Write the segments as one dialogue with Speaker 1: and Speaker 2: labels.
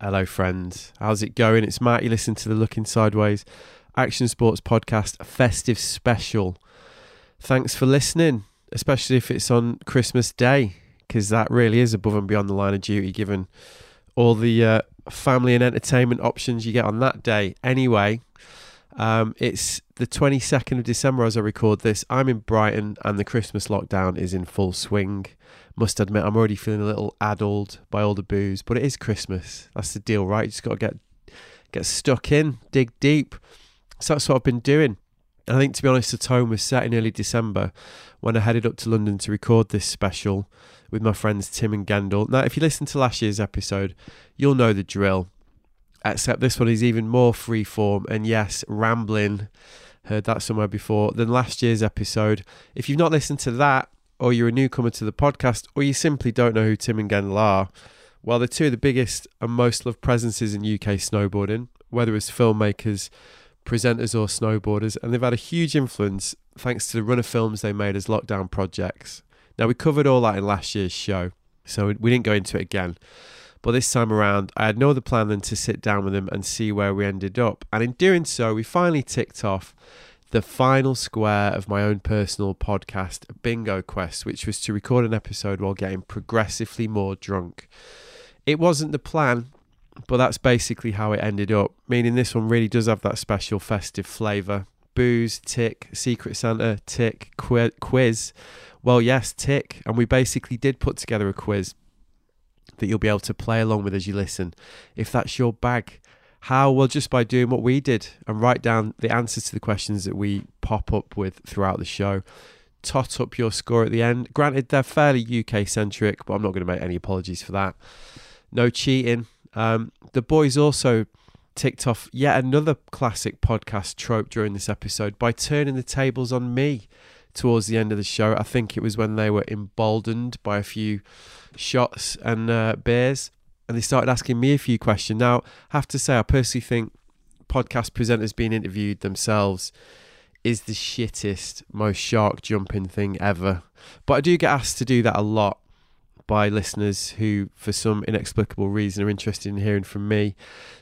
Speaker 1: Hello, friends. How's it going? It's Matt. You listen to the Looking Sideways Action Sports Podcast Festive Special. Thanks for listening, especially if it's on Christmas Day, because that really is above and beyond the line of duty, given all the uh, family and entertainment options you get on that day. Anyway, um, it's the 22nd of December as I record this. I'm in Brighton, and the Christmas lockdown is in full swing must admit I'm already feeling a little addled by all the booze, but it is Christmas. That's the deal, right? You just gotta get get stuck in, dig deep. So that's what I've been doing. And I think to be honest, the tone was set in early December when I headed up to London to record this special with my friends Tim and Gendel. Now, if you listen to last year's episode, you'll know the drill. Except this one is even more freeform and yes, rambling. Heard that somewhere before than last year's episode. If you've not listened to that, or you're a newcomer to the podcast, or you simply don't know who Tim and Gendel are, well, they're two of the biggest and most loved presences in UK snowboarding, whether as filmmakers, presenters, or snowboarders, and they've had a huge influence thanks to the run of films they made as lockdown projects. Now, we covered all that in last year's show, so we didn't go into it again. But this time around, I had no other plan than to sit down with them and see where we ended up. And in doing so, we finally ticked off the final square of my own personal podcast, Bingo Quest, which was to record an episode while getting progressively more drunk. It wasn't the plan, but that's basically how it ended up, meaning this one really does have that special festive flavour. Booze, tick, Secret Santa, tick, qui- quiz. Well, yes, tick. And we basically did put together a quiz that you'll be able to play along with as you listen, if that's your bag. How? Well, just by doing what we did and write down the answers to the questions that we pop up with throughout the show. Tot up your score at the end. Granted, they're fairly UK centric, but I'm not going to make any apologies for that. No cheating. Um, the boys also ticked off yet another classic podcast trope during this episode by turning the tables on me towards the end of the show. I think it was when they were emboldened by a few shots and uh, beers and they started asking me a few questions. Now, I have to say, I personally think podcast presenters being interviewed themselves is the shittest, most shark jumping thing ever. But I do get asked to do that a lot by listeners who, for some inexplicable reason, are interested in hearing from me.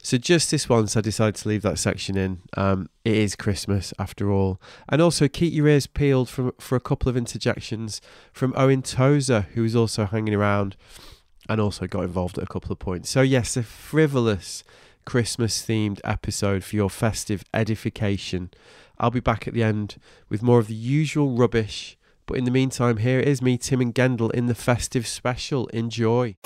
Speaker 1: So just this once, I decided to leave that section in. Um, it is Christmas after all, and also keep your ears peeled from for a couple of interjections from Owen Tozer, who is also hanging around and also got involved at a couple of points. So, yes, a frivolous Christmas themed episode for your festive edification. I'll be back at the end with more of the usual rubbish. But in the meantime, here it is me, Tim and Gendel, in the festive special. Enjoy.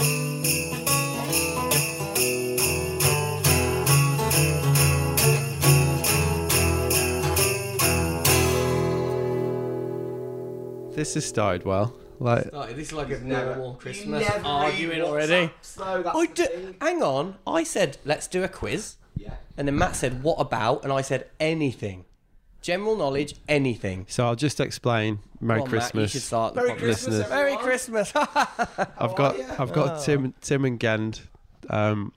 Speaker 1: This has started well. Like
Speaker 2: Oh, this is like a
Speaker 3: never-
Speaker 2: normal
Speaker 3: you
Speaker 2: Christmas
Speaker 3: never
Speaker 2: arguing
Speaker 3: read
Speaker 2: already.
Speaker 3: WhatsApps, though, that's
Speaker 2: I
Speaker 3: the
Speaker 2: do,
Speaker 3: thing.
Speaker 2: hang on. I said let's do a quiz,
Speaker 3: Yeah.
Speaker 2: and then Matt said what about, and I said anything, general knowledge, anything.
Speaker 1: So I'll just explain. Merry
Speaker 2: Come on, Matt, you should
Speaker 1: Christmas.
Speaker 2: start the
Speaker 3: Merry
Speaker 2: podcast.
Speaker 3: Christmas,
Speaker 1: Listeners.
Speaker 2: Merry
Speaker 3: everyone.
Speaker 2: Christmas.
Speaker 1: I've got
Speaker 3: yeah.
Speaker 1: I've got Tim Tim and Gend um,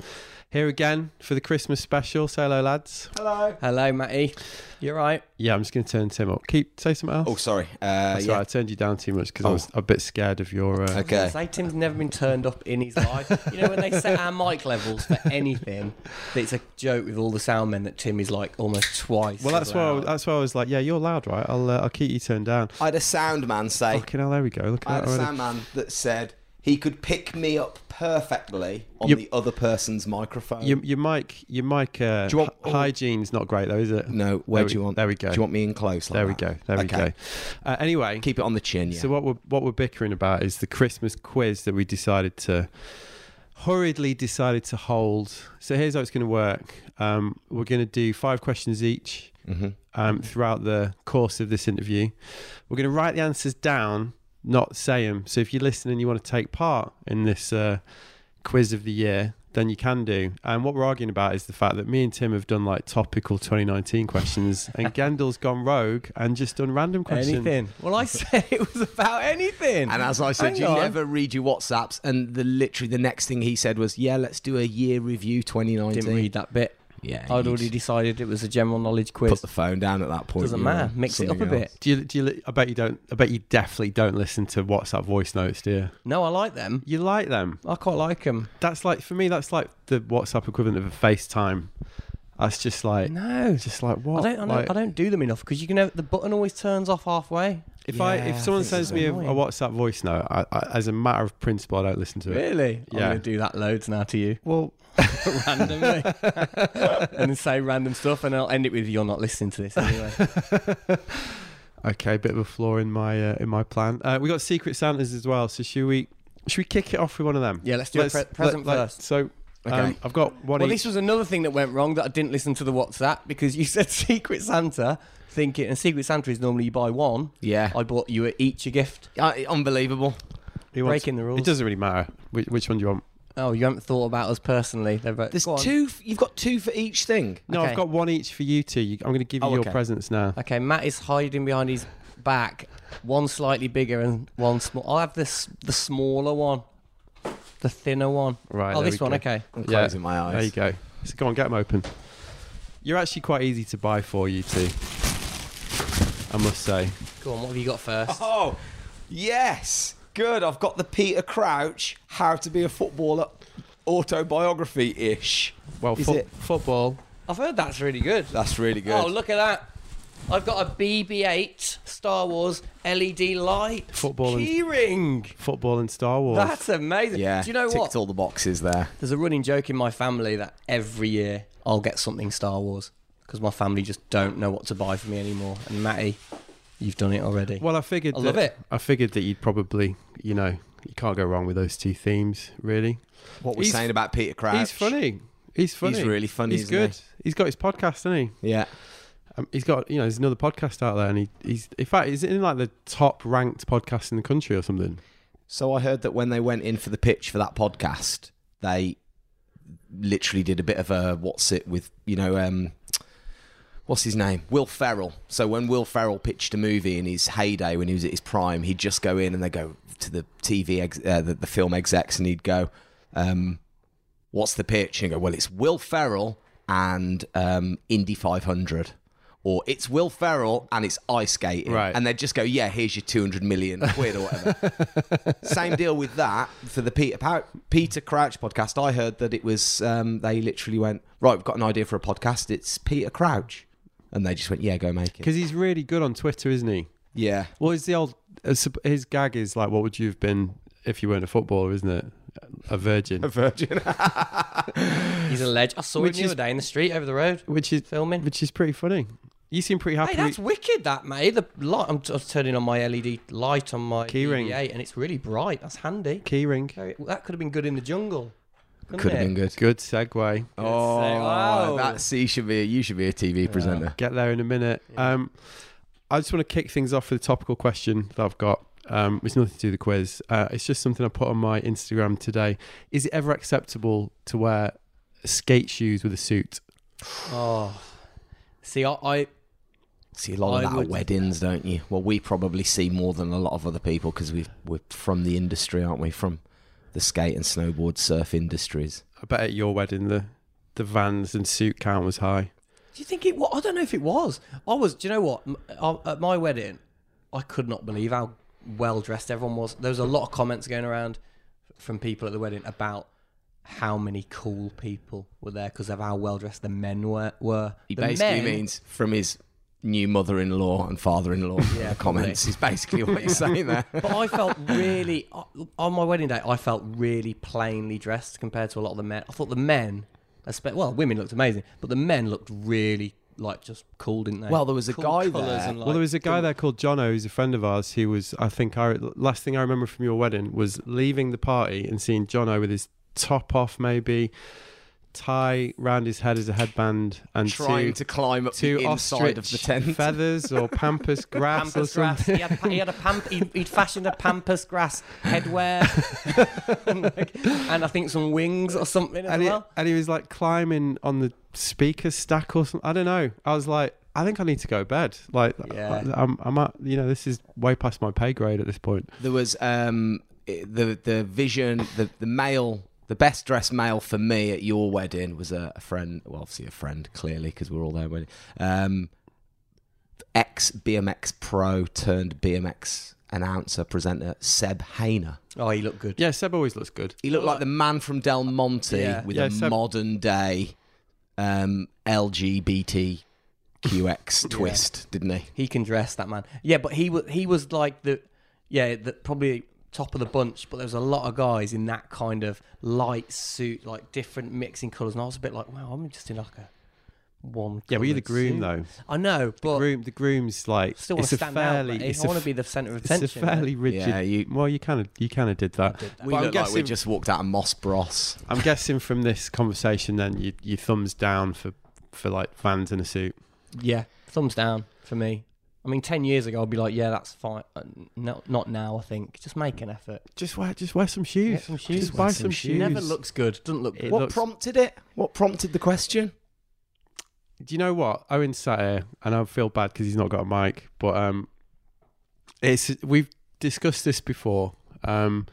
Speaker 1: here again for the Christmas special. Say hello, lads.
Speaker 4: Uh,
Speaker 3: Hello.
Speaker 2: Hello, Matty. You're right.
Speaker 1: Yeah, I'm just going to turn Tim up. Keep say something else.
Speaker 4: Oh, sorry. Uh,
Speaker 1: That's
Speaker 4: yeah.
Speaker 1: right, I turned you down too much because I
Speaker 4: Oh.
Speaker 1: was a bit scared of your. Uh,
Speaker 4: Okay.
Speaker 2: Say Tim's never been turned up in his life. You know when they set our mic levels for anything, it's a joke with all the sound men that Tim is like almost twice.
Speaker 1: Well,
Speaker 2: as
Speaker 1: that's why I, was-
Speaker 2: loud.
Speaker 1: that's why I was like, yeah, you're loud, right? I'll uh, I'll keep you turned down.
Speaker 4: I had a sound man say,
Speaker 1: Fucking hell, there we go. Look
Speaker 4: I
Speaker 1: at
Speaker 4: had
Speaker 1: that
Speaker 4: a
Speaker 1: already.
Speaker 4: sound man that said he could pick me up perfectly on
Speaker 1: Yep.
Speaker 4: the other person's microphone.
Speaker 1: Your, your mic, your mic uh,
Speaker 4: you want-
Speaker 1: hy- hygiene's not great though, is it?
Speaker 4: no, where
Speaker 1: There
Speaker 4: do you
Speaker 1: we-
Speaker 4: want?
Speaker 1: there we go.
Speaker 4: Do you want me in close? Like
Speaker 1: There we
Speaker 4: that?
Speaker 1: go. There we
Speaker 4: Okay.
Speaker 1: go. Uh, anyway,
Speaker 4: Keep it on the chin. Yeah.
Speaker 1: So what we're what we're bickering about is the Christmas quiz that we decided to hurriedly decided to hold. So here's how it's going to work. Um, we're going to do five questions each
Speaker 4: Mhm.
Speaker 1: um, throughout the course of this interview. We're going to write the answers down, not say them. So if you listen and you want to take part in this uh, quiz of the year, then you can do. And what we're arguing about is the fact that me and Tim have done like topical 2019 questions, and Gendel's gone rogue and just done random questions.
Speaker 2: anything. Well, I said it was about anything.
Speaker 4: And as I said,
Speaker 2: Hang
Speaker 4: you
Speaker 2: on.
Speaker 4: never read your WhatsApps. And the literally the next thing he said was, "Yeah, let's do a year review 2019."
Speaker 2: didn't read that bit.
Speaker 3: Yeah.
Speaker 2: I'd
Speaker 3: you'd
Speaker 2: already decided it was a general knowledge
Speaker 3: put
Speaker 2: quiz.
Speaker 3: the phone down at that point.
Speaker 2: Doesn't
Speaker 3: you were
Speaker 2: matter. Mix it up a
Speaker 3: something
Speaker 2: bit.
Speaker 3: else.
Speaker 1: Do you? Do you? li- I bet you don't. I bet you definitely don't listen to WhatsApp voice notes, do you?
Speaker 2: No, I like them.
Speaker 1: You like them?
Speaker 2: I quite like them.
Speaker 1: That's like for me. That's like the WhatsApp equivalent of a FaceTime. That's just like,
Speaker 2: No,
Speaker 1: just like
Speaker 2: I
Speaker 1: what?
Speaker 2: don't. I don't,
Speaker 1: Like,
Speaker 2: I don't do them enough because you can. Have, the button always turns off halfway.
Speaker 1: if I
Speaker 3: Yeah,
Speaker 1: if
Speaker 3: I
Speaker 1: someone
Speaker 3: think it's
Speaker 1: sends me a, a
Speaker 2: annoying.
Speaker 1: WhatsApp voice note, I, I, as a matter of principle, I don't listen to it.
Speaker 2: Really?
Speaker 1: Yeah.
Speaker 2: I'm gonna do that loads now to you
Speaker 1: Well,
Speaker 2: randomly, and then say random stuff, and I'll end it with "You're not listening to this anyway."
Speaker 1: okay, bit of a flaw in my uh, in my plan. Uh, we got Secret Santas as well, so should we should we kick it off with one of them?
Speaker 2: Yeah, let's do a pre- present
Speaker 1: let- like,
Speaker 2: first.
Speaker 1: So um,
Speaker 3: Okay.
Speaker 1: I've got one.
Speaker 2: Well,
Speaker 1: each.
Speaker 2: this was another thing that went wrong that I didn't listen to the WhatsApp because you said Secret Santa, thinking, and Secret Santa is normally you buy one.
Speaker 3: Yeah.
Speaker 2: I bought you each a gift,
Speaker 3: I, unbelievable.
Speaker 1: Who wants-
Speaker 2: breaking the
Speaker 1: It
Speaker 2: rules.
Speaker 1: doesn't really matter. Which, which one do you want?
Speaker 2: Oh, you haven't thought about us personally. They're both-
Speaker 3: There's
Speaker 2: Go on.
Speaker 3: two. f- You've got two for each thing.
Speaker 1: No,
Speaker 2: Okay.
Speaker 1: I've got one each for you two. You, I'm going to give you
Speaker 3: Oh,
Speaker 1: your
Speaker 3: okay.
Speaker 1: presents now.
Speaker 2: Okay, Matt is hiding behind his back. One slightly bigger and one small. I'll have this the smaller one, the thinner one.
Speaker 1: Right.
Speaker 2: oh,
Speaker 1: there
Speaker 2: this
Speaker 1: we
Speaker 2: one.
Speaker 1: go.
Speaker 2: Okay.
Speaker 3: I'm
Speaker 1: Yeah.
Speaker 3: closing my eyes.
Speaker 1: There you go. So go on, get them open. You're actually quite easy to buy for you two. I must say.
Speaker 2: Go on. What have you got first?
Speaker 4: Oh, yes. Good. I've got the Peter Crouch How to Be a Footballer autobiography ish.
Speaker 1: Well,
Speaker 4: Is
Speaker 1: fo-
Speaker 4: it-
Speaker 1: football.
Speaker 2: I've heard that's really good.
Speaker 4: That's really good.
Speaker 2: Oh, look at that. I've got a BB-8 Star Wars LED light
Speaker 1: Football and-
Speaker 2: keyring.
Speaker 1: Football and Star Wars.
Speaker 2: That's amazing.
Speaker 3: Yeah.
Speaker 2: Do you know
Speaker 3: ticked
Speaker 2: what?
Speaker 3: all the boxes there.
Speaker 2: There's a running joke in my family that every year I'll get something Star Wars because my family just don't know what to buy for me anymore. And Matty, you've done it already.
Speaker 1: well, I figured.
Speaker 2: I love
Speaker 1: that,
Speaker 2: it.
Speaker 1: I figured that you'd probably, you know, you can't go wrong with those two themes, really.
Speaker 3: What we're
Speaker 1: He's-
Speaker 3: saying about Peter Crouch.
Speaker 1: He's funny. He's funny.
Speaker 3: He's really funny.
Speaker 1: He's
Speaker 3: isn't
Speaker 1: good. He's got his podcast, hasn't he?
Speaker 3: He? Yeah.
Speaker 1: Um, he's got, you know, there's another podcast out there, and he, he's, in fact, is it in like the top ranked podcast in the country or something?
Speaker 3: So I heard that when they went in for the pitch for that podcast, they literally did a bit of a what's it with you know um what's his name Will Ferrell. So when Will Ferrell pitched a movie in his heyday when he was at his prime, he'd just go in and they go to the TV ex- uh, the, the film execs and he'd go, um, "What's the pitch?" And he'd go, "Well, it's Will Ferrell and um, Indy 500." Or it's Will Ferrell and it's ice skating,
Speaker 1: Right.
Speaker 3: and they'd just go, "Yeah, here's your two hundred million quid or whatever." Same deal with that for the Peter Pow- Peter Crouch podcast. I heard that it was um, they literally went right. We've got an idea for a podcast. It's Peter Crouch, and they just went, yeah, go make it.
Speaker 1: Because he's really good on Twitter, isn't he?
Speaker 3: Yeah,
Speaker 1: Well, is the old uh, sup- his gag is like, "What would you have been if you weren't a footballer?" Isn't it? A virgin,
Speaker 3: Virgin.
Speaker 2: He's a ledge. I saw him
Speaker 1: Which
Speaker 2: the
Speaker 1: is-
Speaker 2: other day in the street over the road
Speaker 1: which is
Speaker 2: filming.
Speaker 1: which is pretty funny. You seem pretty happy.
Speaker 2: Hey, that's wicked, that mate. The light. I'm, t- I'm turning on my LED light on my
Speaker 1: Keyring.
Speaker 2: BB-8, and it's really bright. That's handy.
Speaker 1: key ring.
Speaker 2: Very- that could have been good in the jungle. couldn't
Speaker 3: Could have
Speaker 2: it?
Speaker 3: been good.
Speaker 1: Good segue.
Speaker 3: Oh,
Speaker 2: wow.
Speaker 3: that's he should be. A, you should be a TV presenter.
Speaker 1: Get there in a minute. Um, I just want to kick things off with a topical question that I've got. Um, it's nothing to do with the quiz. Uh, it's just something I put on my Instagram today. Is it ever acceptable to wear skate shoes with a suit?
Speaker 2: Oh, see, I, I
Speaker 3: See a lot
Speaker 2: I
Speaker 3: of that
Speaker 2: would-
Speaker 3: at weddings, don't you? Well, we probably see more than a lot of other people because we we're from the industry, aren't we? From the skate and snowboard surf industries.
Speaker 1: I bet at your wedding the the vans and suit count was high.
Speaker 2: Do you think it? wa- I don't know if it was. I was. Do you know what? M- I- At my wedding, I could not believe how well dressed everyone was. There was a lot of comments going around from people at the wedding about how many cool people were there because of how well dressed the men were. were.
Speaker 3: He
Speaker 2: the
Speaker 3: basically
Speaker 2: men-
Speaker 3: means from his new mother-in-law and father-in-law
Speaker 2: Yeah,
Speaker 3: comments is basically what he's saying there.
Speaker 2: But I felt really on my wedding day. I felt really plainly dressed compared to a lot of the men. I thought the men, espe- well, women looked amazing, but the men looked really like just cool, didn't they?
Speaker 3: Well, there was a
Speaker 2: Cool
Speaker 3: guy
Speaker 2: colours
Speaker 3: there.
Speaker 2: and,
Speaker 1: well,
Speaker 2: like,
Speaker 1: there was a guy there called Jono, who's a friend of ours. He was, I think, I last thing I remember from your wedding was leaving the party and seeing Jono with his top off, maybe tie round his head as a headband, and
Speaker 3: trying
Speaker 1: two,
Speaker 3: to climb up
Speaker 1: two
Speaker 3: the inside of the
Speaker 1: ostrich
Speaker 3: tent.
Speaker 1: feathers or pampas grass or
Speaker 2: Pampas grass.
Speaker 1: something.
Speaker 2: He had, pa- he had a pamp. He'd, he'd fashioned a pampas grass headwear, and, like- and I think some wings or something as
Speaker 1: And he,
Speaker 2: well.
Speaker 1: and he was like climbing on the speaker stack or something. I don't know. I was like, I think I need to go to bed. Like,
Speaker 2: Yeah.
Speaker 1: I, am I'm at, you know, this is way past my pay grade at this point.
Speaker 3: There was um, i- the the vision, the the male The best dressed male for me at your wedding was a, a friend, well, obviously a friend, clearly, because we're all there. Wedding. Um, ex BMX pro turned BMX announcer presenter Seb Hayner.
Speaker 2: Oh, he looked good.
Speaker 1: Yeah, Seb always looks good.
Speaker 3: He looked like the man from Del Monte
Speaker 2: Yeah.
Speaker 3: with
Speaker 1: Uh, Yeah,
Speaker 3: a
Speaker 1: Seb-
Speaker 3: modern day um, LGBTQX twist, didn't he?
Speaker 2: He can dress that man. Yeah, but he was he was like the yeah the, probably top of the bunch. But there was a lot of guys in that kind of light suit, like different mixing colours, and I was a bit like, wow, I'm just in like a one.
Speaker 1: Yeah, but you're the
Speaker 2: coloured
Speaker 1: groom
Speaker 2: suit.
Speaker 1: though.
Speaker 2: I know, but
Speaker 1: groom, the groom's like
Speaker 2: still want
Speaker 1: it's
Speaker 2: to
Speaker 1: a
Speaker 2: stand
Speaker 1: fairly,
Speaker 2: out. mate.
Speaker 1: it's
Speaker 2: I
Speaker 1: a
Speaker 2: want
Speaker 1: f-
Speaker 2: to be the centre of
Speaker 1: it's
Speaker 2: attention.
Speaker 1: a fairly rigid.
Speaker 3: Yeah, you-
Speaker 1: well, you kind of you kind of did that.
Speaker 3: We
Speaker 1: But I'm
Speaker 3: looked like we
Speaker 1: guessing-
Speaker 3: just walked out of Moss Bros.
Speaker 1: I'm guessing from this conversation, then you you thumbs down for for like vans in a suit.
Speaker 2: yeah, thumbs down for me. I mean, ten years ago, I'd be like, yeah, that's fine. Uh, No, not now. I think just make an effort.
Speaker 1: Just wear just wear some shoes.
Speaker 2: Get some shoes.
Speaker 1: Just buy some shoes.
Speaker 2: Never looks good. Doesn't look good.
Speaker 1: It
Speaker 3: What
Speaker 1: looks-
Speaker 3: prompted it? What prompted the question?
Speaker 1: Do you know what Owen sat here, and I feel bad because he's not got a mic, but um, it's we've discussed this before, um,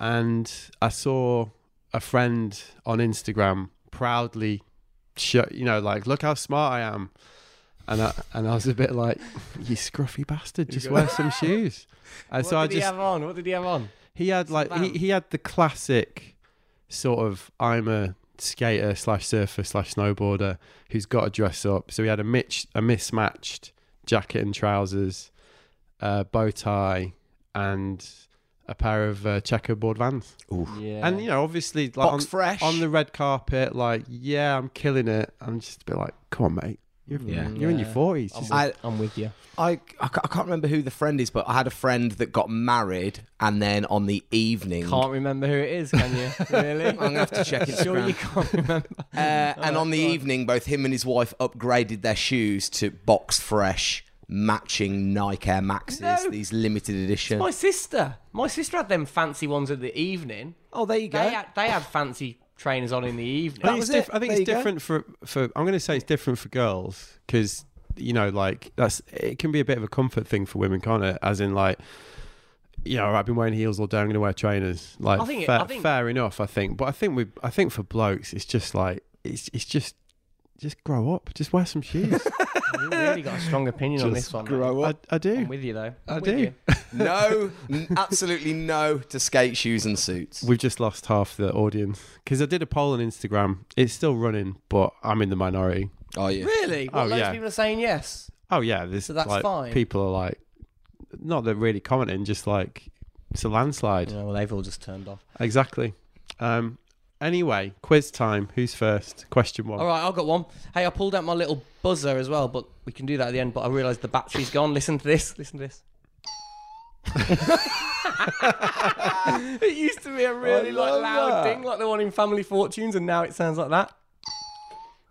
Speaker 1: and I saw a friend on Instagram proudly, show, you know, like look how smart I am, and I and I was a bit like, you scruffy bastard, just wear some shoes, and
Speaker 2: what
Speaker 1: so I
Speaker 2: did he
Speaker 1: just
Speaker 2: have on? What did he have on?
Speaker 1: he had like he,
Speaker 2: Van.
Speaker 1: he had the classic sort of I'm a skater slash surfer slash snowboarder who's got to dress up. So he had a mitch a mismatched jacket and trousers, uh, bow tie, and a pair of uh, checkerboard vans.
Speaker 2: Yeah.
Speaker 1: And you know, obviously, like
Speaker 3: Box
Speaker 1: on,
Speaker 3: fresh.
Speaker 1: on the red carpet, like yeah, I'm killing it. I'm just a bit like, come on, mate, you're
Speaker 3: Yeah.
Speaker 1: you're in your
Speaker 2: Yeah.
Speaker 1: forties.
Speaker 2: I'm with,
Speaker 3: I-
Speaker 2: I'm with you.
Speaker 3: I, I ca- I can't remember who the friend is, but I had a friend that got married, and then on the evening, uh,
Speaker 2: Can't remember who it is, can you? Really?
Speaker 3: I'm gonna have to check Instagram.
Speaker 2: Sure, you can't remember.
Speaker 3: Uh, and on
Speaker 1: Oh,
Speaker 3: the evening, both him and his wife upgraded their shoes to box fresh, matching Nike Air Maxes,
Speaker 2: No.
Speaker 3: these limited edition.
Speaker 2: My sister, my sister had them fancy ones at the evening.
Speaker 3: Oh, there you go.
Speaker 2: They had, they had fancy trainers on in the evening.
Speaker 1: I think it's,
Speaker 3: was it.
Speaker 1: diff- I think it's
Speaker 3: There you go.
Speaker 1: different for for. I'm going to say it's different for girls because you know, like that's it can be a bit of a comfort thing for women, can't it? As in, like, yeah, all right, I've been wearing heels all day. I'm going to wear trainers. Like,
Speaker 2: I think it-
Speaker 1: fair,
Speaker 2: I think-
Speaker 1: fair enough, I think. But I think we, I think for blokes, it's just like it's it's just just grow up, just wear some shoes.
Speaker 2: you really got a strong opinion on this one. mate.
Speaker 1: I, I do.
Speaker 2: I'm with you though.
Speaker 1: I
Speaker 2: I'm with
Speaker 1: do.
Speaker 2: you.
Speaker 3: no, n- absolutely no to skate shoes and suits.
Speaker 1: We've just lost half the audience because I did a poll on Instagram. It's still running, but I'm in the minority.
Speaker 3: Oh yeah.
Speaker 2: Really? What,
Speaker 1: Oh,
Speaker 2: loads
Speaker 1: yeah.
Speaker 2: of people are saying yes.
Speaker 1: Oh yeah, this
Speaker 2: So that's
Speaker 1: like,
Speaker 2: fine.
Speaker 1: People are like, not that really commenting, just like it's a landslide.
Speaker 2: well, they've all just turned off.
Speaker 1: Exactly. Um. Anyway, quiz time. Who's first? Question one.
Speaker 2: All right, I've got one. Hey, I pulled out my little buzzer as well, but we can do that at the end. But I realised the battery's gone. Listen to this. Listen to this. it used to be a really like
Speaker 4: love
Speaker 2: loud
Speaker 4: that.
Speaker 2: thing, like the one in Family Fortunes, and now it sounds like that.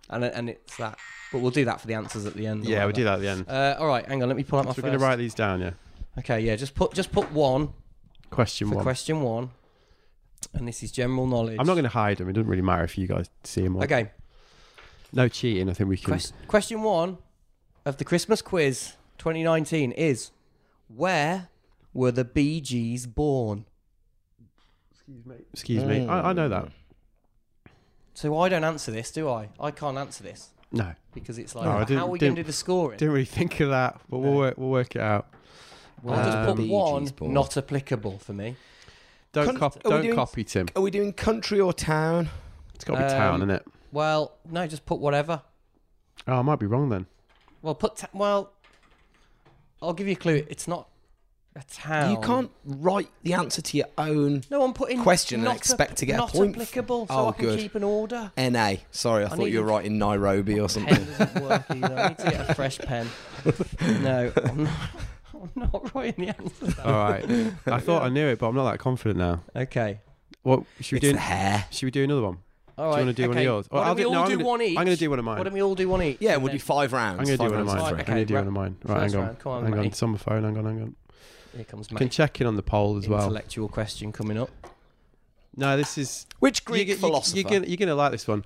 Speaker 2: And it- and it's that. But we'll do that for the answers at the end. or
Speaker 1: Yeah, we'll
Speaker 2: whatever.
Speaker 1: do that at the end.
Speaker 2: Uh, all right, hang on. Let me pull out my.
Speaker 1: so we're going to
Speaker 2: first-
Speaker 1: write these down. Yeah.
Speaker 2: Okay, yeah. Just put just put one
Speaker 1: Question
Speaker 2: for
Speaker 1: one.
Speaker 2: question one, and this is general knowledge.
Speaker 1: I'm not going to hide them. It doesn't really matter if you guys see them. Or...
Speaker 2: Okay,
Speaker 1: No cheating. I think we can.
Speaker 2: Quest- question one of the Christmas quiz 2019 is Where were the Bee Gees born?
Speaker 1: Excuse me. I, I know
Speaker 2: Mm.
Speaker 1: that.
Speaker 2: So I don't answer this, do I? I can't answer this
Speaker 1: No.
Speaker 2: because it's
Speaker 1: No, I
Speaker 2: like,
Speaker 1: didn't-
Speaker 2: how are we going to
Speaker 1: didn't-
Speaker 2: do the scoring?
Speaker 1: Didn't really think of that, but we'll work, we'll work it out.
Speaker 2: I'll just
Speaker 1: Um,
Speaker 2: put
Speaker 3: Bee
Speaker 2: one
Speaker 3: Gees born.
Speaker 2: not applicable for me.
Speaker 1: Don't
Speaker 3: Cunt-
Speaker 1: cop-
Speaker 3: are we
Speaker 1: don't
Speaker 3: doing-
Speaker 1: copy Tim.
Speaker 3: Are we doing country or town?
Speaker 1: It's got to be town, isn't
Speaker 2: Um,
Speaker 1: it?
Speaker 2: Well, no, just put whatever.
Speaker 1: Oh, I might be wrong then.
Speaker 2: Well, put, ta- well, I'll give you a clue. It's not a town.
Speaker 3: You can't write the answer to your own
Speaker 2: No, I'm putting
Speaker 3: Question and
Speaker 2: not
Speaker 3: expect to get a
Speaker 2: not
Speaker 3: point.
Speaker 2: applicable, so
Speaker 3: Oh,
Speaker 2: I can
Speaker 3: good.
Speaker 2: keep an order.
Speaker 3: NA. Sorry, I,
Speaker 2: I
Speaker 3: thought
Speaker 2: need
Speaker 3: you were
Speaker 2: to-
Speaker 3: writing Nairobi or something.
Speaker 2: pen doesn't work either. I need to get a fresh pen. No, I'm not, I'm not writing the answer.
Speaker 1: All right. I thought I knew it, but I'm not that confident now.
Speaker 2: Okay.
Speaker 1: What should we
Speaker 3: It's
Speaker 1: do?
Speaker 3: the hair.
Speaker 1: Should we do another one?
Speaker 2: All right.
Speaker 1: Do you want to do one of
Speaker 2: okay.
Speaker 1: yours? Or
Speaker 2: Why
Speaker 1: I'll
Speaker 2: don't we
Speaker 1: do-
Speaker 2: all
Speaker 1: no, I'm
Speaker 2: do
Speaker 1: gonna-
Speaker 2: one each?
Speaker 1: I'm going to do one of
Speaker 2: Why
Speaker 1: mine.
Speaker 2: don't we all do one each?
Speaker 3: Yeah,
Speaker 2: and
Speaker 3: we'll do
Speaker 2: then-
Speaker 3: five rounds.
Speaker 1: I'm going to
Speaker 3: five
Speaker 1: do one of
Speaker 3: rounds
Speaker 1: mine.
Speaker 2: Right,
Speaker 1: I'm
Speaker 2: okay,
Speaker 1: going to do one of mine. Right,
Speaker 2: First
Speaker 1: hang on.
Speaker 2: round, come on,
Speaker 1: hang on.
Speaker 2: mate.
Speaker 1: It's on my phone. Hang on, hang on.
Speaker 2: Here comes
Speaker 1: Can
Speaker 2: my
Speaker 1: check in on the poll as well.
Speaker 2: intellectual question coming up.
Speaker 1: No, this is
Speaker 3: Which Greek
Speaker 1: you, you,
Speaker 3: philosopher?
Speaker 1: You're gonna, you're gonna like this one.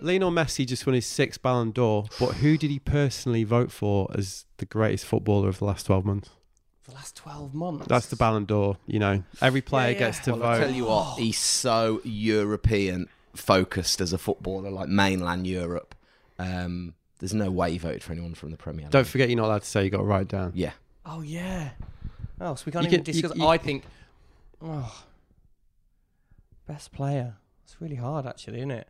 Speaker 1: Lionel Messi just won his sixth Ballon d'Or, but who did he personally vote for as the greatest footballer of the last 12 months?
Speaker 2: the last 12 months.
Speaker 1: That's the Ballon d'Or. You know, every player
Speaker 2: yeah.
Speaker 1: gets to
Speaker 3: Well, I
Speaker 1: vote.
Speaker 3: tell you what, he's so European focused as a footballer, like mainland Europe. Um, there's no way he voted for anyone from the Premier League.
Speaker 1: Don't forget, you're not allowed to say you got to write it down.
Speaker 3: yeah,
Speaker 2: Oh, yeah. Oh, so we can't
Speaker 1: You
Speaker 2: even
Speaker 1: can- you-
Speaker 2: discuss.
Speaker 1: you-
Speaker 2: I think. Oh, best player. It's really hard, actually, isn't it?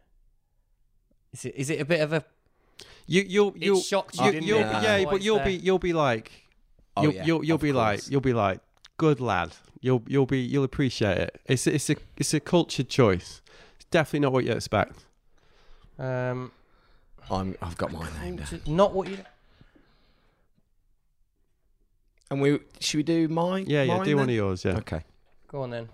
Speaker 2: Is it, is it a bit of a.
Speaker 1: You, you'll,
Speaker 2: It
Speaker 1: you'll,
Speaker 2: shocked you,
Speaker 1: you,
Speaker 2: didn't
Speaker 1: will
Speaker 2: it?
Speaker 1: yeah,
Speaker 2: That's why
Speaker 1: but
Speaker 2: it's
Speaker 1: you'll
Speaker 2: there.
Speaker 1: be, you'll be like,
Speaker 3: Oh,
Speaker 1: you'll,
Speaker 3: yeah,
Speaker 1: you'll, you'll
Speaker 3: of
Speaker 1: be like,
Speaker 3: course.
Speaker 1: you'll be like, good lad. You'll, you'll be, you'll appreciate it. It's, a- it's a, it's a cultured choice. It's definitely not what you expect.
Speaker 2: Um,
Speaker 3: I'm, I've got my name down.
Speaker 2: just not what you.
Speaker 3: And we should we do mine?
Speaker 1: Yeah, yeah.
Speaker 3: mine
Speaker 1: Do one
Speaker 3: then?
Speaker 1: of yours. Yeah.
Speaker 3: Okay.
Speaker 2: Go on then.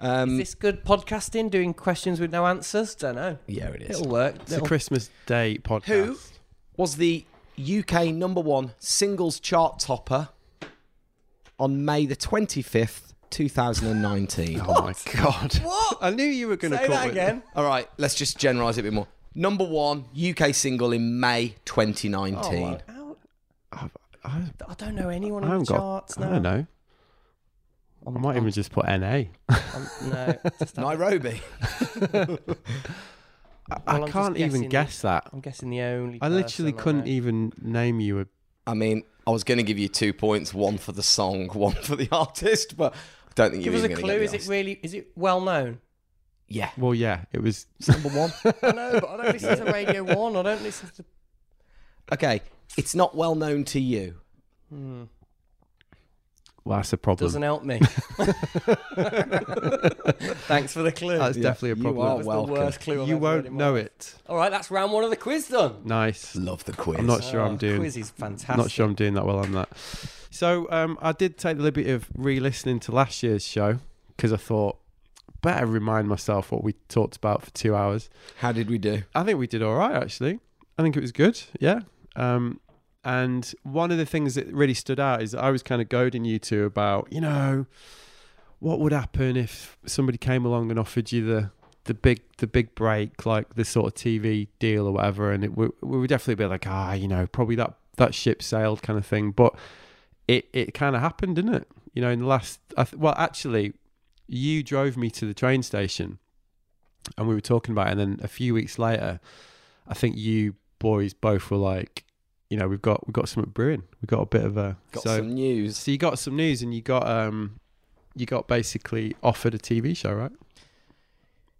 Speaker 3: Um,
Speaker 2: Is this good podcasting? Doing questions with no answers? Don't know.
Speaker 3: yeah, it is.
Speaker 2: It'll work.
Speaker 1: It's a
Speaker 2: It'll-
Speaker 1: Christmas Day podcast.
Speaker 3: Who was the UK number one singles chart topper on May the 25th, 2019?
Speaker 1: Oh my god! What? I knew you were going to
Speaker 2: Say
Speaker 1: call
Speaker 2: that
Speaker 1: it.
Speaker 2: again.
Speaker 3: All right, let's just generalise it a bit more. Number one UK single in May 2019.
Speaker 2: Oh, wow. How-
Speaker 1: I,
Speaker 2: I don't know anyone
Speaker 1: I
Speaker 2: in the
Speaker 1: haven't got.
Speaker 2: charts
Speaker 1: I
Speaker 2: now.
Speaker 1: don't know.
Speaker 2: I'm,
Speaker 1: I might even just put NA.
Speaker 2: I'm- no, just-
Speaker 3: Nairobi.
Speaker 2: Well,
Speaker 1: I
Speaker 2: I'm
Speaker 1: can't
Speaker 2: just
Speaker 1: even
Speaker 2: guessing
Speaker 1: guess that.
Speaker 2: I'm guessing the only.
Speaker 1: I literally
Speaker 2: person
Speaker 1: couldn't e-
Speaker 2: know.
Speaker 1: even name you a.
Speaker 3: I mean, I was going to give you two points, one for the song, one for the artist, but I don't think
Speaker 2: Give
Speaker 3: you're
Speaker 2: us a
Speaker 3: even
Speaker 2: clue. Is it really? Is it well known?
Speaker 3: Yeah.
Speaker 1: Well, yeah, it was.
Speaker 3: It's number one.
Speaker 2: I know, but I don't listen to Radio One. I don't listen to.
Speaker 3: okay, it's not well known to you.
Speaker 2: Hmm,
Speaker 1: Well, that's a problem.
Speaker 2: doesn't help me. Thanks for the clue.
Speaker 1: that's
Speaker 3: Yeah,
Speaker 1: definitely a
Speaker 3: you
Speaker 1: problem.
Speaker 3: are
Speaker 2: that was
Speaker 3: welcome.
Speaker 2: the worst clue. I've
Speaker 1: You
Speaker 2: ever heard
Speaker 1: won't
Speaker 2: in my
Speaker 1: know
Speaker 2: life.
Speaker 1: it.
Speaker 2: All right, that's round one of the quiz done.
Speaker 1: Nice.
Speaker 3: Love the quiz.
Speaker 1: I'm not sure I'm doing.
Speaker 2: Quiz is fantastic.
Speaker 1: Not sure I'm doing that well on that. So um, I did take the liberty of re-listening to last year's show because I thought better remind myself what we talked about for two hours.
Speaker 3: How did we do?
Speaker 1: I think we did all right actually. I think it was good. Yeah. Um, and one of the things that really stood out is that I was kind of goading you two about, you know, what would happen if somebody came along and offered you the the big the big break, like the sort of TV deal or whatever, and it, we, we would definitely be like, ah, you know, probably that that ship sailed kind of thing. But it it kind of happened, didn't it? You know, in the last, I th- well, actually, you drove me to the train station and we were talking about it. And then a few weeks later, I think you boys both were like, you know, we've got we've got something brewing. We've got a bit of a
Speaker 3: Got
Speaker 1: so
Speaker 3: some news.
Speaker 1: so you got some news and you got um you got basically offered a TV show, right?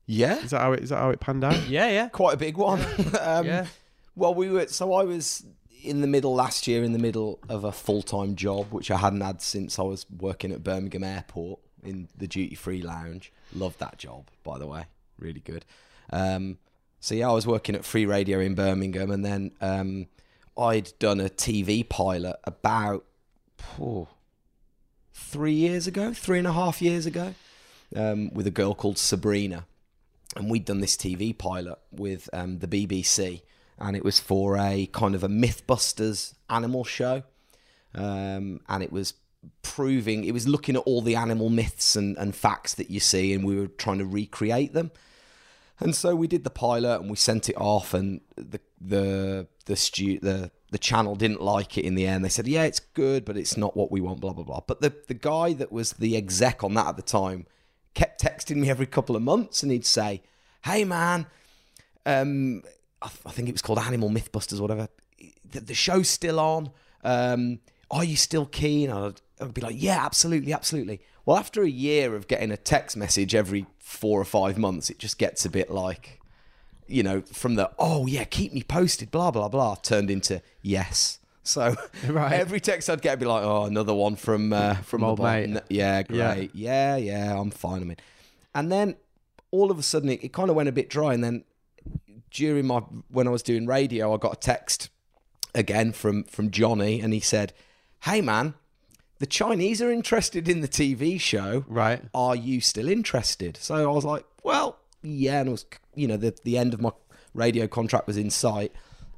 Speaker 3: Yeah.
Speaker 1: Is that how it is that how it panned out?
Speaker 2: Yeah, yeah.
Speaker 3: Quite a big one. um,
Speaker 2: yeah.
Speaker 3: Well, we were. So I was in the middle last year, in the middle of a full time job, which I hadn't had since I was working at Birmingham Airport in the duty free lounge. Loved that job, by the way. Really good. Um, so yeah, I was working at Free Radio in Birmingham, and then um, I'd done a TV pilot about oh, three years ago, three and a half years ago, um, with a girl called Sabrina and we'd done this TV pilot with um, the BBC, and it was for a kind of a MythBusters animal show, um, and it was proving it was looking at all the animal myths and, and facts that you see, and we were trying to recreate them. And so we did the pilot and we sent it off, and the the the stu- the the channel didn't like it in the end. They said, "Yeah, it's good, but it's not what we want." Blah blah blah. But the the guy that was the exec on that at the time kept texting me every couple of months, and he'd say, "Hey man, um, I, th- I think it was called Animal Mythbusters, or whatever. The, the show's still on. Um, are you still keen? I'd, I'd be like, yeah, absolutely, absolutely. Well, after a year of getting a text message every four or five months, it just gets a bit like, you know, from the oh yeah, keep me posted, blah blah blah, turned into yes. So
Speaker 1: Right.
Speaker 3: every text I'd get would be like, oh, another one from uh, from
Speaker 1: old
Speaker 3: old
Speaker 1: mate.
Speaker 3: mate. Yeah,
Speaker 1: Yeah.
Speaker 3: great. Yeah, yeah, I'm fine. I mean, and then all of a sudden it, it kind of went a bit dry, and then during my when I was doing radio, I got a text again from from Johnny, and he said, "Hey man, the Chinese are interested in the TV show.
Speaker 1: Right.
Speaker 3: Are you still interested?" So I was like, "Well, yeah," and it was you know the the end of my radio contract was in sight,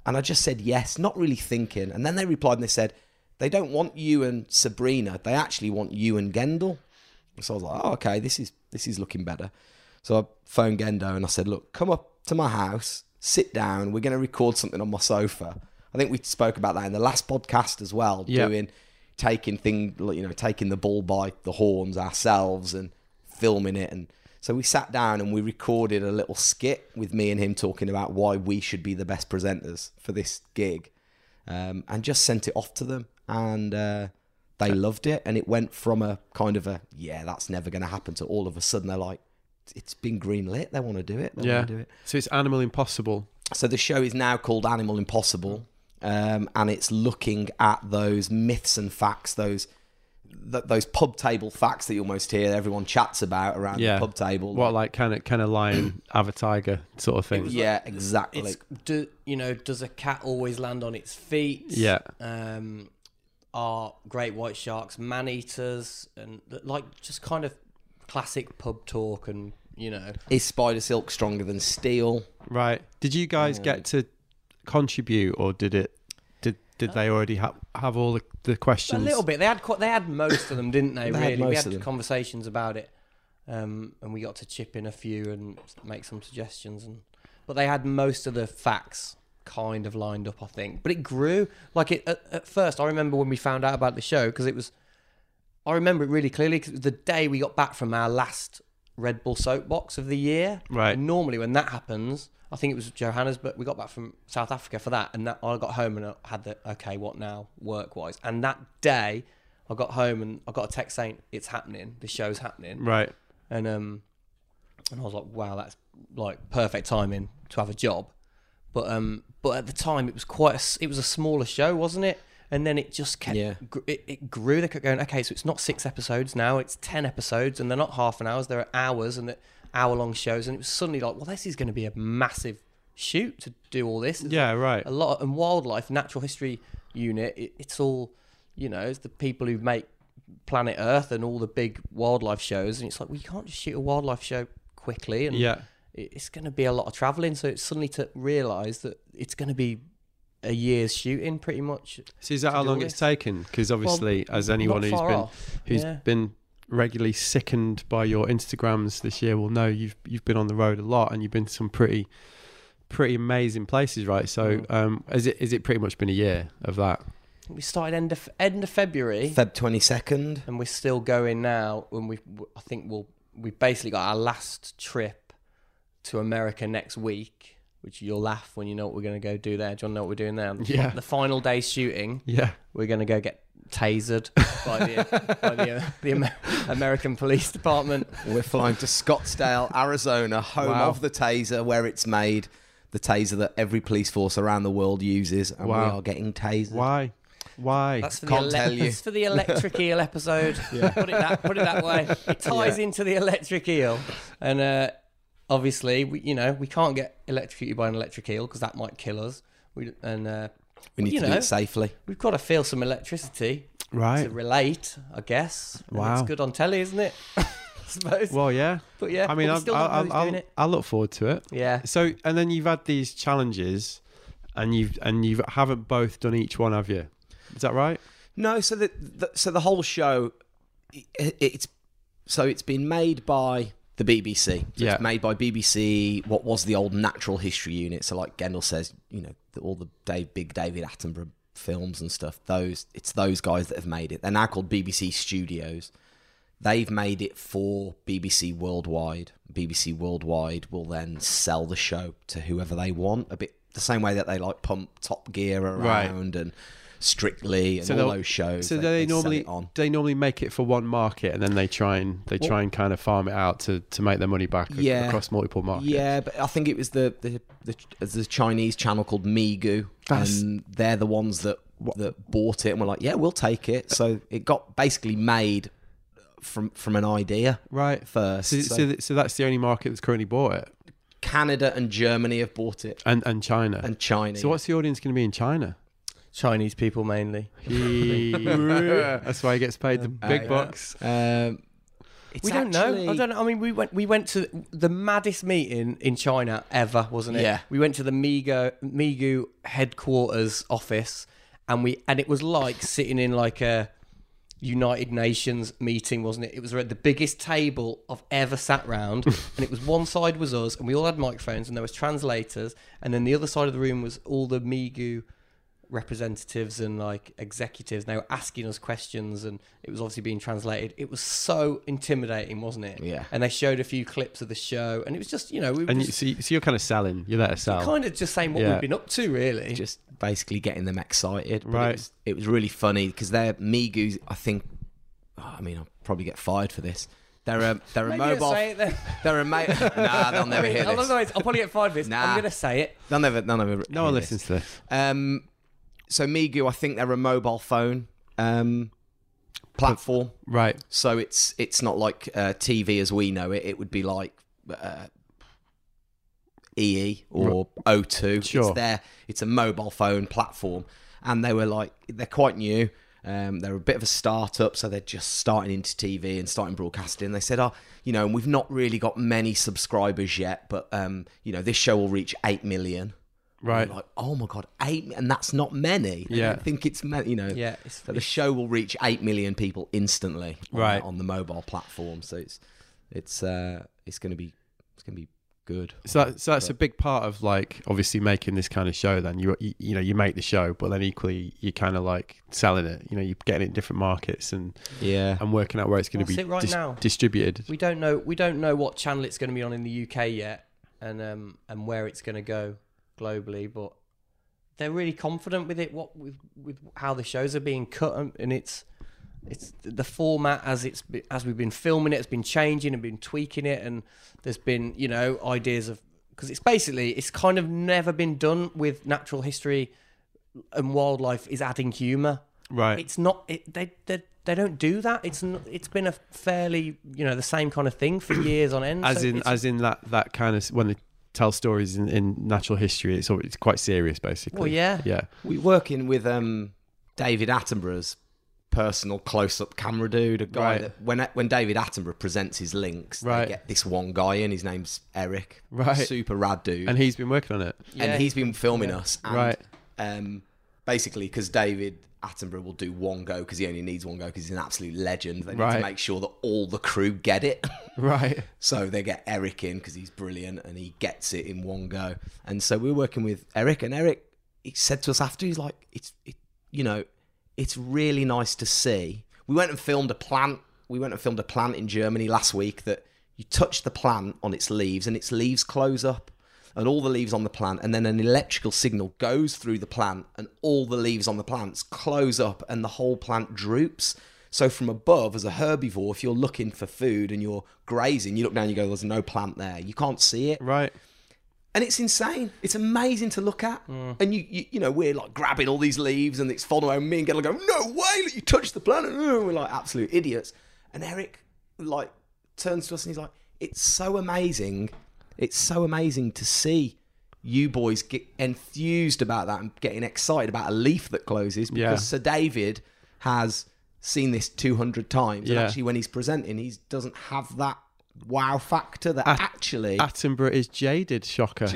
Speaker 3: and I just said yes, not really thinking. And then they replied and they said. They don't want you and Sabrina. They actually want you and Gendel. So I was like, oh, okay, this is this is looking better. So I phoned Gendo and I said, look, come up to my house, sit down. We're going to record something on my sofa. I think we spoke about that in the last podcast as well.
Speaker 1: Yeah.
Speaker 3: Doing taking thing, like, you know, taking the bull by the horns ourselves and filming it. And so we sat down and we recorded a little skit with me and him talking about why we should be the best presenters for this gig, um, and just sent it off to them. And uh, they loved it. And it went from a kind of a yeah, that's never going to happen to all of a sudden they're like, it's been green lit. They want to do it. They
Speaker 1: Yeah.
Speaker 3: want to do it.
Speaker 1: So it's Animal Impossible.
Speaker 3: So the show is now called Animal Impossible, um, and it's looking at those myths and facts, those th- those pub table facts that you almost hear everyone chats about around
Speaker 1: Yeah.
Speaker 3: the pub table.
Speaker 1: What, like, kind of kind of lion, have a tiger sort of thing?
Speaker 3: yeah, exactly.
Speaker 2: It's do you know? Does a cat always land on its feet?
Speaker 1: Yeah.
Speaker 2: Um, are great white sharks man eaters and like just kind of classic pub talk and you know
Speaker 3: is spider silk stronger than steel?
Speaker 1: Right. Did you guys get to contribute, or did it? Did did they already have have all the, the
Speaker 2: Uh, a
Speaker 1: questions?
Speaker 2: little bit. They had quite, they had most of them, didn't they?
Speaker 3: They had
Speaker 2: really, we
Speaker 3: most
Speaker 2: had
Speaker 3: of them.
Speaker 2: conversations about it, um, and we got to chip in a few and make some suggestions. And but they had most of the facts kind of lined up, I think. But it grew like it at, at first. I remember when we found out about the show because it was. I remember it really clearly because the day we got back from our last Red Bull soapbox of the year.
Speaker 1: Right.
Speaker 2: And normally when that happens, I think it was Johannesburg. We got back from South Africa for that, and that I got home and I had the okay, what now, work wise. And that day, I got home and I got a text saying it's happening, the show's happening,
Speaker 1: Right.
Speaker 2: and um, and I was like, wow, that's like perfect timing to have a job. But um, but at the time it was quite a, s- it was a smaller show, wasn't it? And then it just kept
Speaker 3: Yeah.
Speaker 2: gr- it, it grew. They kept going, okay, so it's not six episodes now; it's ten episodes, and they're not half an hours; they're hours and hour long shows. And it was suddenly like, well, this is going to be a massive shoot to do all this. It's
Speaker 1: Yeah. Right.
Speaker 2: a lot and wildlife natural history unit it, it's all you know it's the people who make planet earth and all the big wildlife shows and it's like we you can't just shoot a wildlife show quickly and
Speaker 1: Yeah.
Speaker 2: it- it's going to be a lot of traveling so it's suddenly to realize that it's going to be a year's shooting pretty much
Speaker 1: So is that
Speaker 2: to
Speaker 1: how
Speaker 2: do
Speaker 1: long
Speaker 2: all
Speaker 1: it's
Speaker 2: this.
Speaker 1: taken? Because
Speaker 2: Well,
Speaker 1: obviously, as
Speaker 2: not
Speaker 1: anyone who's
Speaker 2: far
Speaker 1: been
Speaker 2: off.
Speaker 1: who's
Speaker 2: Yeah.
Speaker 1: been regularly sickened by your Instagrams this year will know you've you've been on the road a lot and you've been to some pretty pretty amazing places, right? So
Speaker 2: Mm.
Speaker 1: um, is it is it pretty much been a year of that?
Speaker 2: I think we started end of end of february
Speaker 3: Feb twenty second.
Speaker 2: and we're still going now. When we, I think we'll, we basically got our last trip to America next week, which you'll laugh when you know what we're going to go do there. John, know what we're doing there?
Speaker 1: Yeah.
Speaker 2: The final day shooting,
Speaker 1: Yeah.
Speaker 2: we're going to go get tasered by the, by the, uh, the Amer- American Police Department.
Speaker 3: We're flying to Scottsdale, Arizona, home
Speaker 1: Wow.
Speaker 3: of the taser, where it's made. The taser that every police force around the world uses, and we
Speaker 1: Wow.
Speaker 3: are getting tasered.
Speaker 1: Why? Why?
Speaker 2: That's for
Speaker 3: Can't
Speaker 2: the ele-
Speaker 3: tell you.
Speaker 2: That's for the electric eel episode. Put it that put it that way. It ties into the electric eel, and uh, obviously, we, you know, we can't get electrocuted by an electric eel because that might kill us. We and uh,
Speaker 3: We need
Speaker 2: you
Speaker 3: to
Speaker 2: know.
Speaker 3: do it safely.
Speaker 2: we've got to feel some electricity
Speaker 1: right.
Speaker 2: to relate, I guess. And
Speaker 1: Wow.
Speaker 2: it's good on telly, isn't it? I suppose.
Speaker 1: Well, yeah.
Speaker 2: but yeah,
Speaker 1: I mean,
Speaker 2: but we
Speaker 1: I'll,
Speaker 2: still don't know
Speaker 1: I'll,
Speaker 2: who's
Speaker 1: I'll,
Speaker 2: doing
Speaker 1: I'll,
Speaker 2: it.
Speaker 1: I'll look forward to it.
Speaker 2: Yeah.
Speaker 1: So, and then you've had these challenges, and you've and you haven't both done each one, have you? Is that right?
Speaker 3: No, so the, the so the whole show, i i- it's so it's been made by the BBC. So
Speaker 1: Yeah.
Speaker 3: it's made by BBC. What was the old Natural History Unit? So like Gendel says, you know, the, all the Dave, big David Attenborough films and stuff. Those it's those guys that have made it. They're now called BBC Studios. They've made it for BBC Worldwide. BBC Worldwide will then sell the show to whoever they want. A bit the same way that they like pump Top Gear
Speaker 1: Right.
Speaker 3: around and Strictly and
Speaker 1: So
Speaker 3: all
Speaker 1: they'll-
Speaker 3: those shows.
Speaker 1: so they,
Speaker 3: sell
Speaker 1: normally
Speaker 3: it on.
Speaker 1: they normally make it for one market, and then they try and they try and kind of farm it out to to make their money back ac-
Speaker 3: Yeah.
Speaker 1: across multiple markets.
Speaker 3: Yeah, but I think it was the the the, the Chinese channel called Migu,
Speaker 1: That's-
Speaker 3: and they're the ones that that bought it and were like, yeah, we'll take it. So it got basically made from from an idea
Speaker 1: Right.
Speaker 3: first.
Speaker 1: So, so,
Speaker 3: So
Speaker 1: th- so that's the only market that's currently bought it,
Speaker 3: Canada and Germany have bought it,
Speaker 1: and and China.
Speaker 3: and China.
Speaker 1: so what's the audience going to be in China?
Speaker 2: Chinese people mainly.
Speaker 1: that's why he gets paid the big
Speaker 3: Uh, yeah.
Speaker 1: bucks.
Speaker 3: Um, it's
Speaker 2: we don't
Speaker 3: actually-
Speaker 2: know. I don't know. I mean, we went we went to the maddest meeting in China ever, wasn't it?
Speaker 3: Yeah.
Speaker 2: We went to the Migo Migu headquarters office, and we and it was like sitting in like a United Nations meeting, wasn't it? It was at the biggest table I've ever sat round, and it was one side was us, and we all had microphones, and there was translators, and then the other side of the room was all the Migu representatives and like executives. And they were asking us questions, and it was obviously being translated. It was so intimidating, wasn't it?
Speaker 3: Yeah.
Speaker 2: And they showed a few clips of the show, and it was just you know we were
Speaker 1: And you,
Speaker 2: just
Speaker 1: so, you, so you're kind of selling. You let us sell.
Speaker 2: kind of just saying what
Speaker 1: Yeah.
Speaker 2: we've been up to, really.
Speaker 3: just basically getting them excited. But
Speaker 1: Right.
Speaker 3: It was, it was really funny because they're Migus. I think. oh, I mean, I'll probably get fired for this. They're a they're a
Speaker 2: Maybe don't
Speaker 3: mobile.
Speaker 2: say it then.
Speaker 3: They're a ma- Nah, they'll never hear this.
Speaker 2: Otherwise, I'll probably get fired for this.
Speaker 3: Nah.
Speaker 2: I'm gonna say it.
Speaker 3: They'll never. They'll never.
Speaker 1: no one listens to this.
Speaker 3: Um, so Migu, I think they're a mobile phone um, platform.
Speaker 1: Right.
Speaker 3: So it's it's not like uh, TV as we know it. It would be like uh, EE or O2.
Speaker 1: Sure.
Speaker 3: It's their it's a mobile phone platform, and they were like they're quite new. Um, they're a bit of a startup, so they're just starting into TV and starting broadcasting. They said, "Oh, you know, and we've not really got many subscribers yet, but um, you know, this show will reach eight million.
Speaker 1: Right.
Speaker 3: Like, oh my god, eight, mi- and that's not many. They
Speaker 1: Yeah.
Speaker 3: don't think it's many. You know,
Speaker 2: Yeah, it's-
Speaker 3: So the show will reach eight million people instantly, on,
Speaker 1: Right.
Speaker 3: on the mobile platform. So it's it's uh it's gonna be it's gonna be good.
Speaker 1: So, that, so that's a big part of like obviously making this kind of show. Then you you, you know you make the show, but then equally you're kind of like selling it. You know you're getting it in different markets and
Speaker 3: Yeah,
Speaker 1: and working out where it's going to
Speaker 2: That's
Speaker 1: be
Speaker 2: it right
Speaker 1: dis-
Speaker 2: now.
Speaker 1: distributed.
Speaker 2: We don't know. We don't know what channel it's going to be on in the UK yet, and um, and where it's going to go globally. But they're really confident with it. What with with how the shows are being cut, and, and it's it's the format as it's be- as we've been filming it. It's been changing and been tweaking it, and there's been you know ideas of because it's basically it's kind of never been done with natural history and wildlife is adding humor
Speaker 1: right.
Speaker 2: it's not it, they, they they don't do that it's not, it's been a fairly you know the same kind of thing for years on end
Speaker 1: As
Speaker 2: so
Speaker 1: in
Speaker 2: it's-
Speaker 1: as in that that kind of s- when they tell stories in, in natural history, it's al- it's quite serious basically.
Speaker 2: well yeah
Speaker 1: Yeah.
Speaker 3: we're working with um David Attenborough's personal close-up camera dude, a guy
Speaker 1: Right.
Speaker 3: that when when David Attenborough presents his links,
Speaker 1: Right.
Speaker 3: they get this one guy in. His name's Eric,
Speaker 1: Right.
Speaker 3: Super rad dude,
Speaker 1: And he's been working on it.
Speaker 2: Yeah,
Speaker 3: and he's been filming us. And,
Speaker 1: Right.
Speaker 3: Um, basically, because David Attenborough will do one go because he only needs one go because he's an absolute legend. They need
Speaker 1: Right.
Speaker 3: to make sure that all the crew get it.
Speaker 1: Right.
Speaker 3: so they get Eric in because he's brilliant and he gets it in one go. And so we were working with Eric, and Eric he said to us after he's like, "It's it, you know, it's really nice to see." We went and filmed a plant. We went and filmed a plant in Germany last week that you touch the plant on its leaves and its leaves close up and all the leaves on the plant and then an electrical signal goes through the plant and all the leaves on the plants close up and the whole plant droops so from above as a herbivore if you're looking for food and you're grazing you look down you go there's no plant there you can't see it
Speaker 1: Right.
Speaker 3: and it's insane it's amazing to look at
Speaker 1: Mm.
Speaker 3: and you, you you know we're like grabbing all these leaves and it's following me and Gail go no way look, you touched the plant and we're like absolute idiots and Eric like turns to us and he's like it's so amazing it's so amazing to see you boys get enthused about that and getting excited about a leaf that closes because
Speaker 1: Yeah.
Speaker 3: Sir David has seen this 200 times
Speaker 1: Yeah.
Speaker 3: and actually when he's presenting he doesn't have that wow factor that actually
Speaker 1: Attenborough is jaded. Shocker.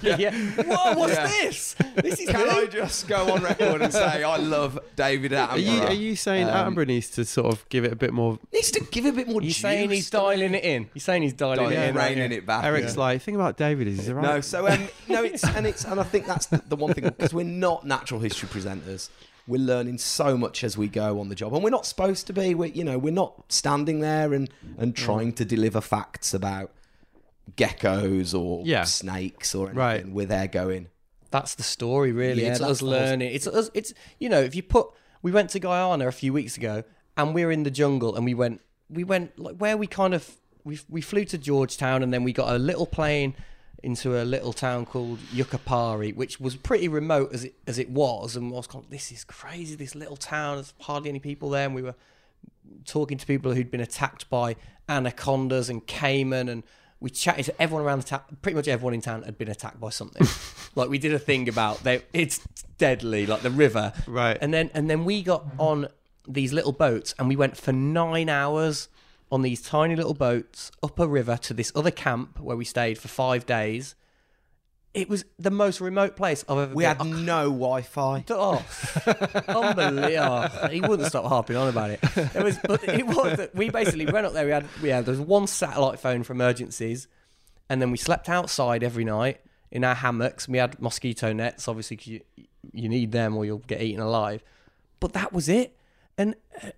Speaker 2: yeah, whoa what's this this is
Speaker 3: Can I
Speaker 2: good.
Speaker 3: just go on record and say I love David Attenborough?
Speaker 1: Are you, are you saying
Speaker 3: Um,
Speaker 1: Attenborough needs to sort of give it a bit more?
Speaker 3: needs to give a bit more
Speaker 2: you're
Speaker 3: juice.
Speaker 2: saying he's dialing it in you're saying he's dialing
Speaker 3: Dialing
Speaker 2: it
Speaker 3: it
Speaker 2: in
Speaker 3: in,
Speaker 2: aren't
Speaker 3: reining
Speaker 2: you?
Speaker 3: it back.
Speaker 1: Eric's like, thing about David is he's right.
Speaker 3: No, so um, no, it's and it's and I think that's the, the one thing because we're not natural history presenters. We're learning so much as we go on the job, and we're not supposed to be. We're you know we're not standing there and
Speaker 1: Mm.
Speaker 3: and trying to deliver facts about geckos or
Speaker 1: Yeah.
Speaker 3: snakes or anything.
Speaker 1: Right.
Speaker 3: We're there going.
Speaker 2: that's the story really
Speaker 3: Yeah,
Speaker 2: it's
Speaker 3: that's
Speaker 2: us
Speaker 3: the whole-
Speaker 2: learning it's us it's you know if you put we went to guyana a few weeks ago and we were in the jungle and we went we went like where we kind of we, we flew to georgetown and then we got a little plane into a little town called Yukapari, which was pretty remote as it as it was, and I was going, "This is crazy! This little town, there's hardly any people there." And we were talking to people who'd been attacked by anacondas and caiman and we chatted to everyone around the town pretty much everyone in town had been attacked by something like we did a thing about they it's deadly like the river
Speaker 1: Right.
Speaker 2: and then and then we got on these little boats and we went for nine hours on these tiny little boats up a river to this other camp where we stayed for five days it was the most remote place i've ever
Speaker 3: We
Speaker 2: been
Speaker 3: had no Wi-Fi.
Speaker 2: Oh, unbelievable! He wouldn't stop harping on about it. It was, but it was. that We basically went up there. We had, we had. There was one satellite phone for emergencies, and then we slept outside every night in our hammocks. And we had mosquito nets, obviously, 'cause you, you need them or you'll get eaten alive. But that was it. And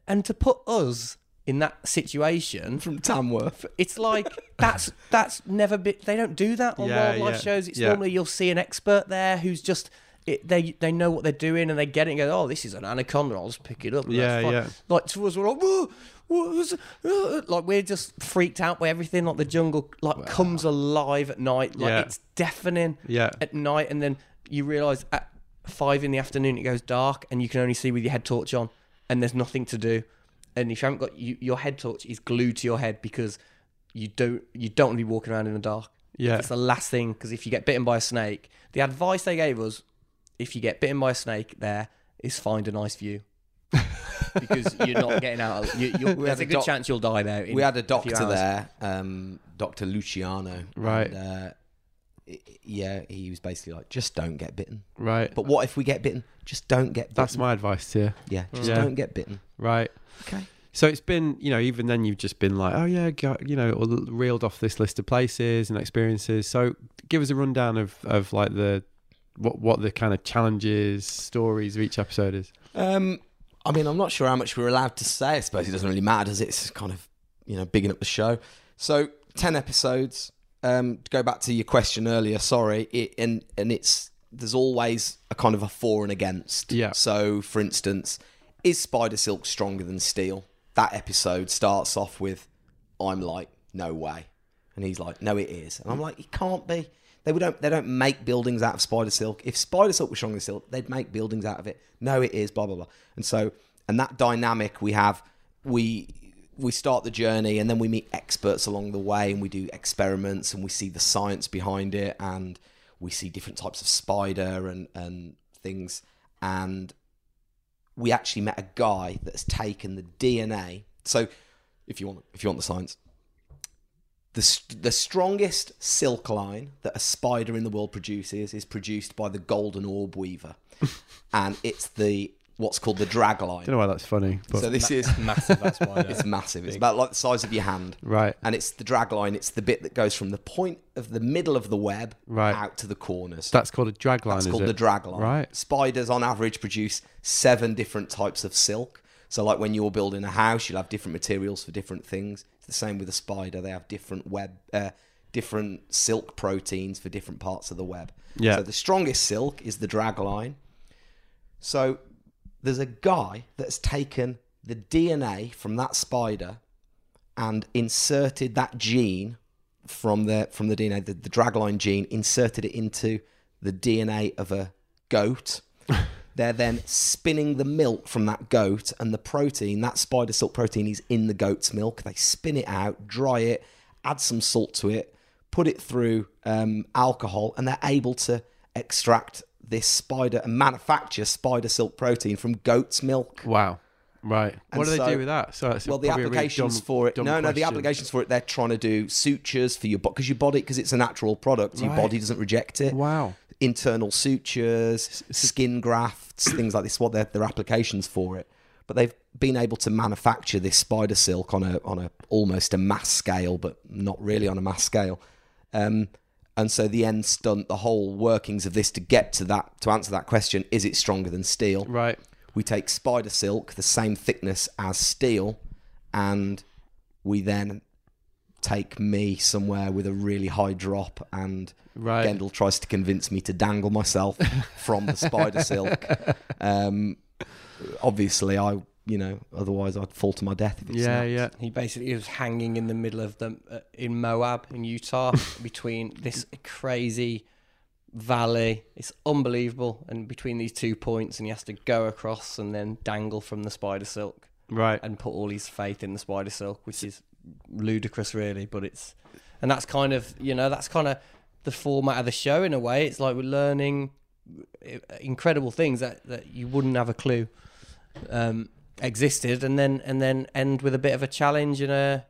Speaker 2: and to put us in that situation,
Speaker 4: from Tamworth.
Speaker 2: it's like that's that's never been. They don't do that on
Speaker 1: Yeah,
Speaker 2: wildlife
Speaker 1: yeah,
Speaker 2: shows. It's
Speaker 1: yeah.
Speaker 2: normally you'll see an expert there who's just it, they they know what they're doing and they get it and go, oh, this is an anaconda. I'll just pick it up. and
Speaker 1: Yeah,
Speaker 2: that's fine."
Speaker 1: yeah.
Speaker 2: Like to us, we're like, whoa, what was, uh," like we're just freaked out by everything. Like the jungle like comes alive at night. Like
Speaker 1: Yeah.
Speaker 2: it's deafening
Speaker 1: Yeah.
Speaker 2: at night, and then you realise at five in the afternoon it goes dark, and you can only see with your head torch on, and there's nothing to do. And if you haven't got you, your head torch is glued to your head because you don't you don't want to be walking around in the dark.
Speaker 1: Yeah.
Speaker 2: it's the last thing because if you get bitten by a snake, the advice they gave us, if you get bitten by a snake, there is find a nice view. because you're not getting out. Of, you, you're, there's
Speaker 3: had
Speaker 2: a
Speaker 3: a
Speaker 2: good
Speaker 3: doc-
Speaker 2: chance you'll die there. in
Speaker 3: we had a
Speaker 2: few
Speaker 3: doctor
Speaker 2: hours.
Speaker 3: there, um, Doctor Luciano.
Speaker 1: Right.
Speaker 3: And, uh, i- yeah, he was basically like, just don't get bitten.
Speaker 1: Right.
Speaker 3: But what if we get bitten? Just don't get bitten.
Speaker 1: That's my advice to you.
Speaker 3: yeah. Just
Speaker 1: Yeah.
Speaker 3: don't get bitten.
Speaker 1: Right.
Speaker 3: Okay.
Speaker 1: So it's been, you know, even then you've just been like, oh yeah, go, you know, or reeled off this list of places and experiences. So give us a rundown of of like the what what the kind of challenges, stories of each episode is.
Speaker 3: Um, I mean, I'm not sure how much we're allowed to say. I suppose it doesn't really matter, does it? It's kind of, you know, bigging up the show. So, 10 episodes. Um, to go back to your question earlier, sorry. It, and, and it's, there's always a kind of a for and against.
Speaker 1: Yeah.
Speaker 3: So, for instance, is Spider Silk stronger than steel? That episode starts off with, I'm like, no way. And he's like, no, it is. And I'm like, it can't be. They would don't. They don't make buildings out of spider silk. If spider silk was stronger than silk, they'd make buildings out of it. No, it is. Blah blah blah. And so, and that dynamic we have, we we start the journey, and then we meet experts along the way, and we do experiments, and we see the science behind it, and we see different types of spider and and things, and we actually met a guy that's taken the DNA. So, if you want, if you want the science, the st- the strongest silk line that a spider in the world produces is produced by the golden orb weaver, and it's the what's called the drag
Speaker 1: don't
Speaker 3: line.
Speaker 1: know why that's funny, but
Speaker 3: So this is
Speaker 2: Massive. That's why.
Speaker 3: it's massive. It's about like the size of your hand,
Speaker 1: right,
Speaker 3: and it's the drag line. It's the bit that goes from the point of the middle of the web
Speaker 1: Right.
Speaker 3: out to the corners.
Speaker 1: that's called a drag line.
Speaker 3: It's
Speaker 1: is
Speaker 3: called
Speaker 1: it?
Speaker 3: the drag line.
Speaker 1: Right.
Speaker 3: Spiders on average produce seven different types of silk. So like when you're building a house, you'll have different materials for different things. It's the same with a spider. They have different web uh, different silk proteins for different parts of the web.
Speaker 1: Yeah.
Speaker 3: So the strongest silk is the drag line. So there's a guy that's taken the DNA from that spider and inserted that gene from the from the DNA, the, the dragline gene, inserted it into the DNA of a goat. They're then spinning the milk from that goat and the protein, that spider silk protein is in the goat's milk. They spin it out, dry it, add some salt to it, put it through um, alcohol, and they're able to extract this spider and manufacture spider silk protein from goat's milk.
Speaker 1: Wow. Right.
Speaker 3: And
Speaker 1: what do they
Speaker 3: so-
Speaker 1: do with that? So that's
Speaker 3: Well, the
Speaker 1: probably a really
Speaker 3: applications
Speaker 1: dumb-
Speaker 3: for it. No,
Speaker 1: dumb
Speaker 3: no, the
Speaker 1: question.
Speaker 3: applications for it. They're trying to do sutures for your body because your body, because it's a natural product, your
Speaker 1: Right.
Speaker 3: body doesn't reject it.
Speaker 1: Wow.
Speaker 3: Internal sutures, skin grafts, things like this. What their their applications for it. But they've been able to manufacture this spider silk on a on a almost a mass scale, but not really on a mass scale. Um, and so the end stunt, the whole workings of this to get to that to answer that question: Is it stronger than steel?
Speaker 1: Right.
Speaker 3: we take spider silk, the same thickness as steel, and we then take me somewhere with a really high drop and
Speaker 1: Right.
Speaker 3: Gendel tries to convince me to dangle myself from the spider silk. Um, obviously I you know, otherwise I'd fall to my death if it's
Speaker 1: Yeah.
Speaker 3: snapped.
Speaker 1: Yeah.
Speaker 2: He basically was hanging in the middle of them uh, in Moab in Utah between this crazy valley. It's unbelievable. And between these two points, and he has to go across and then dangle from the spider silk
Speaker 1: Right.
Speaker 2: and put all his faith in the spider silk, which is ludicrous, really. But it's, and that's kind of, you know, that's kind of the format of the show in a way. It's like we're learning uh, incredible things that, that you wouldn't have a clue um, existed, and then and then end with a bit of a challenge and a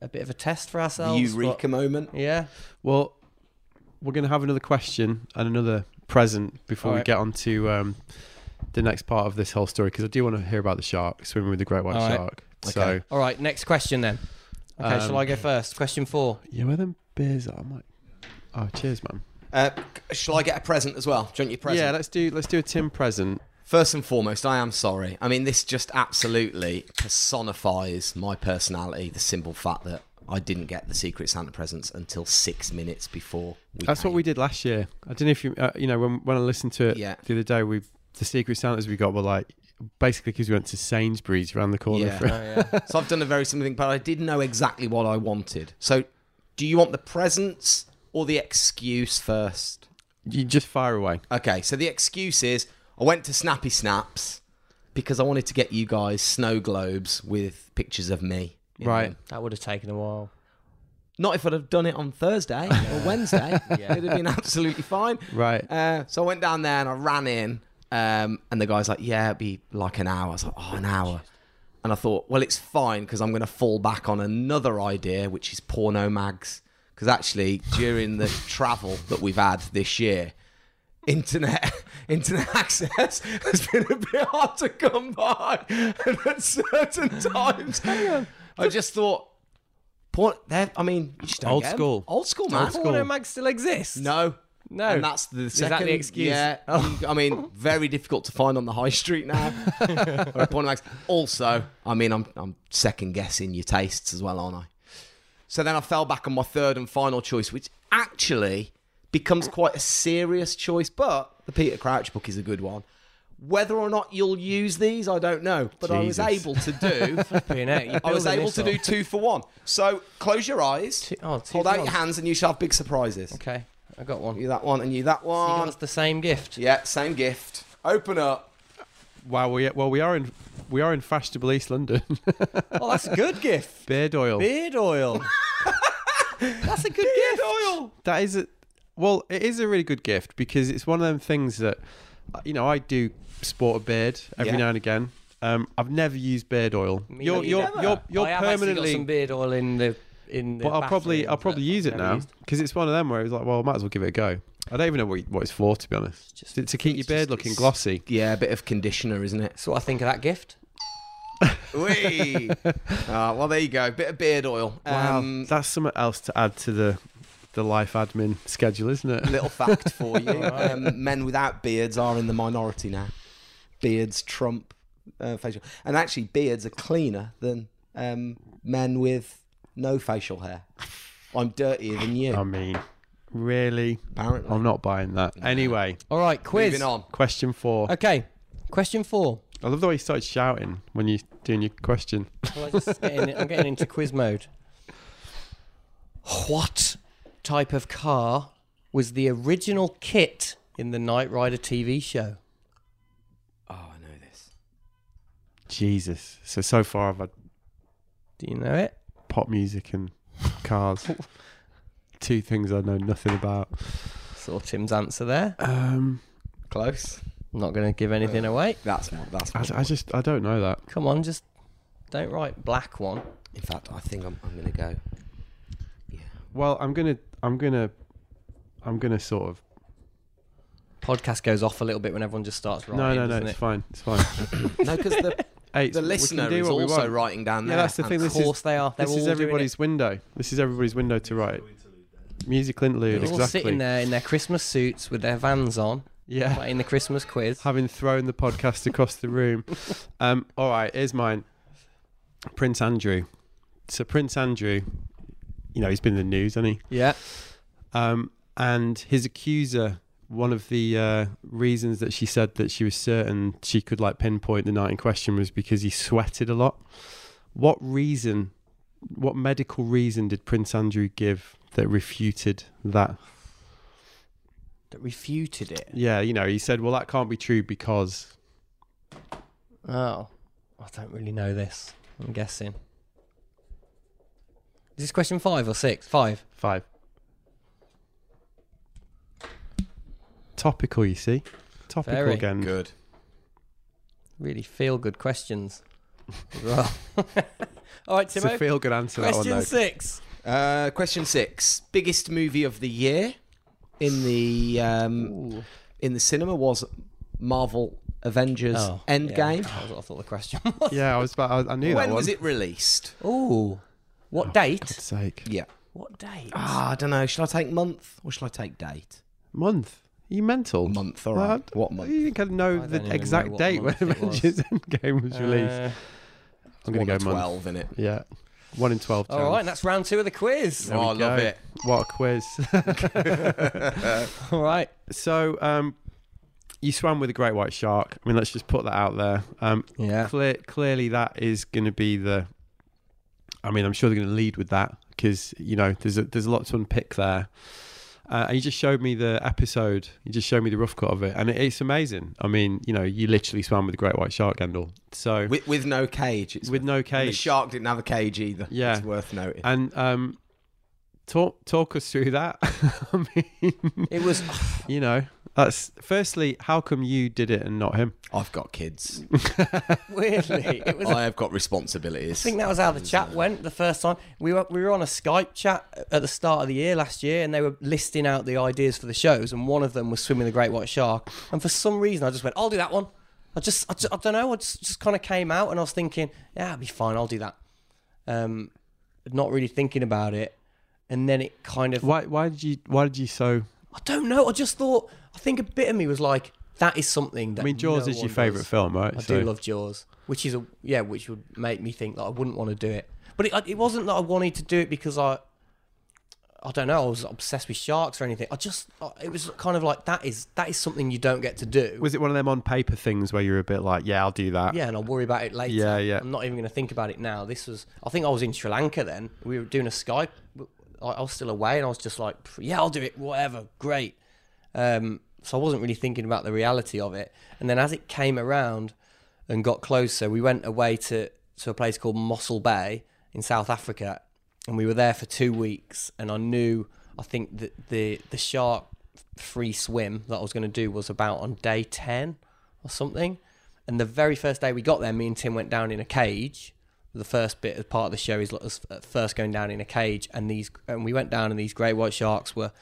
Speaker 2: a bit of a test for
Speaker 3: The
Speaker 2: ourselves.
Speaker 3: Eureka moment.
Speaker 2: But- yeah,
Speaker 1: Well, we're going to have another question and another present before we
Speaker 2: Alright.
Speaker 1: get on to um, the next part of this whole story because I do want to hear about the shark swimming with the great white
Speaker 2: Alright.
Speaker 1: shark. So
Speaker 2: all right. Next question then. Okay,
Speaker 1: Um,
Speaker 2: shall I go first? Question four.
Speaker 1: yeah, where them beers are, Mike? Oh, cheers, man.
Speaker 3: Uh, c- shall I get a present as well? Do you want your present?
Speaker 1: Yeah, let's do let's do a Tim present.
Speaker 3: First and foremost, I am sorry. I mean, this just absolutely personifies my personality, the simple fact that I didn't get the Secret Santa presents until six minutes before we
Speaker 1: That's what
Speaker 3: came.
Speaker 1: we did last year. I don't know if you uh, you know when when I listened to it
Speaker 3: Yeah.
Speaker 1: the other day. We the secret Santas we got were like basically because we went to Sainsbury's around the corner.
Speaker 3: Yeah.
Speaker 1: for-
Speaker 2: Oh, yeah.
Speaker 3: So I've done a very similar thing, but I did know exactly what I wanted. So do you want the presents or the excuse first?
Speaker 1: you just fire away.
Speaker 3: Okay, so the excuse is I went to Snappy Snaps because I wanted to get you guys snow globes with pictures of me. in
Speaker 1: Right.
Speaker 3: them.
Speaker 2: that would have taken a while.
Speaker 3: Not if I'd have done it on Thursday or Wednesday.
Speaker 2: Yeah.
Speaker 3: It'd have been absolutely fine.
Speaker 1: Right.
Speaker 3: Uh, so I went down there and I ran in, um, and the guy's like, "Yeah, it'd be like an hour." I was like, "Oh, an hour," and I thought, "Well, it's fine because I'm going to fall back on another idea, which is porno mags." Because actually, during the travel that we've had this year, internet internet access has been a bit hard to come by, and at certain times, I just thought. Porn, they're- I mean, you just don't
Speaker 1: Old
Speaker 3: get 'em.
Speaker 1: school.
Speaker 3: old school, man.
Speaker 2: Porno mag still exists.
Speaker 3: No.
Speaker 2: No.
Speaker 3: And that's the
Speaker 2: that
Speaker 3: second
Speaker 2: the excuse? Oh.
Speaker 3: Yeah. you- I mean, very difficult to find on the high street now. or at Pornomax. Also, I mean, I'm I'm second guessing your tastes as well, aren't I? So then I fell back on my third and final choice, which actually becomes quite a serious choice, but the Peter Crouch book is a good one. Whether or not you'll use these, I don't know. But I was
Speaker 1: Jesus.
Speaker 3: able to do
Speaker 2: Flipping heck, you're
Speaker 3: I was
Speaker 2: building
Speaker 3: able
Speaker 2: this
Speaker 3: to
Speaker 2: up.
Speaker 3: do two for one. So close your eyes,
Speaker 2: Two- oh, two
Speaker 3: hold
Speaker 2: for
Speaker 3: out
Speaker 2: one.
Speaker 3: your hands, and you shall have big surprises.
Speaker 2: Okay, I got one. You
Speaker 3: You that one and you that
Speaker 2: got
Speaker 3: one.
Speaker 2: us the same gift.
Speaker 3: yeah, same gift. Open up.
Speaker 1: Wow. We well we are in we are in fashionable East London.
Speaker 2: Oh, that's a good gift.
Speaker 1: Beard oil.
Speaker 2: Beard oil. Oh. that's a good gift.
Speaker 3: Oil.
Speaker 1: That is a well, it is a really good gift because it's one of them things that you know I do sport a beard every
Speaker 3: Yeah.
Speaker 1: now and again. Um, I've never used beard oil.
Speaker 2: Me
Speaker 1: you're
Speaker 2: neither.
Speaker 1: you're
Speaker 2: Never.
Speaker 1: you're, you're
Speaker 2: I have actually got
Speaker 1: permanently
Speaker 2: some beard oil in the in the.
Speaker 1: But I'll probably
Speaker 2: bathroom,
Speaker 1: I'll probably
Speaker 2: but
Speaker 1: use it
Speaker 2: I've never
Speaker 1: now
Speaker 2: used
Speaker 1: because it's one of them where it's like, well, I might as well give it a go. I don't even know what, you- what it's for, to be honest.
Speaker 2: just-
Speaker 1: to, to keep your
Speaker 3: it's
Speaker 1: beard
Speaker 3: just-
Speaker 1: looking
Speaker 3: it's-
Speaker 1: glossy.
Speaker 3: Yeah, a bit of conditioner, isn't it?
Speaker 2: That's what I think of that gift.
Speaker 3: Wee. Ah, well, there you go. Bit of beard oil. Um,
Speaker 1: That's something else to add to the the life admin schedule, isn't it?
Speaker 3: little fact for you: um, men without beards are in the minority now. Beards trump uh, facial, and actually, beards are cleaner than um, men with no facial hair. I'm dirtier than you,
Speaker 1: I mean, really,
Speaker 3: apparently.
Speaker 1: I'm not buying that. Anyway,
Speaker 2: All right, quiz.
Speaker 3: Moving on.
Speaker 1: question four.
Speaker 2: Okay, question four.
Speaker 1: I love the way you started shouting when you're doing your question.
Speaker 2: Well, I just getting, I'm getting into quiz mode. What type of car was the original kit in the Knight Rider TV show?
Speaker 3: Oh, I know this.
Speaker 1: Jesus. So so far I've had
Speaker 2: Do you know it?
Speaker 1: pop music and cars. Two things I know nothing about.
Speaker 2: Saw Tim's answer there.
Speaker 1: Um,
Speaker 3: Close.
Speaker 2: Not going to give anything away.
Speaker 3: That's my, that's.
Speaker 1: I,
Speaker 3: my-
Speaker 1: I just I don't know that.
Speaker 2: Come on, just don't write black one.
Speaker 3: in fact, I think I'm, I'm going to go.
Speaker 1: Well, I'm gonna, I'm gonna, I'm gonna sort of.
Speaker 2: Podcast goes off a little bit when everyone just starts writing.
Speaker 1: no, no, no.
Speaker 2: doesn't
Speaker 1: It's
Speaker 2: it?
Speaker 1: fine. It's fine.
Speaker 3: No, because the
Speaker 1: Hey, it's-
Speaker 3: The
Speaker 1: we can
Speaker 3: listener
Speaker 1: do
Speaker 3: is
Speaker 1: what we
Speaker 3: also
Speaker 1: want.
Speaker 3: writing down
Speaker 1: Yeah,
Speaker 3: there.
Speaker 1: that's the
Speaker 3: and
Speaker 1: thing,
Speaker 2: Of
Speaker 1: this is-
Speaker 2: course they are. They're
Speaker 1: This
Speaker 2: all
Speaker 1: is
Speaker 2: doing it.
Speaker 1: everybody's window. This is everybody's window to write. Musical
Speaker 2: They're
Speaker 1: interlude,
Speaker 2: all
Speaker 1: exactly.
Speaker 2: sitting there in their Christmas suits with their vans on,
Speaker 1: Yeah,
Speaker 2: playing the Christmas quiz.
Speaker 1: having thrown the podcast across the room. Um, all right, here's mine. Prince Andrew. So Prince Andrew, you know, he's been in the news, hasn't he?
Speaker 2: Yeah.
Speaker 1: Um, and his accuser, one of the uh, reasons that she said that she was certain she could like pinpoint the night in question was because he sweated a lot. What reason, what medical reason did Prince Andrew give that refuted that?
Speaker 2: That refuted it.
Speaker 1: Yeah, you know, he said, well, that can't be true because.
Speaker 2: Oh, I don't really know this. I'm guessing. Is this question five or six? Five.
Speaker 1: Five. Topical, you see. Topical
Speaker 2: Very
Speaker 1: again.
Speaker 3: Good.
Speaker 2: Really feel good questions. as well. All right,
Speaker 1: It's a
Speaker 2: Timo.
Speaker 1: feel good answer, that one,
Speaker 2: question
Speaker 1: though.
Speaker 2: six.
Speaker 3: Uh, question six: biggest movie of the year in the um,
Speaker 2: Ooh.
Speaker 3: in the cinema was Marvel Avengers
Speaker 2: Oh,
Speaker 3: Endgame.
Speaker 2: Yeah. That was what I thought the question was.
Speaker 1: Yeah, I was about, I, I knew that
Speaker 3: When
Speaker 1: one.
Speaker 3: was it released?
Speaker 2: Ooh. What date?
Speaker 1: Sake.
Speaker 3: Yeah.
Speaker 2: What date?
Speaker 3: Ah, I don't know. Should I take month or should I take date?
Speaker 1: Month? Are you mental?
Speaker 3: Month, all
Speaker 1: Well,
Speaker 3: right.
Speaker 1: I-
Speaker 3: What
Speaker 1: I
Speaker 3: month?
Speaker 1: think I know
Speaker 2: I don't even
Speaker 1: the
Speaker 2: know
Speaker 1: exact
Speaker 2: what
Speaker 1: date when
Speaker 2: month it was.
Speaker 1: Avengers Endgame was released.
Speaker 2: Uh,
Speaker 1: I'm going to go month.
Speaker 3: twelve in it.
Speaker 1: Yeah. One in 12
Speaker 2: all
Speaker 1: chance.
Speaker 2: right, and that's round two of the quiz.
Speaker 1: There we
Speaker 3: Oh, I love
Speaker 1: go.
Speaker 3: it.
Speaker 1: What a quiz.
Speaker 2: All right.
Speaker 1: so, um, you swam with a great white shark. I mean, let's just put that out there. Um,
Speaker 2: Yeah.
Speaker 1: clear, clearly, that is going to be the. I mean, I'm sure they're going to lead with that because you know there's a, there's a lot to unpick there. Uh, and you just showed me the episode. You just showed me the rough cut of it, and it, it's amazing. I mean, you know, you literally swam with a great white shark, Gendel. So with,
Speaker 3: With, with no cage. It's
Speaker 1: no
Speaker 3: And
Speaker 1: cage,
Speaker 3: the shark didn't have a cage either.
Speaker 1: Yeah.
Speaker 3: It's worth noting.
Speaker 1: and um, talk talk us through that. I mean,
Speaker 2: It was.
Speaker 1: you know, that's firstly, how come you did it and not him?
Speaker 3: I've got kids.
Speaker 2: Weirdly, it was. I
Speaker 3: I have got responsibilities.
Speaker 2: think that was how the chat went the first time. We were we were on a Skype chat at the start of the year last year, and they were listing out the ideas for the shows, and one of them was swimming the great white shark. And for some reason, I just went, "I'll do that one." I just I, just, I don't know. I just, just kind of came out, and I was thinking, "Yeah, I'll be fine. I'll do that." Um, not really thinking about it, and then it kind of
Speaker 1: Why why did you why did you so?
Speaker 2: I don't know. I just thought. I think a bit of me was like, "That is something." That
Speaker 1: I mean, Jaws
Speaker 2: no
Speaker 1: is
Speaker 2: one
Speaker 1: your favourite
Speaker 2: does."
Speaker 1: film, right?
Speaker 2: I do love Jaws, which is a yeah, which would make me think that I wouldn't want to do it. But it, it wasn't that I wanted to do it because I, I don't know, I was obsessed with sharks or anything. I just I- it was kind of like that is that is something you don't get to do.
Speaker 1: Was it one of them on paper things where you're a bit like, yeah, I'll do that?
Speaker 2: yeah, and I'll worry about it later.
Speaker 1: Yeah, yeah.
Speaker 2: I'm not even going to think about it now. This was I think I was in Sri Lanka then. We were doing a Skype. I, I was still away, and I was just like, yeah, I'll do it. Whatever, great. Um, so I wasn't really thinking about the reality of it. And then as it came around and got closer, we went away to, to a place called Mossel Bay in South Africa. And we were there for two weeks. And I knew, I think, that the, the shark free swim that I was going to do was about on day 10 or something. And the very first day we got there, me and Tim went down in a cage. The first bit as part of the show is like us at first going down in a cage, and these and we went down, and these great white sharks were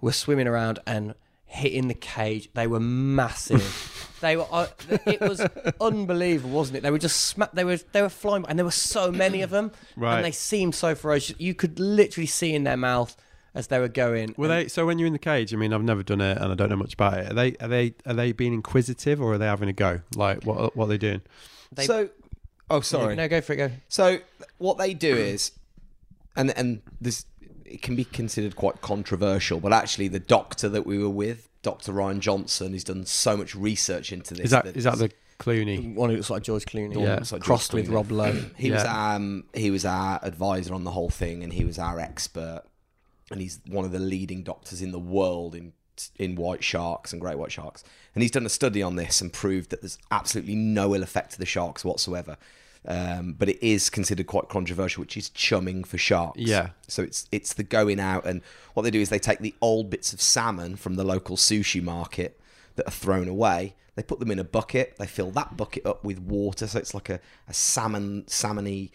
Speaker 2: were swimming around and hitting the cage. They were massive. they were. Uh, it was unbelievable, wasn't it? They were just sma- They were. They were flying, and there were so many of them.
Speaker 1: Right.
Speaker 2: And they seemed so ferocious. You could literally see in their mouth as they were going.
Speaker 1: Were they so when you're in the cage? I mean, I've never done it and I don't know much about it. Are they are they are they being inquisitive or are they having a go? Like what what are they doing?
Speaker 2: they-
Speaker 3: so, oh, sorry.
Speaker 2: No, go for it. Go.
Speaker 3: So what they do is, and and this it can be considered quite controversial, but actually the doctor that we were with, Doctor Ryan Johnson, has done so much research into this.
Speaker 1: Is that is that the Clooney?
Speaker 2: One who looks like George Clooney.
Speaker 1: Yeah.
Speaker 3: Looks like George
Speaker 2: Crossed with
Speaker 3: Clooney.
Speaker 2: Rob Lowe.
Speaker 3: he was
Speaker 1: Yeah.
Speaker 3: um he was our advisor on the whole thing, and he was our expert, and he's one of the leading doctors in the world in in white sharks and great white sharks, and he's done a study on this and proved that there's absolutely no ill effect to the sharks whatsoever. Um, but it is considered quite controversial, which is chumming for sharks.
Speaker 1: Yeah.
Speaker 3: So it's it's the going out, and what they do is they take the old bits of salmon from the local sushi market that are thrown away. They put them in a bucket. They fill that bucket up with water, so it's like a, a salmon salmony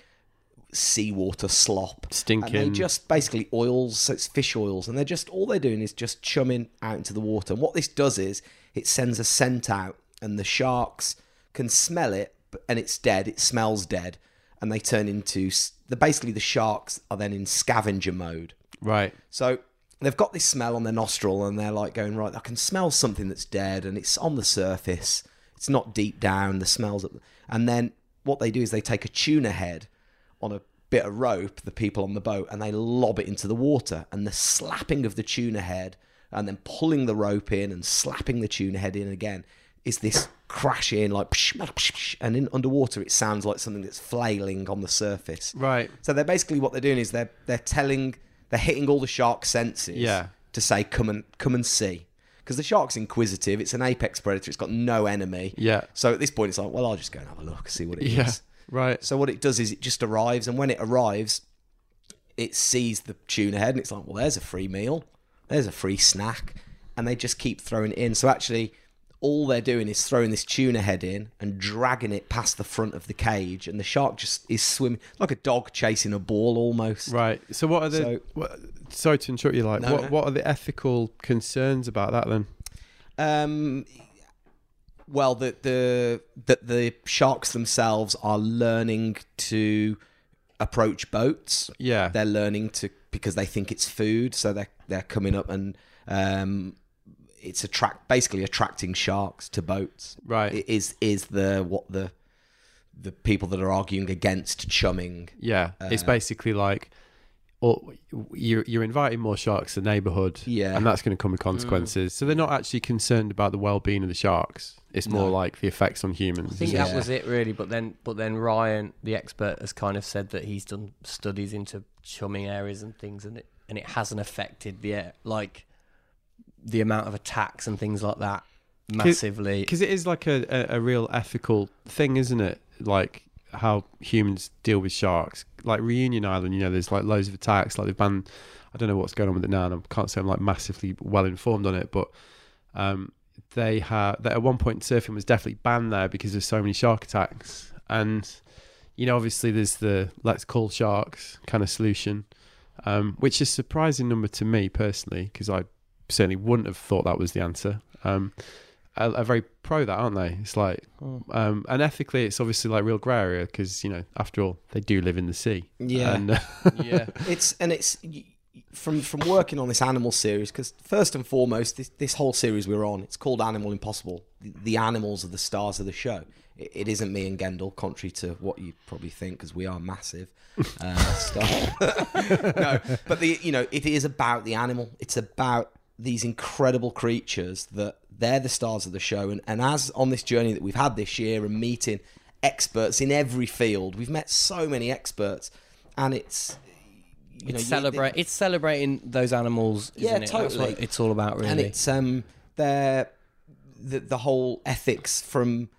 Speaker 3: seawater slop. And they
Speaker 1: Stinking.
Speaker 3: just basically oils, so it's fish oils, and they're just all they're doing is just chumming out into the water. And what this does is it sends a scent out, and the sharks can smell it, but- and it's dead. It smells dead, and they turn into s- the basically the sharks are then in scavenger mode.
Speaker 1: Right.
Speaker 3: So they've got this smell on their nostril and they're like going, right, I can smell something that's dead and it's on the surface. It's not deep down, the smell's up. And then what they do is they take a tuna head on a bit of rope, the people on the boat, and they lob it into the water. And the slapping of the tuna head and then pulling the rope in and slapping the tuna head in again is this crash in like psh, psh, psh, psh, and in underwater it sounds like something that's flailing on the surface
Speaker 1: Right.
Speaker 3: so they're basically what they're doing is they're they're telling they're hitting all the shark senses
Speaker 1: Yeah.
Speaker 3: to say come and come and see because the shark's inquisitive. It's an apex predator. It's got no enemy.
Speaker 1: Yeah.
Speaker 3: So at this point, it's like, well, I'll just go and have a look, see what it is.
Speaker 1: Yeah. Right.
Speaker 3: So what it does is it just arrives, and when it arrives, it sees the tuna head, and it's like, well, there's a free meal, there's a free snack, and they just keep throwing it in. So actually, all they're doing is throwing this tuna head in and dragging it past the front of the cage, and the shark just is swimming like a dog chasing a ball almost.
Speaker 1: Right. So what are the
Speaker 3: So-
Speaker 1: what, sorry to interrupt you like
Speaker 3: No,
Speaker 1: what
Speaker 3: no.
Speaker 1: what are the ethical concerns about that then?
Speaker 3: Um, well, that the that the sharks themselves are learning to approach boats.
Speaker 1: Yeah.
Speaker 3: they're learning to because they think it's food, so they're they're coming up and um, it's attract basically attracting sharks to boats.
Speaker 1: Right.
Speaker 3: It Is is the what the the people that are arguing against chumming?
Speaker 1: Yeah, it's basically like, or you're you're inviting more sharks to the neighbourhood,
Speaker 3: Yeah.
Speaker 1: and that's going to come with consequences. So they're not actually concerned about the well-being of the sharks. It's more like the effects on humans.
Speaker 2: I think
Speaker 1: isn't it?
Speaker 2: that was it really, but then but then Ryan, the expert, has kind of said that he's done studies into chumming areas and things, and it and it hasn't affected the air- like the amount of attacks and things like that massively.
Speaker 1: because it is like a, a, a real ethical thing, isn't it? Like how humans deal with sharks. Like Reunion Island, you know, there's like loads of attacks. Like they've banned. I don't know what's going on with it now, and I can't say I'm like massively well informed on it, but um, they had that at one point surfing was definitely banned there because there's so many shark attacks, and you know, obviously there's the let's call sharks kind of solution, um, which is surprising number to me personally because I certainly wouldn't have thought that was the answer. Um, are, are very pro that, aren't they? It's like,
Speaker 3: Hmm.
Speaker 1: um, and ethically, it's obviously like real grey area because you know, after all, they do live in the sea.
Speaker 3: Yeah.
Speaker 1: And, uh,
Speaker 2: yeah,
Speaker 3: It's and it's y- y- from from working on this animal series because first and foremost, this, this whole series we're on, it's called Animal Impossible. The, the animals are the stars of the show. It, it isn't me and Gendel, contrary to what you probably think, because we are massive. Uh, stuff. no, but the you know it is about the animal. It's about these incredible creatures that they're the stars of the show. And and as on this journey that we've had this year and meeting experts in every field, we've met so many experts, and it's you know,
Speaker 2: it's
Speaker 3: you-
Speaker 2: celebrate it's celebrating those animals. Isn't
Speaker 3: Yeah,
Speaker 2: it? That's what
Speaker 3: totally.
Speaker 2: it's all about really.
Speaker 3: and it's um their the, the whole ethics from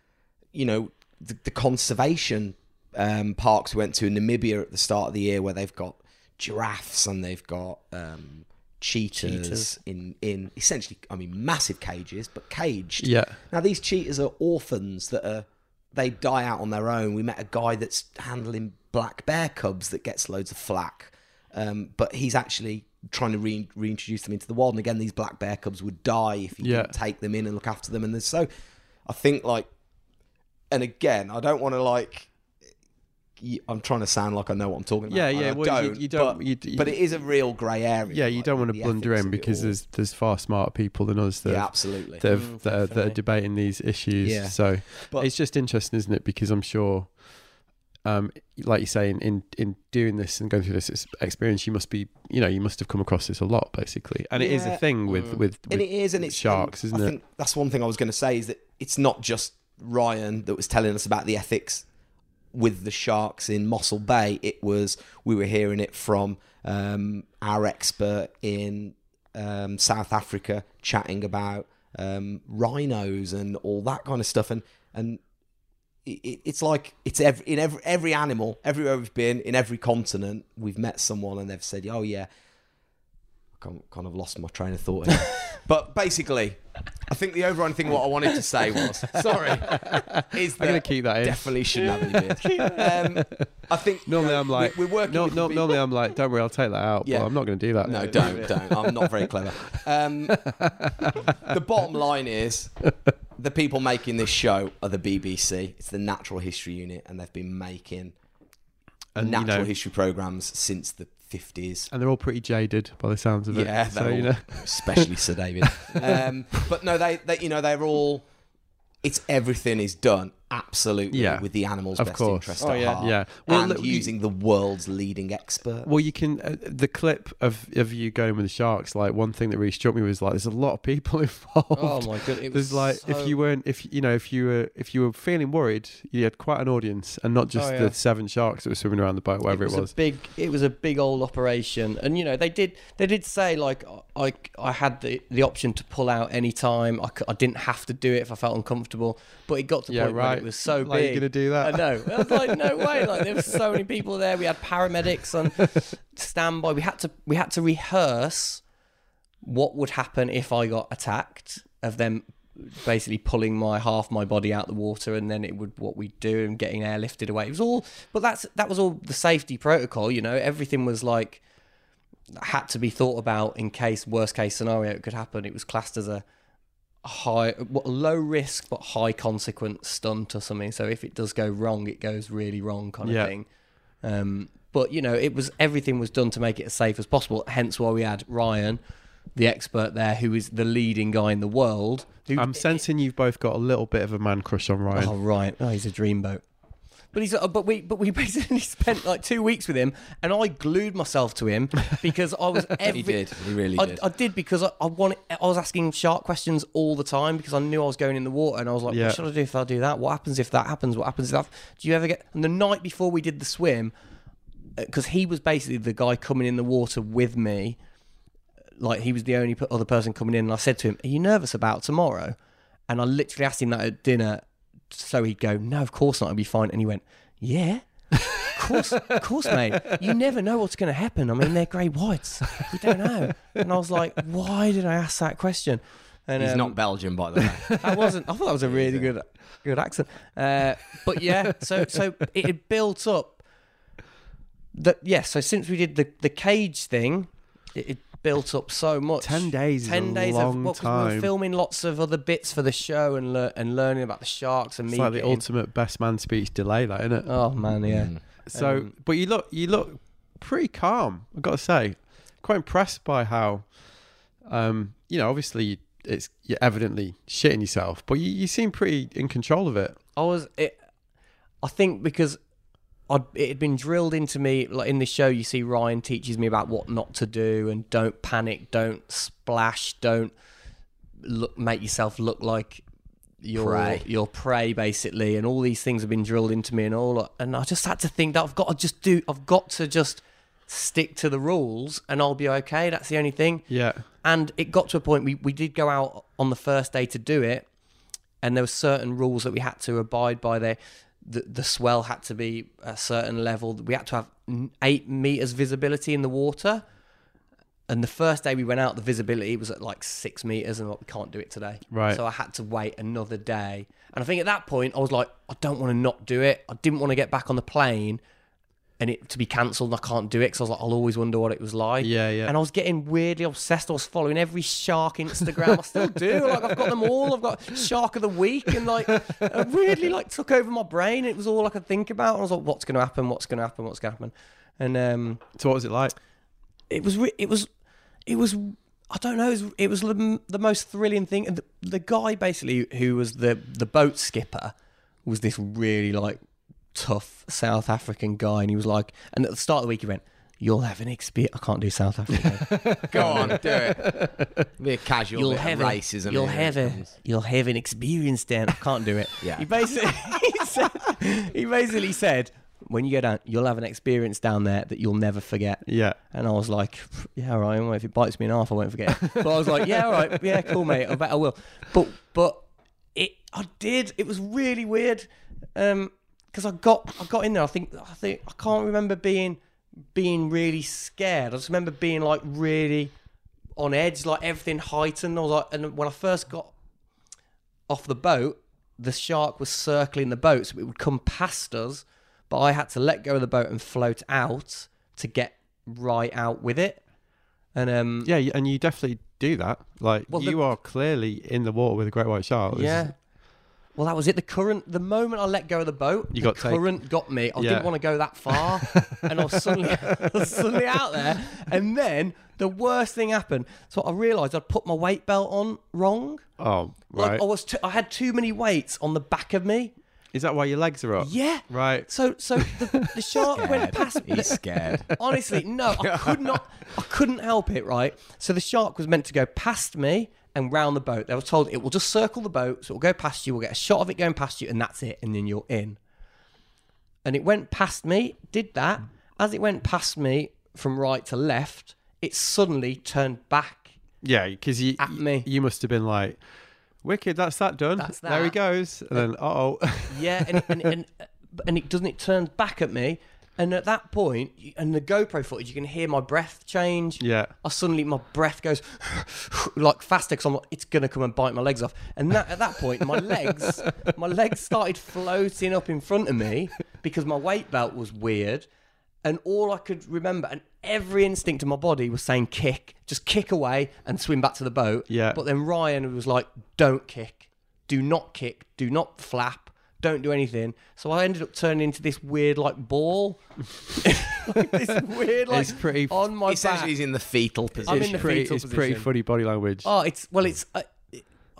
Speaker 3: you know the, the conservation um parks we went to in Namibia at the start of the year where they've got giraffes and they've got um cheetahs,
Speaker 2: Cheetahs.
Speaker 3: in in essentially I mean massive cages but caged
Speaker 1: yeah,
Speaker 3: now these cheetahs are orphans that are they die out on their own. We met a guy that's handling black bear cubs that gets loads of flack, um, but he's actually trying to re- reintroduce them into the wild. And again, these black bear cubs would die if you
Speaker 1: Yeah.
Speaker 3: didn't take them in and look after them. And there's so, I think like, and again, I don't want to like. y- I'm trying to sound like I know what I'm talking about.
Speaker 1: Yeah,
Speaker 3: and
Speaker 1: yeah,
Speaker 3: I
Speaker 1: well, you-
Speaker 3: don't,
Speaker 1: you don't-
Speaker 3: But,
Speaker 1: you d- you-
Speaker 3: but it is a real grey area.
Speaker 1: yeah. You
Speaker 3: like,
Speaker 1: don't want
Speaker 3: the
Speaker 1: to blunder
Speaker 3: ethics
Speaker 1: in
Speaker 3: of it
Speaker 1: because
Speaker 3: all.
Speaker 1: there's there's far smarter people than us that
Speaker 3: yeah, absolutely.
Speaker 1: that, have, that, are, that are
Speaker 2: definitely.
Speaker 1: debating these issues.
Speaker 3: Mm, Yeah.
Speaker 1: So
Speaker 3: But-
Speaker 1: it's just interesting, isn't it? Because I'm sure, um, like you say, in, in in doing this and going through this ex- experience, you must be, you know, you must have come across this a lot, basically. And it is a
Speaker 3: Yeah. Mm.
Speaker 1: thing with with, with
Speaker 3: and it is, and it's
Speaker 1: sharks,
Speaker 3: and
Speaker 1: isn't
Speaker 3: I
Speaker 1: it?
Speaker 3: Think that's one thing I was going to say is that it's not just Ryan that was telling us about the ethics with the sharks in Mossel Bay. It was we were hearing it from um, our expert in um, South Africa chatting about um, rhinos and all that kind of stuff, and and it- it, it's like it's ev in every every animal everywhere we've been in every continent we've met someone and they've said oh yeah I kind kind of lost my train of thought here. but basically I think the overall thing what I wanted to say was sorry is
Speaker 1: I'm gonna
Speaker 3: that
Speaker 1: keep that in.
Speaker 3: definitely shouldn't have any beard um, I think
Speaker 1: Normally, I'm like,
Speaker 3: we're working
Speaker 1: No,
Speaker 3: with
Speaker 1: no,
Speaker 3: the-
Speaker 1: normally, I'm like, don't worry, I'll take that out.
Speaker 3: Yeah.
Speaker 1: But I'm not going to do that.
Speaker 3: no don't don't I'm not very clever um, the bottom line is the people making this show are the BBC it's the Natural History Unit and they've been making
Speaker 1: and, you
Speaker 3: natural
Speaker 1: know,
Speaker 3: history programs since the 50s.
Speaker 1: and they're all pretty jaded by the sounds of it.
Speaker 3: Yeah,
Speaker 1: so
Speaker 3: they're
Speaker 1: you
Speaker 3: all-
Speaker 1: know,
Speaker 3: especially Sir David. Um, but no, they, they, you know, they're all. It's everything is done absolutely
Speaker 1: Yeah.
Speaker 3: with the animals'
Speaker 1: Of
Speaker 3: best
Speaker 1: course.
Speaker 3: interest
Speaker 1: Oh,
Speaker 3: at
Speaker 1: yeah.
Speaker 3: heart,
Speaker 1: Yeah. Well,
Speaker 3: and
Speaker 1: look, you-
Speaker 3: using the world's leading expert.
Speaker 1: Well, you can uh, the clip of of you going with the sharks. Like one thing that really struck me was like there's a lot of people involved.
Speaker 2: oh my god, it was
Speaker 1: There's like if
Speaker 2: so-
Speaker 1: you weren't if you know if you were if you were feeling worried, you had quite an audience and not just
Speaker 2: Oh, yeah.
Speaker 1: the seven sharks that were swimming around the boat, whatever it was.
Speaker 2: a big it was a big old operation and you know they did they did say like i i had the the option to pull out any time I, c- I didn't have to do it if i felt uncomfortable but it got to the
Speaker 1: Yeah,
Speaker 2: point where
Speaker 1: right.
Speaker 2: it was so
Speaker 1: Like,
Speaker 2: big
Speaker 1: you're gonna do that?
Speaker 2: i know i was like no way like there were so many people there we had paramedics on standby we had to we had to rehearse what would happen if i got attacked of them basically pulling my half my body out the water and then it would what we do and getting airlifted away. It was all but that's that was all the safety protocol, you know. Everything was like had to be thought about in case worst case scenario it could happen. It was classed as a high what low risk but high consequence stunt or something. So if it does go wrong, it goes really wrong kind of
Speaker 1: Yeah.
Speaker 2: thing. Um but you know, it was everything was done to make it as safe as possible, hence why we had Ryan the expert there who is the leading guy in the world. Who,
Speaker 1: I'm sensing you've both got a little bit of a man crush on Ryan.
Speaker 2: oh right, oh he's a dreamboat. But he's uh, but we but we basically spent like two weeks with him, and I glued myself to him because I was every
Speaker 4: He did. He really
Speaker 2: I,
Speaker 4: did.
Speaker 2: I did because I, I wanted. I was asking shark questions all the time because I knew I was going in the water, and I was like,
Speaker 1: Yeah.
Speaker 2: "What should I do if I do that? What happens if that happens? What happens if that?" Do you ever get? And the night before we did the swim, because he was basically the guy coming in the water with me, like he was the only p- other person coming in, and I said to him, "Are you nervous about tomorrow?" And I literally asked him that at dinner, so he'd go, "No, of course not. I'll be fine." And he went, "Yeah." Of course, of course, mate. You never know what's going to happen. I mean, they're grey whites. You don't know. And I was like, why did I ask that question? And
Speaker 3: He's
Speaker 2: um,
Speaker 3: not Belgian, by the way.
Speaker 2: I wasn't. I thought that was a really good, good accent. Uh, but yeah, so so it had built up. That yeah. So since we did the the cage thing, it, it built up so much.
Speaker 1: Ten days is
Speaker 2: Ten
Speaker 1: a
Speaker 2: days
Speaker 1: long
Speaker 2: of well, 'cause we
Speaker 1: time.
Speaker 2: were filming lots of other bits for the show and lear and learning about the sharks and
Speaker 1: It's
Speaker 2: me.
Speaker 1: like the
Speaker 2: getting-
Speaker 1: ultimate best man speech delay, like, isn't it?
Speaker 2: oh man, yeah.
Speaker 1: So,
Speaker 2: Um,
Speaker 1: but you look, you look pretty calm. I've got to say, quite impressed by how, um, you know, obviously it's you're evidently shitting yourself, but you, you seem pretty in control of it.
Speaker 2: I was it. I think because I'd, it had been drilled into me. Like in the show, you see Ryan teaches me about what not to do and don't panic, don't splash, don't look, make yourself look like your
Speaker 3: Prey.
Speaker 2: your prey, basically. And all these things have been drilled into me, and all. And I just had to think that I've got to just do. I've got to just stick to the rules, and I'll be okay. That's the only thing.
Speaker 1: Yeah,
Speaker 2: And it got to a point we, we did go out on the first day to do it, and there were certain rules that we had to abide by. There, the the swell had to be a certain level. We had to have n- eight meters visibility in the water. And the first day we went out, the visibility was at like six meters, and I'm like, we can't do it today.
Speaker 1: Right.
Speaker 2: So I had to wait another day. And I think at that point I was like, I don't want to not do it. I didn't want to get back on the plane, and it to be cancelled. and I can't do it because I was like, I'll always wonder what it was like.
Speaker 1: Yeah, yeah.
Speaker 2: And I was getting weirdly obsessed. I was following every shark Instagram. I still do. Like I've got them all. I've got shark of the week, and like it weirdly like took over my brain. It was all I could think about. And I was like, what's going to happen? What's going to happen? What's going to happen? And um,
Speaker 1: so what was it like?
Speaker 2: it was re- it was it was I don't know. It was, it was the, the most thrilling thing. And the, the guy basically who was the the boat skipper was this really like tough South African guy, and he was like, and at the start of the week he went. You'll have an experience. I can't do South Africa.
Speaker 3: Go on, do it. Be a casual
Speaker 2: You'll
Speaker 3: bit of
Speaker 2: have a-
Speaker 3: racism.
Speaker 2: You'll
Speaker 3: here.
Speaker 2: have a, you'll have an experience, Dan. I can't do it.
Speaker 3: Yeah.
Speaker 2: He basically he said, he basically said, when you go down, you'll have an experience down there that you'll never forget.
Speaker 1: Yeah,
Speaker 2: And I was like, yeah, all right. Well, if it bites me in half, I won't forget. it." But I was like, yeah, all right. Yeah, cool, mate. I bet I will. But but it, I did. It was really weird. Um, because I got I got in there. I think I think I can't remember being being really scared. I just remember being like really on edge, like everything heightened. I was like, and when I first got off the boat, the shark was circling the boat, so it would come past us. But I had to let go of the boat and float out to get right out with it. And um,
Speaker 1: yeah, you- and you definitely do that. Like
Speaker 2: Well, the-
Speaker 1: you are clearly in the water with a great white shark. It was-
Speaker 2: yeah. Well, that was it. The current, the moment I let go of the boat,
Speaker 1: You
Speaker 2: the
Speaker 1: got taken.
Speaker 2: current got me. I
Speaker 1: Yeah.
Speaker 2: didn't want to go that far, and I was suddenly, I was suddenly out there. And then the worst thing happened. So I realised I'd put my weight belt on wrong.
Speaker 1: Oh,
Speaker 2: Like
Speaker 1: right.
Speaker 2: I was, too, I had too many weights on the back of me.
Speaker 1: Is that why your legs are up?
Speaker 2: Yeah.
Speaker 1: Right.
Speaker 2: So, so the, the shark went past.
Speaker 3: He's scared.
Speaker 2: Honestly, no, I could not. I couldn't help it. Right. So the shark was meant to go past me and round the boat. They were told it will just circle the boat, so it'll go past you. We'll get a shot of it going past you, and that's it. And then you're in. And it went past me. Did that as it went past me from right to left. It suddenly turned back.
Speaker 1: Yeah, because you
Speaker 2: At me.
Speaker 1: you must have been like, wicked. That's that done.
Speaker 2: That's
Speaker 1: There he
Speaker 2: that.
Speaker 1: goes. And then, uh oh.
Speaker 2: Yeah, and it, and, and uh, and it doesn't. It turns back at me, and at that point, and the GoPro footage, you can hear my breath change.
Speaker 1: yeah.
Speaker 2: I suddenly my breath goes like faster because I'm like, it's gonna come and bite my legs off. And that at that point, my legs, my legs started floating up in front of me because my weight belt was weird, and all I could remember and every instinct in my body was saying kick, just kick away and swim back to the boat.
Speaker 1: Yeah.
Speaker 2: But then Ryan was like, don't kick, do not kick, do not flap, don't do anything. So I ended up turning into this weird like ball, Like, this weird like
Speaker 1: It's pretty-
Speaker 2: on my back.
Speaker 3: Essentially, he's in the fetal position.
Speaker 2: I'm in the
Speaker 1: pretty,
Speaker 2: fetal
Speaker 1: it's pretty
Speaker 2: position.
Speaker 1: funny body language.
Speaker 2: Oh, it's well, it's. I,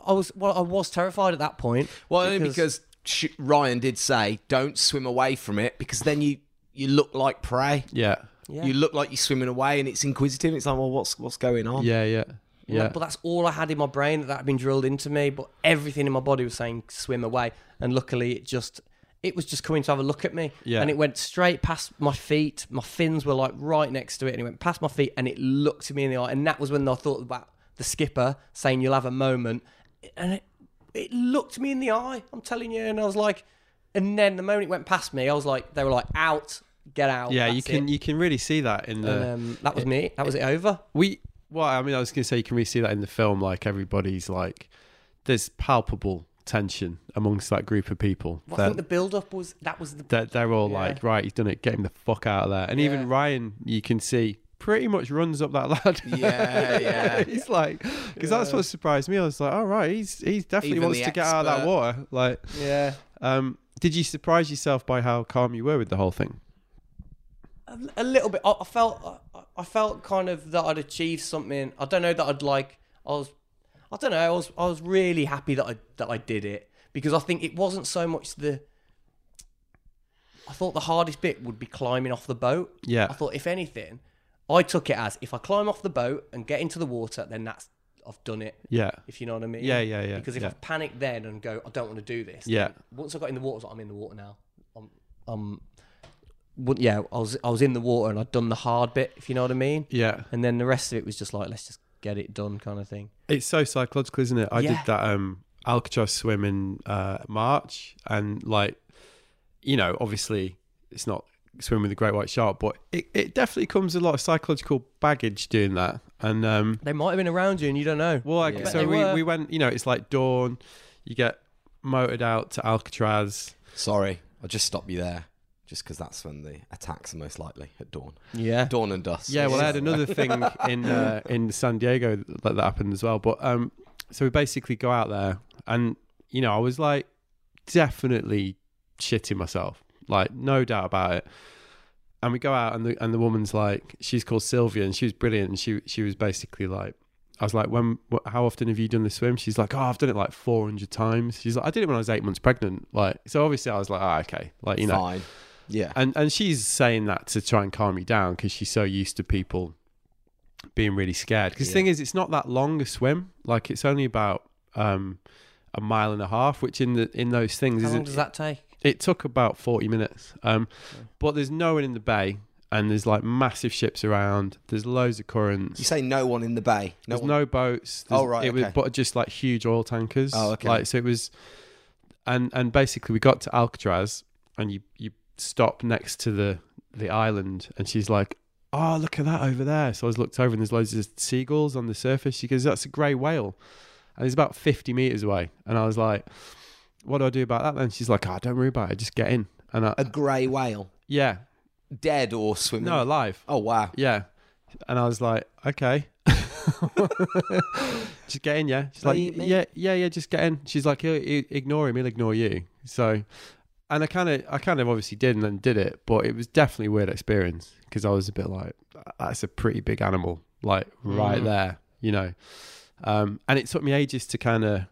Speaker 2: I was well. I was terrified at that point.
Speaker 3: Well, only because sh- Ryan did say, "Don't swim away from it," because then you you look like prey.
Speaker 1: yeah.
Speaker 2: Yeah.
Speaker 3: You look like you're swimming away, and it's inquisitive. It's like, well, what's what's going on?
Speaker 1: Yeah, yeah. Yeah.
Speaker 2: But that's all I had in my brain that had been drilled into me. But everything in my body was saying swim away. And luckily, it just it was just coming to have a look at me.
Speaker 1: Yeah.
Speaker 2: And it went straight past my feet. My fins were like right next to it, and it went past my feet, and it looked me in the eye. And that was when I thought about the skipper saying, "You'll have a moment," and it it looked me in the eye. I'm telling you, and I was like, and then the moment it went past me, I was like, they were like, "Out, get out."
Speaker 1: yeah, you
Speaker 2: that's
Speaker 1: can
Speaker 2: it."
Speaker 1: you can really see that in the
Speaker 2: And, um, that was me. That was it over.
Speaker 1: we well i mean i was going to say you can really see that in the film like everybody's like there's palpable tension amongst that group of people
Speaker 2: Well, I
Speaker 1: that
Speaker 2: think the build-up was that was the
Speaker 1: they're, they're all
Speaker 2: Yeah.
Speaker 1: like right he's done it get him the fuck out of there and even
Speaker 2: Yeah.
Speaker 1: ryan you can see pretty much runs up that ladder
Speaker 3: yeah, yeah.
Speaker 1: he's like because that's what surprised me i was like all right he's he's definitely
Speaker 3: Even
Speaker 1: wants
Speaker 3: the
Speaker 1: to get out of that
Speaker 3: expert-
Speaker 1: water like
Speaker 2: yeah.
Speaker 1: um did you surprise yourself by how calm you were with the whole thing
Speaker 2: a, a little bit. I, I felt I, I felt kind of that I'd achieved something. I don't know that I'd like. I was I don't know. I was I was really happy that I that I did it because I think it wasn't so much the. I thought the hardest bit would be climbing off the boat.
Speaker 1: Yeah.
Speaker 2: I thought if anything, I took it as if I climb off the boat and get into the water, then that's I've done it.
Speaker 1: yeah
Speaker 2: If you know what I mean.
Speaker 1: Yeah, yeah, yeah,
Speaker 2: Because if
Speaker 1: yeah.
Speaker 2: I panic then and go, I don't want to do this.
Speaker 1: Yeah.
Speaker 2: then Once I got in the water, I was like, I'm in the water now. I'm, I'm, well, yeah, I was, I was in the water and I'd done the hard bit, if you know what I mean.
Speaker 1: yeah
Speaker 2: And then the rest of it was just like, let's just get it done, kind of thing.
Speaker 1: It's so psychological, isn't it? I did
Speaker 2: Yeah.
Speaker 1: that um Alcatraz swim in uh March and like you know, obviously it's not swimming with a great white shark, but it, it definitely comes with a lot of psychological baggage doing that. And um
Speaker 2: They might have been around you and you don't know.
Speaker 1: well I,
Speaker 3: Yeah.
Speaker 1: so
Speaker 2: They
Speaker 1: we,
Speaker 2: were.
Speaker 1: we went you know, it's like dawn, you get motored out to Alcatraz.
Speaker 3: Sorry, I'll just stop you there, just because that's when the attacks are most likely at dawn.
Speaker 2: Yeah.
Speaker 3: Dawn and dusk.
Speaker 1: Yeah, well I had another thing in uh, in San Diego that, that happened as well. But um so we basically go out there and you know, I was like definitely shitting myself. Like, no doubt about it. And we go out and the and the woman's like, she's called Sylvia and she was brilliant. And she she was basically like I was like, when, wh- how often have you done the swim? She's like, oh, I've done it like 400 times. She's like, I did it when I was eight months pregnant. Like, so obviously I was like, ah, okay. Like, you know,
Speaker 3: Fine. Yeah.
Speaker 1: and and she's saying that to try and calm me down because she's so used to people being really scared. Because the thing is, it's not that long a swim. Like it's only about um, a mile and a half, which in the in those things
Speaker 2: How
Speaker 1: isn't.
Speaker 2: long does that take?
Speaker 1: It took about forty minutes. Um, but there's no one in the bay, and there's like massive ships around. There's loads of currents.
Speaker 3: You say no one in the bay. No
Speaker 1: There's
Speaker 3: one.
Speaker 1: no boats.
Speaker 3: Oh,
Speaker 1: There's-
Speaker 3: right,
Speaker 1: It was,
Speaker 3: okay.
Speaker 1: but just like huge oil tankers.
Speaker 3: Oh, okay.
Speaker 1: Like so, it was, and and basically we got to Alcatraz, and you you stop next to the the island, and she's like, "Oh, look at that over there." So I was looked over, and there's loads of seagulls on the surface. She goes, "That's a grey whale," and it's about fifty meters away, and I was like, "What do I do about that?" Then she's like, "Ah, don't worry about it. Just get in." And I,
Speaker 3: A grey whale,
Speaker 1: yeah,
Speaker 3: dead or swimming.
Speaker 1: no, alive.
Speaker 3: Oh wow.
Speaker 1: Yeah. And I was like, okay. just get in, yeah. She's like,
Speaker 3: Eat me.
Speaker 1: yeah, yeah, yeah, just get in. She's like, he'll, he ignore him, he'll ignore you. So, and I kind of, I kind of obviously did and then did it, but it was definitely a weird experience because I was a bit like, that's a pretty big animal, like right
Speaker 2: Mm.
Speaker 1: there, you know. Um, and it took me ages to kind of,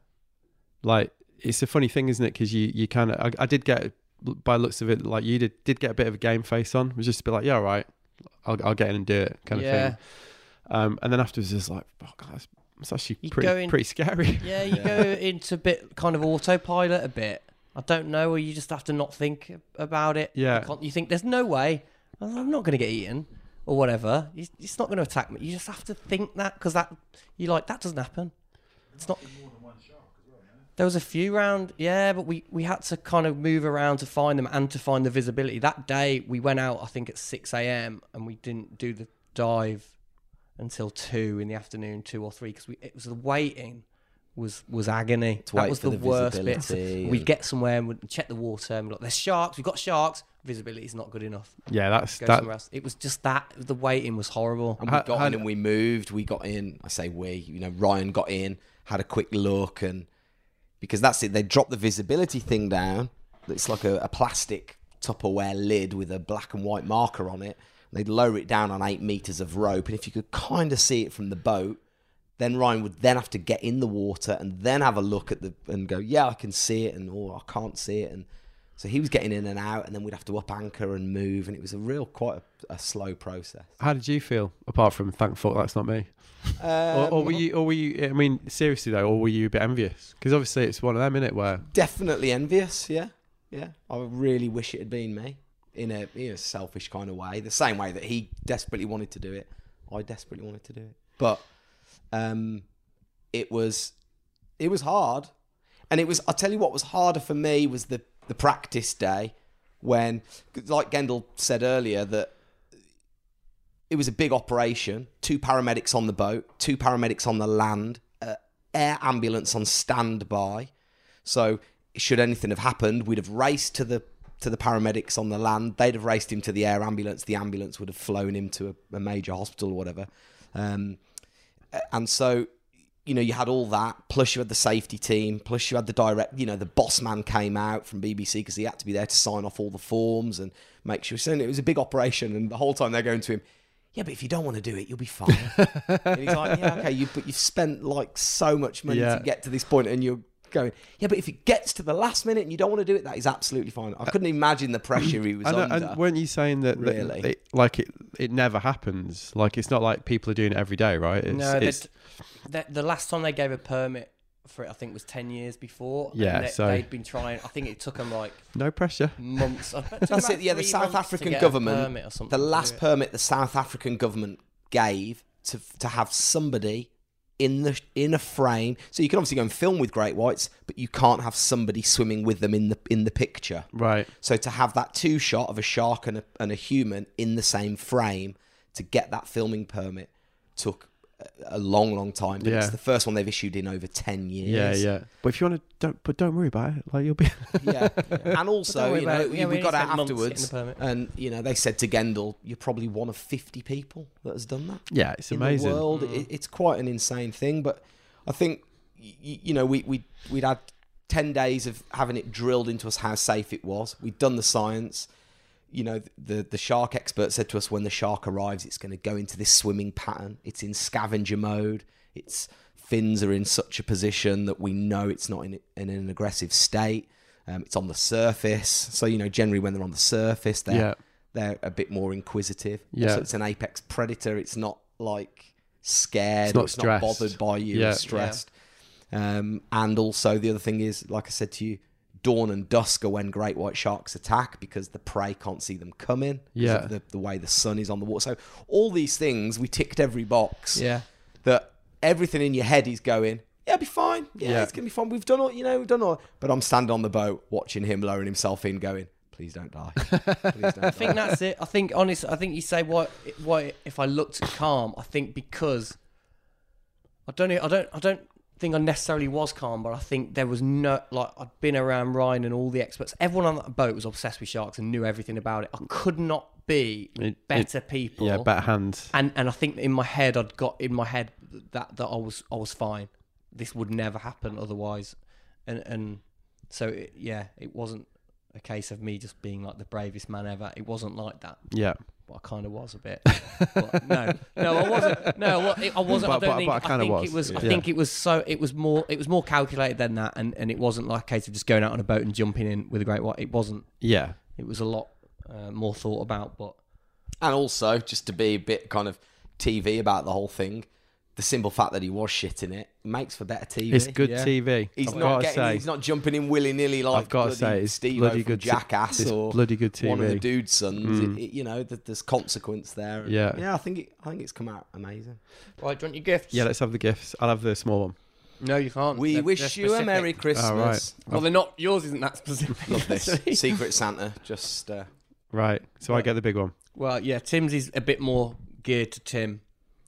Speaker 1: like, it's a funny thing, isn't it? Because you, you kind of, I, I did get, by looks of it, like you did, did get a bit of a game face on. It was just a bit like, yeah, all right, I'll, I'll get in and do it, kind of
Speaker 2: Yeah.
Speaker 1: thing. Um, and then afterwards, it's like, oh god, that's, that's actually
Speaker 2: You
Speaker 1: pretty
Speaker 2: go in-
Speaker 1: pretty scary.
Speaker 2: Yeah, you go into a bit kind of autopilot a bit. I don't know, or you just have to not think about it.
Speaker 1: Yeah.
Speaker 2: You, can't- you think there's no way I'm not going to get eaten or whatever. It's it's not going to attack me. You just have to think that because that you like that doesn't happen. It's not. There was a few round, yeah, but we, we had to kind of move around to find them and to find the visibility. That day we went out, I think at six a.m. and we didn't do the dive until two in the afternoon, two or three, because it was the waiting was was agony.
Speaker 3: wait
Speaker 2: That was
Speaker 3: for
Speaker 2: the,
Speaker 3: the
Speaker 2: worst bit.
Speaker 3: visibility
Speaker 2: We'd
Speaker 3: and-
Speaker 2: get somewhere and we'd check the water and we'd like, there's sharks. We've got sharks. Visibility's not good enough.
Speaker 1: yeah, that's
Speaker 2: Go
Speaker 1: that.
Speaker 2: somewhere else. It was just that the waiting was horrible.
Speaker 3: And we
Speaker 1: How-
Speaker 3: got
Speaker 1: how-
Speaker 3: in and we moved. We got in. I say we. You know, Ryan got in, had a quick look, and because that's it. They dropped the visibility thing down, It's like a, a plastic Tupperware lid with a black and white marker on it. They'd lower it down on eight meters of rope, and if you could kind of see it from the boat, then Ryan would then have to get in the water and then have a look at the and go, yeah, I can see it, and or I can't see it, and so he was getting in and out, and then we'd have to up anchor and move, and it was a real quite a, a slow process.
Speaker 1: How did you feel? Apart from thankful that's not me. or, or were
Speaker 2: Um,
Speaker 1: you? Or were you? I mean, seriously though, or were you a bit envious? Because obviously it's one of them, is it? Where
Speaker 3: definitely envious. Yeah, yeah. I really wish it had been me in a, in a selfish kind of way. The same way that he desperately wanted to do it, I desperately wanted to do it. But um, it was it was hard, and it was. I tell you what was harder for me was the the practice day when, 'cause like Gendel said earlier, that it was a big operation. Two paramedics on the boat, two paramedics on the land, uh, air ambulance on standby. So should anything have happened, we'd have raced to the to the paramedics on the land. They'd have raced him to the air ambulance. The ambulance would have flown him to a, a major hospital or whatever. Um, a- and so, you know, you had all that. Plus, you had the safety team. Plus, you had the direct. You know, the boss man came out from BBC because he had to be there to sign off all the forms and make sure. So it was a big operation, and the whole time they're going to him. Yeah, but if you don't want to do it, you'll be fine. and he's like, yeah, okay, you, but you've spent like so much money
Speaker 1: Yeah.
Speaker 3: to get to this point, and you're going, yeah, but if it gets to the last minute and you don't want to do it, that is absolutely fine. I couldn't imagine the pressure he was
Speaker 1: Uh, and,
Speaker 3: under.
Speaker 1: and weren't you saying that, that
Speaker 3: Really?
Speaker 1: it, like it it never happens? Like it's not like people are doing it every day, right? It's,
Speaker 2: No,
Speaker 1: it's,
Speaker 2: the, the, the last time they gave a permit for it, I think, was 10 years before. and
Speaker 1: Yeah,
Speaker 2: they,
Speaker 1: so-
Speaker 2: They'd been trying, I think it took them like
Speaker 1: no pressure.
Speaker 2: months. I bet it took
Speaker 3: That's
Speaker 2: them
Speaker 3: it. Yeah, the
Speaker 2: three months
Speaker 3: South
Speaker 2: to
Speaker 3: African
Speaker 2: get a
Speaker 3: government,
Speaker 2: permit or something
Speaker 3: the
Speaker 2: to do
Speaker 3: last
Speaker 2: it.
Speaker 3: permit the South African government gave to to have somebody in the in a frame. So you can obviously go and film with great whites, but you can't have somebody swimming with them in the in the picture.
Speaker 1: Right.
Speaker 3: So to have that two shot of a shark and a, and a human in the same frame to get that filming permit took a- a long, long time. But
Speaker 1: Yeah.
Speaker 3: It's the first one they've issued in over ten
Speaker 1: Yeah,
Speaker 3: years.
Speaker 1: yeah. But if you want to, don't. But don't worry about it. Like you'll be.
Speaker 3: yeah. And also,
Speaker 2: worry
Speaker 3: you
Speaker 2: about
Speaker 3: know,
Speaker 2: it.
Speaker 3: we,
Speaker 2: Yeah,
Speaker 3: we
Speaker 2: we
Speaker 3: got
Speaker 2: spent
Speaker 3: out
Speaker 2: months getting
Speaker 3: afterwards,
Speaker 2: the permit.
Speaker 3: and you know, they said to Gendel, "You're probably one of 50 people that has done that
Speaker 1: yeah, it's
Speaker 3: in
Speaker 1: amazing.
Speaker 3: the world. It, it's quite an insane thing, but I think y- y- you know, we we we'd had 10 days of having it drilled into us how safe it was. We'd done the science. You know, the the shark expert said to us when the shark arrives, it's going to go into this swimming pattern. It's in scavenger mode. Its fins are in such a position that we know it's not in, in an aggressive state. Um, it's on the surface, so you know generally when they're on the surface, they're
Speaker 1: Yeah.
Speaker 3: they're a bit more inquisitive.
Speaker 1: Yeah.
Speaker 3: Also, it's an apex predator. It's not like scared.
Speaker 1: It's not
Speaker 3: or it's
Speaker 1: stressed.
Speaker 3: not bothered by you.
Speaker 1: Yeah.
Speaker 3: or stressed. Um, and also the other thing is, like I said to you, dawn and dusk are when great white sharks attack because the prey can't see them coming. 'cause
Speaker 1: Yeah.
Speaker 3: of The, the way the sun is on the water. So all these things, we ticked every box.
Speaker 2: Yeah.
Speaker 3: That everything in your head is going. Yeah, it'll be fine. Yeah,
Speaker 1: Yeah.
Speaker 3: it's gonna be fine. We've done all, you know, we've done all. But I'm standing on the boat watching him lowering himself in, going, "Please don't die. Please don't
Speaker 2: I think that's it. I think honestly, I think you say why why if I looked calm, I think because I don't know, I don't I don't think I necessarily was calm, but I think there was no like I'd been around Ryan and all the experts. Everyone on that boat was obsessed with sharks and knew everything about it. I could not be with
Speaker 1: It- it-
Speaker 2: better people.
Speaker 1: Yeah, better hands.
Speaker 2: and and I think in my head I'd got in my head that that I was I was fine. This would never happen otherwise, and and so it, yeah, it wasn't a case of me just being like the bravest man ever. It wasn't like that,
Speaker 1: Yeah.
Speaker 2: but I kind of was a bit. But no, no, I wasn't. No, I wa- I wasn't.
Speaker 1: But-
Speaker 2: I don't
Speaker 1: but-
Speaker 2: think.
Speaker 1: but I
Speaker 2: I,
Speaker 1: kinda
Speaker 2: think
Speaker 1: was,
Speaker 2: it was. I
Speaker 1: yeah.
Speaker 2: think it was so. It was more. It was more calculated than that, and and it wasn't like a case of just going out on a boat and jumping in with a great white. It wasn't.
Speaker 1: Yeah.
Speaker 2: It was a lot uh, more thought about, but.
Speaker 3: And also, just to be a bit kind of TV about the whole thing, the simple fact that he was shitting it makes for better TV.
Speaker 1: It's good
Speaker 2: Yeah.
Speaker 1: TV.
Speaker 3: He's
Speaker 1: I've got
Speaker 3: not
Speaker 1: to
Speaker 3: getting,
Speaker 1: say.
Speaker 3: he's not jumping in willy nilly like
Speaker 1: I've got to
Speaker 3: bloody
Speaker 1: say, it's
Speaker 3: Steve-O
Speaker 1: bloody
Speaker 3: from
Speaker 1: good t-
Speaker 3: jackass
Speaker 1: it's
Speaker 3: or
Speaker 1: bloody good
Speaker 3: one of the
Speaker 1: TV.
Speaker 3: dude's sons. It, it- you know, th- there's consequence there. And
Speaker 1: Yeah.
Speaker 3: yeah. I think it, I think it's come out amazing.
Speaker 2: Right, do you want your gifts?
Speaker 1: yeah, let's have the gifts. I'll have the small one.
Speaker 2: No, you can't.
Speaker 3: We
Speaker 2: They're-
Speaker 3: wish
Speaker 2: they're
Speaker 3: you a
Speaker 2: specific.
Speaker 3: Merry Christmas.
Speaker 1: All right.
Speaker 2: Well, they're not. Yours isn't that specific.
Speaker 3: Love this Secret Santa. Just uh,
Speaker 1: Right. So I get the big one.
Speaker 2: well, yeah, Tim's is a bit more geared to Tim.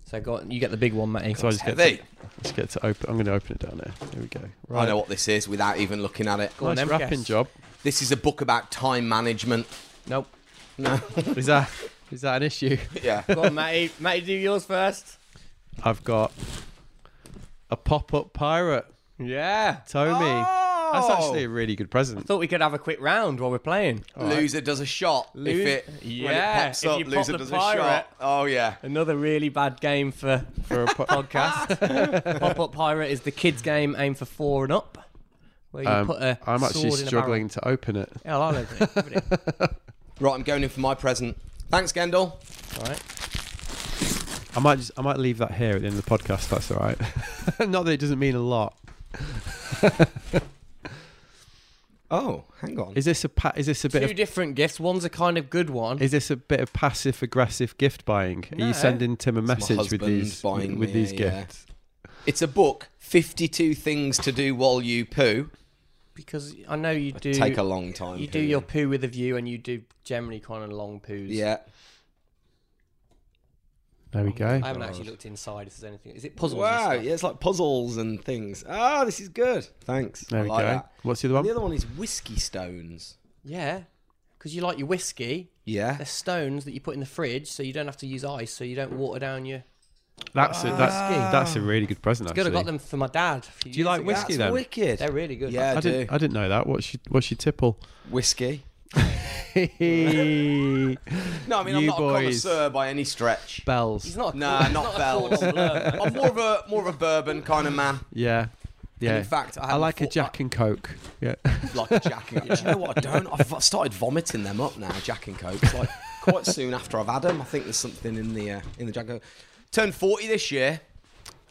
Speaker 2: So go on, you get the big one, Matty.
Speaker 1: So I just get to,
Speaker 3: heavy.
Speaker 1: just get to open. I'm going to open it down there. Here we go.
Speaker 3: I know what this is without even looking at it.
Speaker 2: Go on
Speaker 1: nice
Speaker 2: then,
Speaker 1: wrapping
Speaker 2: guess.
Speaker 1: job.
Speaker 3: This is a book about time management.
Speaker 2: Nope.
Speaker 3: No,
Speaker 1: Is that is that an issue?
Speaker 3: yeah.
Speaker 2: Go on, Matty. Matty, do yours first.
Speaker 1: I've got a pop up pirate.
Speaker 2: Yeah. Oh!
Speaker 1: Tommy That's
Speaker 3: Oh!
Speaker 1: actually a really good present.
Speaker 2: Thought we could have a quick round while we're playing.
Speaker 3: Loser does a shot.
Speaker 2: Lose-
Speaker 3: if it when
Speaker 2: Yeah,
Speaker 3: it pops
Speaker 2: if
Speaker 3: up,
Speaker 2: you pop
Speaker 3: loser
Speaker 2: the
Speaker 3: does
Speaker 2: pirate.
Speaker 3: a shot. Oh yeah.
Speaker 2: Another really bad game for
Speaker 1: For a po-
Speaker 2: podcast. Pop Up Pirate is the kids' game aimed for four and up. Where you
Speaker 1: Um,
Speaker 2: put a
Speaker 1: I'm actually
Speaker 2: sword in a
Speaker 1: struggling to open it.
Speaker 2: barrel. Yeah, I'll open it. Open it.
Speaker 3: Right, I'm going in for my present. Thanks, Gendel.
Speaker 2: All right.
Speaker 1: I might just I might leave that here at the end of the podcast. That's all right. Not that it doesn't mean a lot.
Speaker 3: Oh, hang on.
Speaker 1: Is this a pa- is this a bit
Speaker 2: Two
Speaker 1: of
Speaker 2: different gifts. One's a kind of good one.
Speaker 1: is this a bit of passive aggressive gift buying? Are
Speaker 2: No.
Speaker 1: you sending Tim a message with
Speaker 3: husband
Speaker 1: these
Speaker 3: buying
Speaker 1: with
Speaker 3: me,
Speaker 1: these
Speaker 3: yeah, yeah.
Speaker 1: gifts?
Speaker 3: It's a book, 52 Things to Do While You Poo.
Speaker 2: because I know you do
Speaker 3: Take a long time.
Speaker 2: you do
Speaker 3: pooing.
Speaker 2: your poo with a view, and you do generally kind of long poos.
Speaker 3: Yeah.
Speaker 1: There we go.
Speaker 2: I haven't actually looked inside if there's anything. Is it puzzles? and
Speaker 3: Wow,
Speaker 2: stuff?
Speaker 3: yeah, it's like puzzles and things. Ah, this is good. Thanks.
Speaker 1: There
Speaker 3: I
Speaker 1: we
Speaker 3: like
Speaker 1: go.
Speaker 3: that.
Speaker 1: What's the other one?
Speaker 3: The other one is whiskey stones.
Speaker 2: Yeah, because you like your whiskey.
Speaker 3: Yeah.
Speaker 2: They're stones that you put in the fridge, so you don't have to use ice, so you don't water down your.
Speaker 1: That's a, that's that's a really good present.
Speaker 2: Good, I
Speaker 1: Actually,
Speaker 2: got them for my dad. Do
Speaker 1: you like whiskey?
Speaker 3: That's
Speaker 1: then.
Speaker 3: wicked.
Speaker 2: They're really good.
Speaker 3: Yeah, I,
Speaker 1: I
Speaker 3: do.
Speaker 1: didn't I didn't know that. What's your what's your tipple?
Speaker 3: Whiskey.
Speaker 1: Bells.
Speaker 3: No, I mean, I'm
Speaker 1: You
Speaker 3: not a
Speaker 1: boys.
Speaker 3: connoisseur by any stretch.
Speaker 2: he's not. A
Speaker 3: Nah,
Speaker 2: he's
Speaker 3: not
Speaker 2: a
Speaker 3: bells.
Speaker 2: Gordon Blur.
Speaker 3: I'm more of a more of a bourbon kind of man.
Speaker 1: Yeah,
Speaker 3: And
Speaker 1: yeah.
Speaker 3: in fact, I,
Speaker 1: I like a Jack and Coke. Yeah.
Speaker 3: like a Jack and Coke. Do you know what I don't? I've vo- started vomiting them up now, Jack and Coke. Like quite soon after I've had them, I think there's something in the uh, in the Jack and Coke. Turned 40 this year,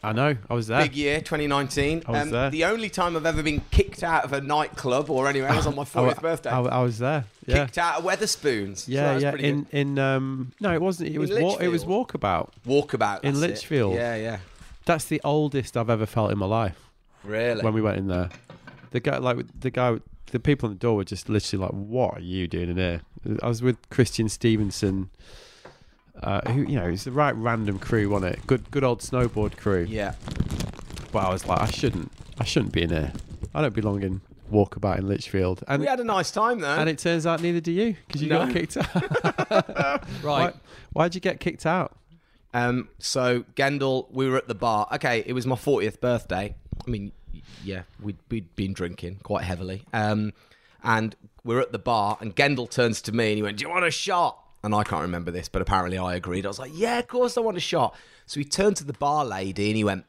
Speaker 1: I know. I was there.
Speaker 3: big year, 2019.
Speaker 1: I was there.
Speaker 3: The only time I've ever been kicked out of a nightclub or anywhere was on my 40th
Speaker 1: I,
Speaker 3: birthday.
Speaker 1: I, I was there. Yeah.
Speaker 3: kicked out of Weatherspoons. So that
Speaker 1: Yeah,
Speaker 3: was
Speaker 1: yeah.
Speaker 3: pretty
Speaker 1: In
Speaker 3: good.
Speaker 1: in um no, it wasn't. It was wa- it was walkabout.
Speaker 3: Walkabout.
Speaker 1: in
Speaker 3: that's it.
Speaker 1: Lichfield.
Speaker 3: Yeah, yeah.
Speaker 1: That's the oldest I've ever felt in my life.
Speaker 3: Really?
Speaker 1: When we went in there, the guy like the guy, the people on the door were just literally like, "What are you doing in here?" I was with Christian Stevenson, uh, who you know, it's the right random crew, wasn't it? Good, good old snowboard crew.
Speaker 3: yeah.
Speaker 1: But I was like, I shouldn't, I shouldn't be in here. I don't belong in walkabout in Lichfield. And
Speaker 3: We had a nice time though.
Speaker 1: and it turns out neither do you because you got
Speaker 3: No.
Speaker 1: kicked out. Why,
Speaker 2: Right.
Speaker 1: why'd you get kicked out?
Speaker 3: Um, so Gendal, we were at the bar. Okay, it was my fortieth birthday. I mean, y- yeah, we'd, we'd been drinking quite heavily. Um, and we're at the bar, and Gendal turns to me and he went, "Do you want a shot?" And I can't remember this, but apparently I agreed. I was like, "Yeah, of course I want a shot." So he turned to the bar lady and he went,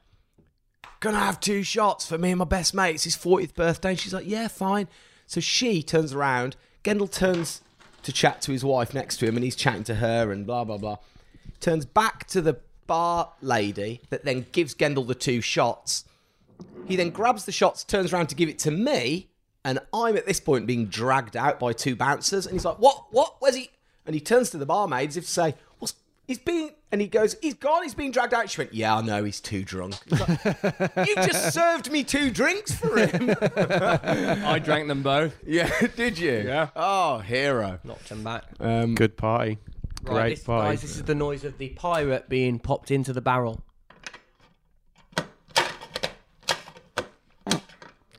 Speaker 3: gonna have two shots for me and my best mate. It's his 40th birthday. And she's like, yeah, fine. So she turns around. Gendel turns to chat to his wife next to him, and he's chatting to her and blah, blah, blah. Turns back to the bar lady that then gives Gendel the two shots. He then grabs the shots, turns around to give it to me, and I'm at this point being dragged out by two bouncers. And he's like, what, what, where's he? And he turns to the barmaid as if to say, what's, he's being, and he goes, he's gone, he's being dragged out. She went, yeah, I know, he's too drunk. He's like, you just served me two drinks for him.
Speaker 2: I drank them both.
Speaker 3: yeah, did you?
Speaker 2: Yeah.
Speaker 3: Oh, hero. Um,
Speaker 2: Knocked them back.
Speaker 1: Good party. Great
Speaker 2: right, this,
Speaker 1: party.
Speaker 2: guys, this is the noise of the pirate being popped into the barrel.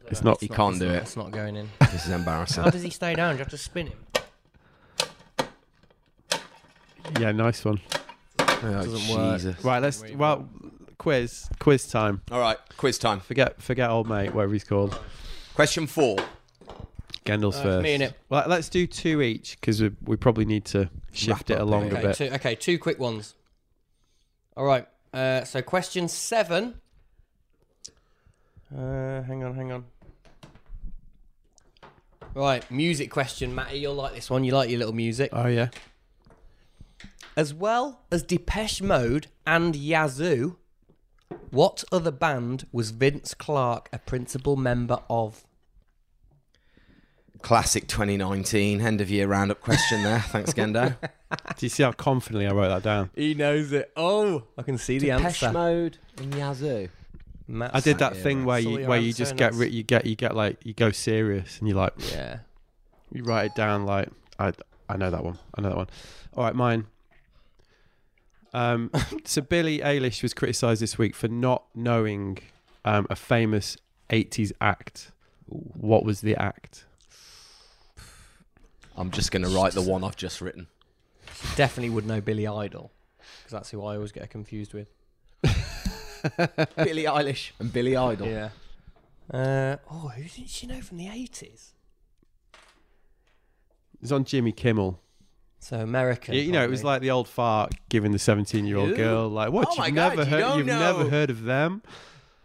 Speaker 1: it's not.
Speaker 3: You can't do it.
Speaker 2: That's not going in.
Speaker 3: This is embarrassing.
Speaker 2: How does he stay down? Do you have to spin him?
Speaker 1: Yeah, nice one.
Speaker 2: doesn't work.
Speaker 3: Jesus.
Speaker 1: Right, let's well quiz quiz time.
Speaker 3: All right, quiz time.
Speaker 1: Forget forget old mate, whatever he's called.
Speaker 3: Question four.
Speaker 1: Gandalf's first.
Speaker 2: Uh, me and it.
Speaker 1: Well, let's do two each because we, we probably need to shift it along a
Speaker 2: Okay,
Speaker 1: bit.
Speaker 2: two, okay, two quick ones. All right. Uh, so question seven. Uh, hang on, hang on. Right, music question, Matty. You'll like this one. You like your little music,
Speaker 1: Oh yeah.
Speaker 2: as well as Depeche Mode and Yazoo. What other band was Vince Clarke a principal member of?
Speaker 3: Classic 2019 end of year roundup question there. Thanks, Gendo.
Speaker 1: Do you see how confidently I wrote that down?
Speaker 2: He knows it. Oh, I can see the answer.
Speaker 3: Mode and Yazoo.
Speaker 2: Matt,
Speaker 1: I did that thing where
Speaker 2: Saw
Speaker 1: you
Speaker 2: your
Speaker 1: where you
Speaker 2: answer
Speaker 1: just
Speaker 2: and
Speaker 1: get
Speaker 2: that's-
Speaker 1: ri- you get you get like you go serious and you like
Speaker 2: Yeah.
Speaker 1: you write it down like I I know that one. I know that one. All right, mine. Um, so Billie Eilish was criticised this week for not knowing um, a famous '80s act. What was the act?
Speaker 3: I'm just going to write the one I've just written.
Speaker 2: definitely would know Billy Idol because that's who I always get confused with.
Speaker 3: Billie Eilish and Billy Idol.
Speaker 2: Yeah. Uh, oh, who didn't she know from the 80s?
Speaker 1: It's on Jimmy Kimmel.
Speaker 2: So American.
Speaker 1: you know, it was
Speaker 2: probably.
Speaker 1: like the old fart giving the 17 year old
Speaker 4: Ew.
Speaker 1: girl, like, what?
Speaker 4: Oh my
Speaker 1: you've
Speaker 4: God,
Speaker 1: never
Speaker 4: you
Speaker 1: heard,
Speaker 4: don't
Speaker 1: you've
Speaker 4: know.
Speaker 1: never heard of them?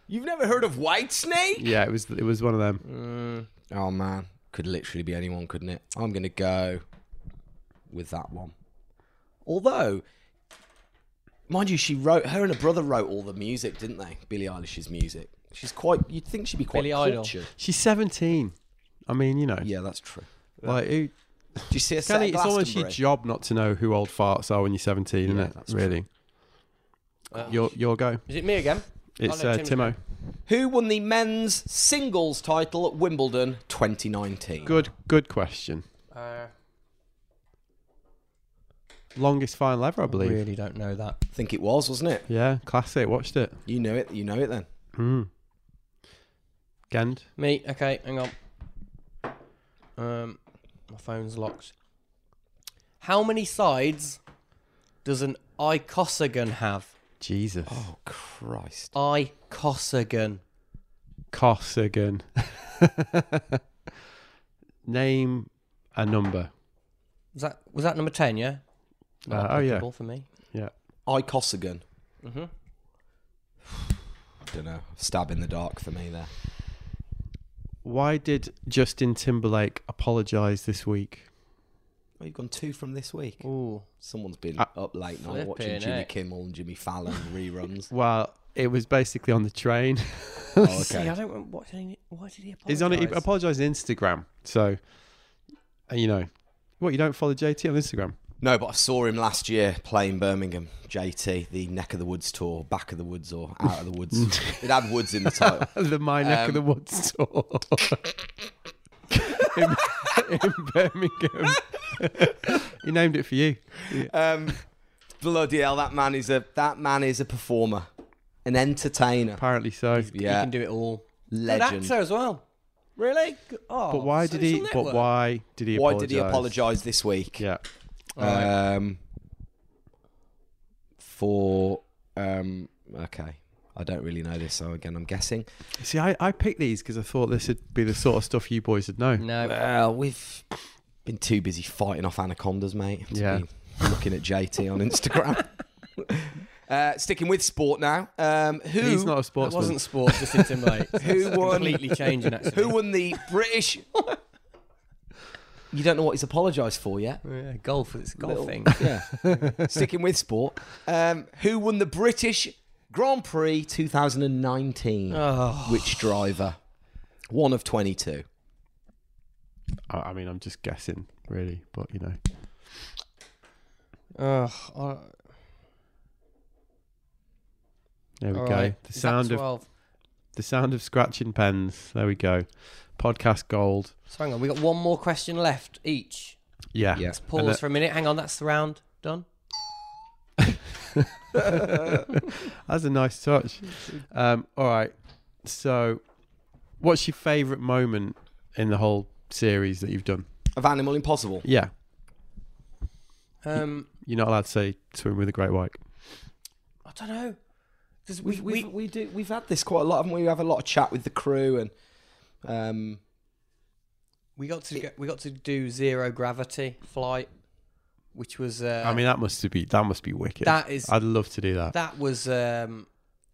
Speaker 4: You've never heard of White Snake?
Speaker 1: Yeah, it was, it was one of them.
Speaker 3: Oh man, could literally be anyone, couldn't it? I'm gonna go with that one. Although, mind you, she wrote her and her brother wrote all the music, didn't they? Billie Eilish's music. She's quite. You'd think she'd be quite
Speaker 2: Billie Idol.
Speaker 3: cultured.
Speaker 1: She's 17. I mean, you know,
Speaker 3: Yeah, that's true.
Speaker 1: like, who,
Speaker 3: Do you see a set
Speaker 1: Kelly,
Speaker 3: of
Speaker 1: it's almost your
Speaker 3: Glastonbury?
Speaker 1: job not to know who old farts are when you're 17,
Speaker 3: Yeah,
Speaker 1: isn't
Speaker 3: that's
Speaker 1: it? Really. Your, your go.
Speaker 2: Um, Is it me again?
Speaker 1: It's
Speaker 2: no,
Speaker 1: uh,
Speaker 2: Tim's
Speaker 1: Timo.
Speaker 3: Who won the men's singles title at Wimbledon 2019?
Speaker 1: Good, good question.
Speaker 2: Uh,
Speaker 1: Longest final ever, I
Speaker 2: I
Speaker 1: believe.
Speaker 2: really don't know that.
Speaker 3: I think it was, wasn't it?
Speaker 1: Yeah, classic. Watched it.
Speaker 3: You know it. You know it then.
Speaker 1: Mm. Gend.
Speaker 2: Me, okay, hang on. Um, my phone's locked. How many sides does an icosagon have?
Speaker 1: Jesus.
Speaker 3: Oh Christ!
Speaker 2: Icosagon.
Speaker 1: Cossigan. Name a number.
Speaker 2: Was that was that number ten? Yeah. Not
Speaker 1: Uh, oh, yeah.
Speaker 2: applicable for me.
Speaker 1: Yeah.
Speaker 3: Icosigan.
Speaker 1: Mm-hmm.
Speaker 2: Mhm.
Speaker 3: Don't know. Stab in the dark for me there.
Speaker 1: Why did Justin Timberlake apologize this week?
Speaker 3: Well, you've gone two from this week.
Speaker 2: Ooh.
Speaker 3: Someone's been
Speaker 1: Ah.
Speaker 3: up late night watching
Speaker 2: Flipping
Speaker 3: Jimmy
Speaker 2: heck.
Speaker 3: Kimmel and Jimmy Fallon reruns.
Speaker 1: Well, it was basically on the train.
Speaker 3: oh,
Speaker 2: See,
Speaker 3: okay.
Speaker 2: I don't. rem- What did he? Why did he apologize?
Speaker 1: He's on it. He apologized on Instagram. So, uh, you know, what you don't follow JT on Instagram?
Speaker 3: No, but I saw him last year playing Birmingham, JT, the Neck of the Woods tour, Back of the Woods or Out of the Woods. it had Woods in the title.
Speaker 1: The My Neck
Speaker 2: Um,
Speaker 1: of the Woods tour in, in Birmingham. he named it for you.
Speaker 3: Um, bloody hell, that man is a that man is a performer, an entertainer,
Speaker 1: Apparently so.
Speaker 2: He
Speaker 3: yeah,
Speaker 2: can do it all. Good
Speaker 3: legend.
Speaker 2: actor as well. Really? Good- Oh,
Speaker 1: But why did he?
Speaker 2: Social
Speaker 1: But
Speaker 2: Network.
Speaker 1: why did he?
Speaker 3: Why
Speaker 1: apologize?
Speaker 3: did he apologise this week?
Speaker 1: Yeah.
Speaker 3: Um, for um, okay, I don't really know this, so again, I'm guessing.
Speaker 1: See, I, I picked these because I thought this would be the sort of stuff you boys would know.
Speaker 2: No.
Speaker 3: Well, we've been too busy fighting off anacondas, mate. to
Speaker 1: Yeah.
Speaker 3: be looking at JT on Instagram. uh, sticking with sport now. Um, who
Speaker 1: He's not a
Speaker 2: That
Speaker 1: sportsman.
Speaker 2: wasn't sport. Justin Timberlake.
Speaker 3: Who
Speaker 2: That's
Speaker 3: won?
Speaker 2: Completely changing. Actually.
Speaker 3: who won the British? you don't know what he's apologised for yet.
Speaker 2: Yeah, golf. It's a golf
Speaker 3: Little-
Speaker 2: thing.
Speaker 3: Yeah. Sticking with sport. Um, who won the British Grand Prix 2019?
Speaker 2: Oh,
Speaker 3: Which driver? One of 22.
Speaker 1: I, I mean, I'm just guessing, really. But you know,
Speaker 2: Ugh, I-
Speaker 1: there we
Speaker 2: all
Speaker 1: go.
Speaker 2: right.
Speaker 1: The
Speaker 2: Is that
Speaker 1: sound of
Speaker 2: 12?
Speaker 1: the sound of scratching pens. There we go. Podcast gold.
Speaker 2: So hang on, we got one more question left each.
Speaker 1: Yeah.
Speaker 3: Yeah.
Speaker 2: Let's pause
Speaker 1: that-
Speaker 2: for a minute. Hang on, that's the round done.
Speaker 1: That's a nice touch. Um, all right. So, what's your favourite moment in the whole series that you've done?
Speaker 3: Of Animal Impossible.
Speaker 1: Yeah.
Speaker 2: Um,
Speaker 1: You're not allowed to say swim with a great white.
Speaker 2: I don't know. 'Cause
Speaker 3: We've,
Speaker 2: we,
Speaker 3: we've, we do, we've had this quite a lot, haven't we? We have a lot of chat with the crew and. Um,
Speaker 2: we got to go, we got to do zero gravity flight, which was uh,
Speaker 1: I mean, that must be that must be wicked.
Speaker 2: that is
Speaker 1: I'd love to do that.
Speaker 2: that was um,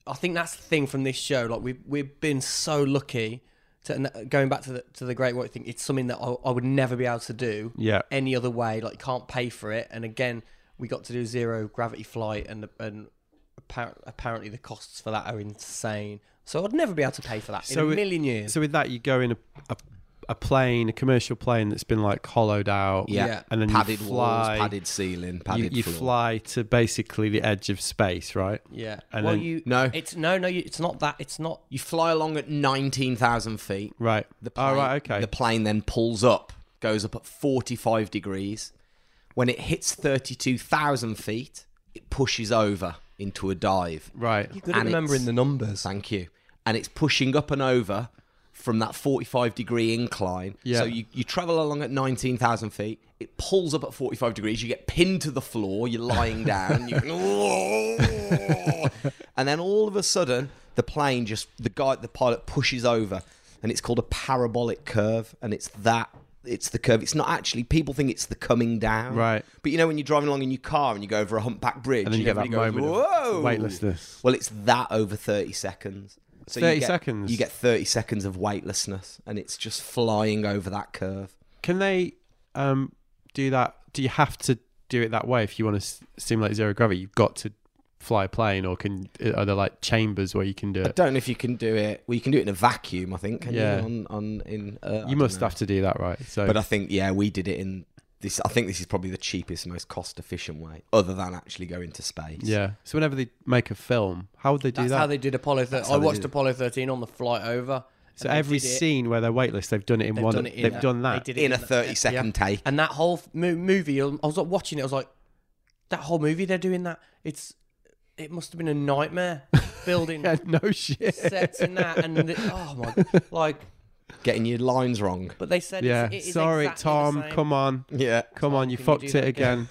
Speaker 2: I think that's the thing from this show. Like we we've been so lucky to and going back to the to the great work thing. It's something that I, I would never be able to do.
Speaker 1: Yeah.
Speaker 2: any other way. Like you can't pay for it. And again, we got to do zero gravity flight, and and appar- apparently the costs for that are insane. So I'd never be able to pay for that
Speaker 1: So
Speaker 2: in
Speaker 1: it-
Speaker 2: a million years.
Speaker 1: So with that, you go in a, a a plane, a commercial plane that's been like hollowed out.
Speaker 3: yeah.
Speaker 2: Yeah.
Speaker 1: And then
Speaker 3: Padded
Speaker 1: you fly.
Speaker 3: walls, padded ceiling,
Speaker 1: you
Speaker 3: padded
Speaker 1: you
Speaker 3: floor.
Speaker 1: fly to basically the edge of space, right?
Speaker 2: yeah.
Speaker 1: And
Speaker 2: well,
Speaker 1: then-
Speaker 2: you
Speaker 3: No.
Speaker 2: It's no, no. You, it's not that. It's not.
Speaker 3: You fly along at 19,000 feet.
Speaker 1: Right.
Speaker 3: The plane,
Speaker 1: oh, right. Okay.
Speaker 3: The plane then pulls up, goes up at 45 degrees. When it hits 32,000 feet, it pushes over into a dive.
Speaker 1: right.
Speaker 2: You're good at
Speaker 3: And
Speaker 2: remembering
Speaker 3: it's-
Speaker 2: the numbers.
Speaker 3: Thank you. And it's pushing up and over from that 45 degree incline.
Speaker 1: Yeah.
Speaker 3: So you, you travel along at 19,000 feet. It pulls up at 45 degrees. You get pinned to the floor. You're lying down. You and then all of a sudden, the plane just the guy, the pilot pushes over, and it's called a parabolic curve, and it's that. It's the curve. It's not actually. People think it's the coming down,
Speaker 1: Right.
Speaker 3: But you know when you're driving along in your car and you go over a humpback bridge,
Speaker 1: And then you get that
Speaker 3: everybody
Speaker 1: moment of
Speaker 3: goes, "Whoa!"
Speaker 1: weightlessness.
Speaker 3: Well, it's that over 30 seconds. So
Speaker 1: 30
Speaker 3: you get,
Speaker 1: seconds?
Speaker 3: You get 30 seconds of weightlessness, and it's just flying over that curve.
Speaker 1: Can they um, do that? Do you have to do it that way if you want to s- simulate zero gravity? You've got to fly a plane, or can uh, are there like chambers where you can do
Speaker 3: I
Speaker 1: it?
Speaker 3: don't know if you can do it. Well, you can do it in a vacuum, I think. Can
Speaker 1: Yeah.
Speaker 3: you? On, on in. Uh, I
Speaker 1: You
Speaker 3: don't
Speaker 1: must
Speaker 3: know.
Speaker 1: have to do that, right? So,
Speaker 3: But I think yeah, we did it in this. I think this is probably the cheapest, most cost-efficient way, other than actually going to space.
Speaker 1: yeah. So whenever they make a film, how would they do
Speaker 2: That's
Speaker 1: that?
Speaker 2: how they did Apollo. Thir-
Speaker 3: That's how
Speaker 2: I
Speaker 3: they
Speaker 2: watched
Speaker 3: did it.
Speaker 2: Apollo 13 on the flight over.
Speaker 1: so
Speaker 2: and they
Speaker 1: every
Speaker 2: did it-
Speaker 1: scene where they're weightless, they've done it in
Speaker 2: they've
Speaker 1: one.
Speaker 2: done it in
Speaker 1: they've
Speaker 2: a-
Speaker 1: done that.
Speaker 2: they did it
Speaker 3: In a
Speaker 2: the-
Speaker 3: thirty-second take.
Speaker 2: And that whole f- mo- movie, um, I was like watching it. I was like, that whole movie they're doing that. It's it must have been a nightmare building
Speaker 1: Yeah, no shit.
Speaker 2: sets and that. And the, oh my, like,
Speaker 3: Getting your lines wrong.
Speaker 2: but they said
Speaker 1: Yeah.
Speaker 2: it's, it is
Speaker 1: Sorry,
Speaker 2: exactly
Speaker 1: Tom.
Speaker 2: The same.
Speaker 1: Come on.
Speaker 3: Yeah.
Speaker 1: Come on, you
Speaker 2: can you
Speaker 1: fucked
Speaker 2: do
Speaker 1: it
Speaker 2: that
Speaker 1: again.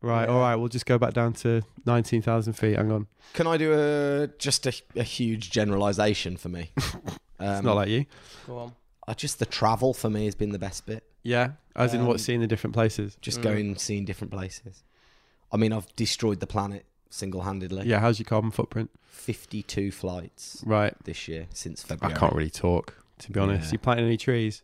Speaker 1: right, all right, we'll just go back down to 19,000 feet. Hang on.
Speaker 3: Can I do a just a, a huge generalisation for me?
Speaker 1: It's
Speaker 3: Um,
Speaker 1: not like you.
Speaker 2: Go on.
Speaker 3: I just the travel for me has been the best bit.
Speaker 1: Yeah, as in
Speaker 3: um,
Speaker 1: what, seeing the different places?
Speaker 3: Just going seeing different places. I mean, I've destroyed the planet single-handedly.
Speaker 1: Yeah, how's your carbon footprint?
Speaker 3: Fifty-two flights
Speaker 1: Right.
Speaker 3: this year since
Speaker 1: I
Speaker 3: February.
Speaker 1: can't really talk, to be honest.
Speaker 3: Yeah.
Speaker 1: You planting any trees?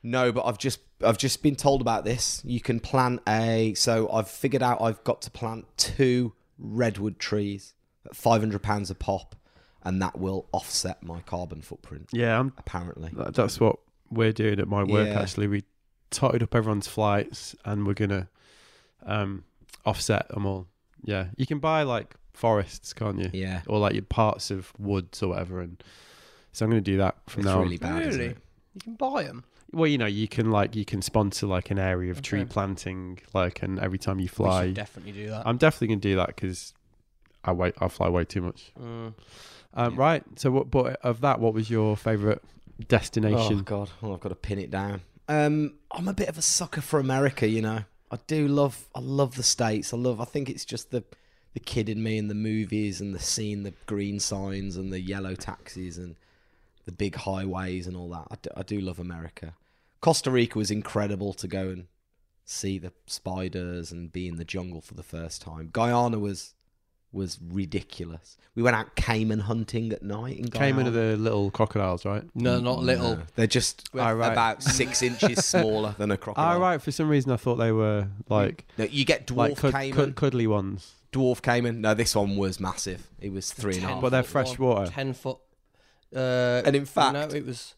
Speaker 3: No, but I've just I've just been told about this. You can plant a so I've figured out I've got to plant two redwood trees at five hundred pounds a pop, and that will offset my carbon footprint.
Speaker 1: Yeah, I'm,
Speaker 3: Apparently,
Speaker 1: that- that's what we're doing at my work,
Speaker 3: Yeah.
Speaker 1: actually. We totted up everyone's flights and we're going to um, offset them all. Yeah, you can buy like forests, can't you?
Speaker 3: yeah,
Speaker 1: Or like your parts of woods or whatever. And so I'm going to do that from
Speaker 3: it's
Speaker 1: now on.
Speaker 3: really bad. Isn't
Speaker 2: Really?
Speaker 3: it?
Speaker 2: You can buy them.
Speaker 1: Well, you know, you can like you can sponsor like an area of tree
Speaker 2: Okay.
Speaker 1: planting, like, and every time you
Speaker 2: We
Speaker 1: fly,
Speaker 2: should definitely do that.
Speaker 1: I'm definitely gonna do that because I wait, I fly way too much.
Speaker 2: Mm.
Speaker 1: Um,
Speaker 3: Yeah.
Speaker 1: Right. So, what? But of that, what was your favorite
Speaker 3: Oh
Speaker 1: destination?
Speaker 3: god, oh, I've got to pin it down. Um, I'm a bit of a sucker for America, you know. I do love, I love the states. I love. I think it's just the the kid in me and the movies and the seeing the green signs and the yellow taxis and the big highways and all that. I do, I do love America. Costa Rica was incredible to go and see the spiders and be in the jungle for the first time. Guyana was was ridiculous. We went out caiman hunting at night in Guyana.
Speaker 1: Came into the little crocodiles, right?
Speaker 2: No, not little.
Speaker 3: Oh, No, They're just
Speaker 1: Oh, right.
Speaker 3: about six inches smaller than a crocodile.
Speaker 1: Ah, right. For some reason, I thought they were like
Speaker 3: No, you get dwarf
Speaker 1: like cud-
Speaker 3: caiman.
Speaker 1: cud- cuddly ones,
Speaker 3: Dwarf caiman. No, this one was massive. It was three and a
Speaker 2: Ten
Speaker 3: half.
Speaker 1: but they're
Speaker 2: foot one,
Speaker 1: freshwater.
Speaker 2: Ten foot. Uh,
Speaker 3: And in fact-
Speaker 2: no, it was.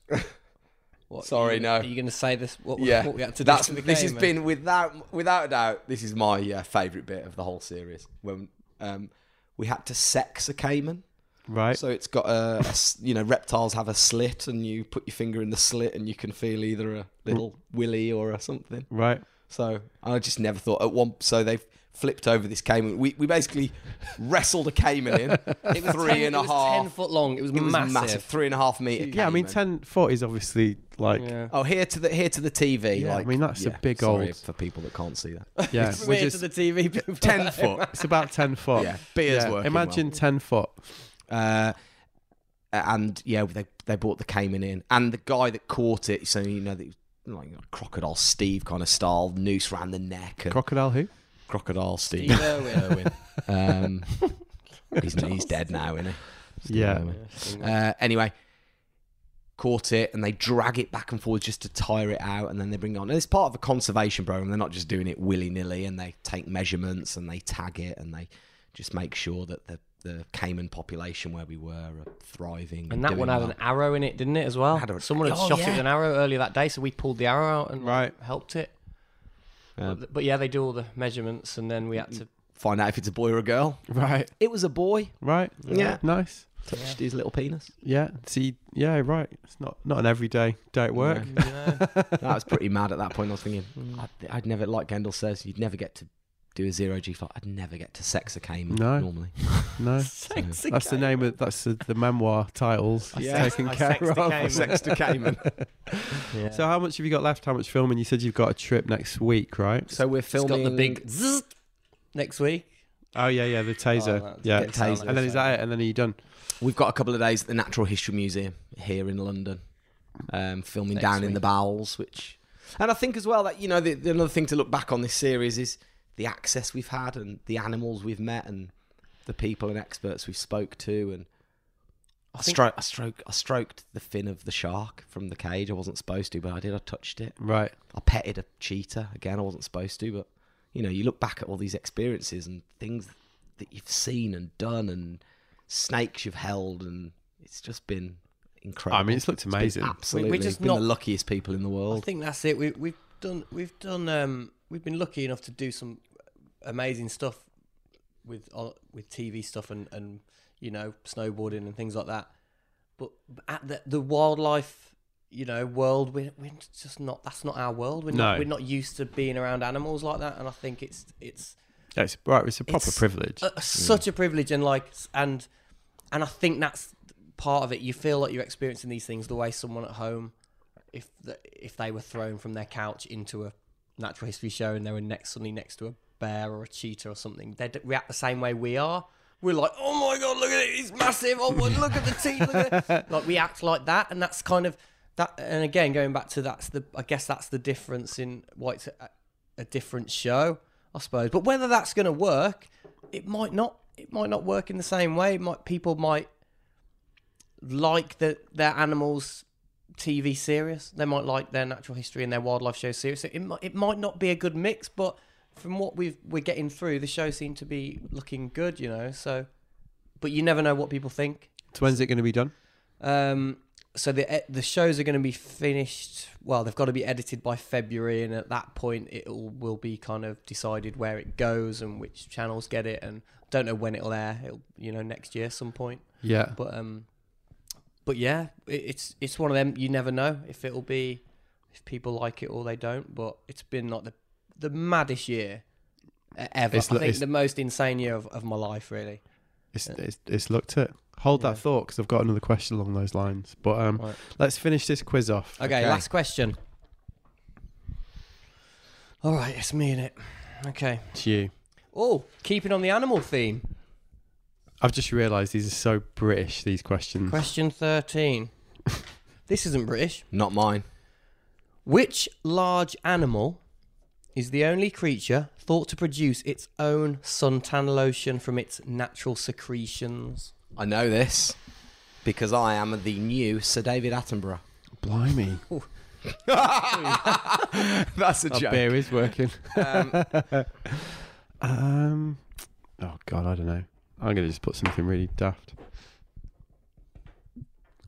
Speaker 2: What,
Speaker 3: Sorry,
Speaker 2: you,
Speaker 3: no.
Speaker 2: Are you going to say this? What,
Speaker 3: Yeah,
Speaker 2: what we had to
Speaker 3: that's
Speaker 2: do to the
Speaker 3: this has
Speaker 2: game?
Speaker 3: been without without a doubt. This is my uh, favourite bit of the whole series when um, we had to sex a caiman.
Speaker 1: right?
Speaker 3: So it's got a, a s- you know reptiles have a slit and you put your finger in the slit and you can feel either a
Speaker 2: Mm.
Speaker 3: little willy or a something.
Speaker 1: right.
Speaker 3: So I just never thought at one. So they've flipped over this caiman. We we basically wrestled a caiman in. It was three and
Speaker 2: it
Speaker 3: a
Speaker 2: was Ten
Speaker 3: half.
Speaker 2: foot long. It was,
Speaker 3: It was
Speaker 2: massive.
Speaker 3: massive. Three and a half meter.
Speaker 1: Yeah, I mean,
Speaker 3: caiman.
Speaker 1: ten foot is obviously like yeah.
Speaker 2: Yeah.
Speaker 3: Oh, here to the here to the TV.
Speaker 1: Yeah, I
Speaker 3: like,
Speaker 1: mean, that's a big
Speaker 3: sorry
Speaker 1: old-
Speaker 3: for people that can't see that.
Speaker 1: we're
Speaker 2: Weird
Speaker 1: just-
Speaker 2: to the TV people.
Speaker 3: Ten foot.
Speaker 1: it's about ten foot.
Speaker 3: Yeah, beer's working.
Speaker 1: Imagine
Speaker 3: well.
Speaker 1: ten foot.
Speaker 3: Uh, and yeah, they they brought the caiman in, and the guy that caught it. So you know, the, like crocodile Steve kind of style, noose round the neck, and
Speaker 1: Crocodile who?
Speaker 3: crocodile Steve.
Speaker 2: Steve Irwin.
Speaker 3: Irwin. Um, he's, he's dead now, isn't he? Steve
Speaker 1: Yeah.
Speaker 3: Irwin.
Speaker 2: Yeah.
Speaker 3: Uh, anyway, caught it and they drag it back and forth just to tire it out, and then they bring it on. And it's part of a conservation program. They're not just doing it willy nilly, and they take measurements and they tag it and they just make sure that the the caiman population where we were are thriving.
Speaker 2: And that
Speaker 3: doing
Speaker 2: one had
Speaker 3: well.
Speaker 2: an arrow in it, didn't it, as well?
Speaker 3: Had a-
Speaker 2: Someone had
Speaker 3: Oh,
Speaker 2: shot it
Speaker 3: yeah.
Speaker 2: with an arrow earlier that day, so we pulled the arrow out and
Speaker 1: Right.
Speaker 2: helped it.
Speaker 3: Yeah.
Speaker 2: But, but yeah, they do all the measurements, and then we had to.
Speaker 3: Uh, Find out if it's a boy or a girl.
Speaker 1: Right.
Speaker 3: It was a boy.
Speaker 1: Right.
Speaker 3: Yeah.
Speaker 1: Nice.
Speaker 3: Touched his little penis.
Speaker 1: Yeah. See. Yeah. Right. It's not not an everyday day at work.
Speaker 2: you know,
Speaker 3: I was pretty mad at that point. I was thinking, I'd, I'd never, like Gendel says, you'd never get to do a zero G flight. I'd never get to sex a caiman
Speaker 1: No.
Speaker 3: normally.
Speaker 1: No.
Speaker 2: sexy
Speaker 1: That's the
Speaker 2: game.
Speaker 1: name of that's the, the memoir titles.
Speaker 2: I
Speaker 1: Yeah.
Speaker 2: sexed-
Speaker 1: Taken
Speaker 2: I
Speaker 1: care
Speaker 2: sexed the
Speaker 1: of.
Speaker 2: caiman.
Speaker 3: Sex to caiman.
Speaker 2: Yeah.
Speaker 1: So how much have you got left? How much filming? You said you've got a trip next week, right?
Speaker 3: So we're
Speaker 2: It's
Speaker 3: filming.
Speaker 2: got the big zzz next week.
Speaker 1: Oh yeah, yeah, the taser.
Speaker 2: Oh, that's-
Speaker 1: yeah,
Speaker 2: get
Speaker 3: tasered.
Speaker 1: and then is that it? And then are you done?
Speaker 3: We've got a couple of days at the Natural History Museum here in London, um, filming
Speaker 2: Next
Speaker 3: down in
Speaker 2: week.
Speaker 3: the bowels, which, and I think as well that you know the, the, another thing to look back on this series is the access we've had and the animals we've met and the people and experts we've spoke to and. I,
Speaker 2: think-
Speaker 3: stro- I stroke, I stroked the fin of the shark from the cage. I wasn't supposed to, but I did. I touched it.
Speaker 1: Right.
Speaker 3: I petted a cheetah again. I wasn't supposed to, but you know, you look back at all these experiences and things that you've seen and done, and snakes you've held, and it's just been incredible.
Speaker 1: I mean, it's looked
Speaker 3: been
Speaker 1: amazing.
Speaker 3: absolutely,
Speaker 2: We're just
Speaker 3: been
Speaker 2: not-
Speaker 3: the luckiest people in the
Speaker 2: I
Speaker 3: world.
Speaker 2: think that's it. We, we've done. We've done. Um, we've been lucky enough to do some amazing stuff with on with TV stuff and and you know snowboarding and things like that. But at the the wildlife, you know, world, we're we're just not. That's not our world. We're
Speaker 1: No.
Speaker 2: not. We're not used to being around animals like that. And I think it's it's
Speaker 1: Yeah, it's right. It's a proper
Speaker 2: It's-
Speaker 1: privilege.
Speaker 2: a, such a privilege and like s- and and I think that's part of it. You feel like you're experiencing these things the way someone at home, if the, if they were thrown from their couch into a natural history show and they were next suddenly next to a bear or a cheetah or something, they'd react the same way we are. We're like, oh my god, look at it, it's massive. Oh, my- look at the teeth. Look at it. Like we act like that, and that's kind of that. And again, going back to that's the, I guess that's the difference in why it's a, a different show, I suppose. But whether that's going to work, it might not. It might not work in the same way. It might people might like the, their animals TV series. They might like their natural history and their wildlife show series. So it might, it might not be a good mix, but from what we've we're getting through, the show seemed to be looking good, you know. So, but you never know what people think.
Speaker 1: So when's it going to be done?
Speaker 2: Um, so the the shows are going to be finished. Well, they've got to be edited by February, and at that point, it all will be kind of decided where it goes and which channels get it. And don't know when it'll air. It'll you know next year some point.
Speaker 1: Yeah.
Speaker 2: But um, but yeah, it, it's it's one of them. You never know if it'll be if people like it or they don't. But it's been like the the maddest year e- ever.
Speaker 1: It's
Speaker 2: I
Speaker 1: li-
Speaker 2: think
Speaker 1: it's-
Speaker 2: the most insane year of, of my life, really.
Speaker 1: It's it's, it's looked at. Hold
Speaker 2: Yeah.
Speaker 1: that thought because I've got another question along those lines. But um,
Speaker 2: Right.
Speaker 1: let's finish this quiz off.
Speaker 2: Okay, last question. All right, it's me in it. Okay.
Speaker 1: It's you.
Speaker 2: Oh, keeping on the animal theme.
Speaker 1: I've just realised these are so British. These questions.
Speaker 2: Question 13. this isn't British.
Speaker 3: Not mine.
Speaker 2: Which large animal is the only creature thought to produce its own suntan lotion from its natural secretions?
Speaker 3: I know this because I am the new Sir David Attenborough.
Speaker 1: Blimey,
Speaker 3: That's a
Speaker 1: our
Speaker 3: joke.
Speaker 1: beer is working. Um, oh God, I don't know. I'm gonna just put something really daft.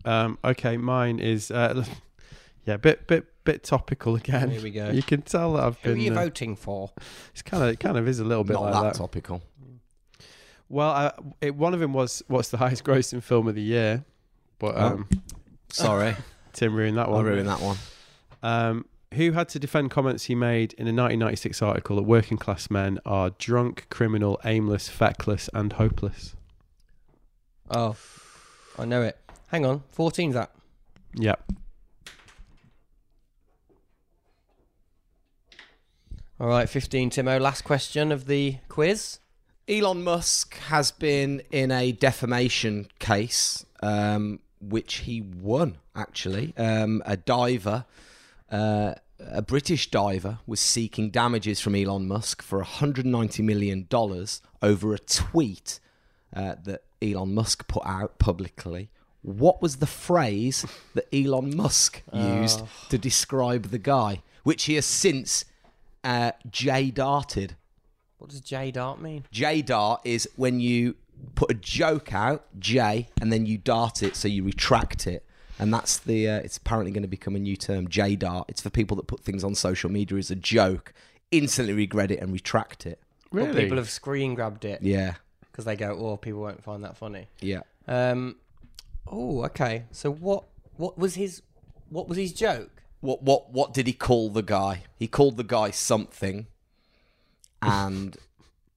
Speaker 1: Um, okay, mine is uh, yeah, bit bit bit topical again.
Speaker 2: Here we go.
Speaker 1: You can tell that I've
Speaker 2: Who are you
Speaker 1: been. uh,
Speaker 2: voting for?
Speaker 1: it's kind of it kind of is a little bit
Speaker 3: Not
Speaker 1: like
Speaker 3: that,
Speaker 1: that.
Speaker 3: topical.
Speaker 1: Well, I, it, one of them was what's the highest grossing film of the year, but
Speaker 3: Oh.
Speaker 1: um,
Speaker 3: Sorry,
Speaker 1: Tim ruined that
Speaker 3: I'll
Speaker 1: one.
Speaker 3: ruin that one.
Speaker 1: Um, who had to defend comments he made in a 1996 article that working class men are drunk, criminal, aimless, feckless, and hopeless?
Speaker 2: Oh, I know it. Hang on. 14's that.
Speaker 1: Yeah,
Speaker 2: All right, 15, Timo. Last question of the quiz.
Speaker 3: Elon Musk has been in a defamation case, um, which he won, actually. Um, a diver, uh, a British diver, was seeking damages from Elon Musk for $190 million over a tweet uh, that Elon Musk put out publicly. What was the phrase that Elon Musk used to describe the guy, which he has since uh, J darted?
Speaker 2: What does J Dart mean?
Speaker 3: J dart is when you put a joke out, J, and then you dart it, so you retract it. And that's the, uh, it's apparently going to become a new term, J dart. It's for people that put things on social media as a joke, instantly regret it and retract it.
Speaker 2: Well,
Speaker 1: really.
Speaker 2: people have screen grabbed it
Speaker 3: Yeah.
Speaker 2: because they go, "Oh, people won't find that funny."
Speaker 3: Yeah.
Speaker 2: Um, oh, okay. So what? What was his? What was his joke?
Speaker 3: What, what, what did he call the guy? He called the guy something. And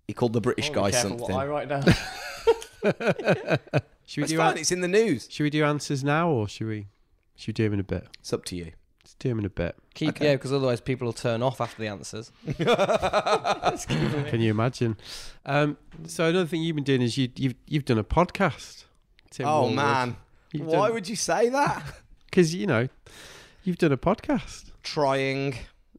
Speaker 3: he called the
Speaker 2: Oh,
Speaker 3: British guy something.
Speaker 2: write down.
Speaker 1: should we
Speaker 3: It's
Speaker 1: do?
Speaker 3: fine,
Speaker 1: an-
Speaker 3: it's in the news.
Speaker 1: should we do answers now, or should we? Should we do them in a bit?
Speaker 3: It's up to you.
Speaker 1: Just do them in a bit.
Speaker 2: Keep yeah, because otherwise people will turn off after the answers.
Speaker 1: Can you imagine? Um, so another thing you've been doing is you, you've you've done a podcast. Tim
Speaker 3: Oh man,
Speaker 4: Why would you say that?
Speaker 1: Because you know, you've done a podcast.
Speaker 3: trying.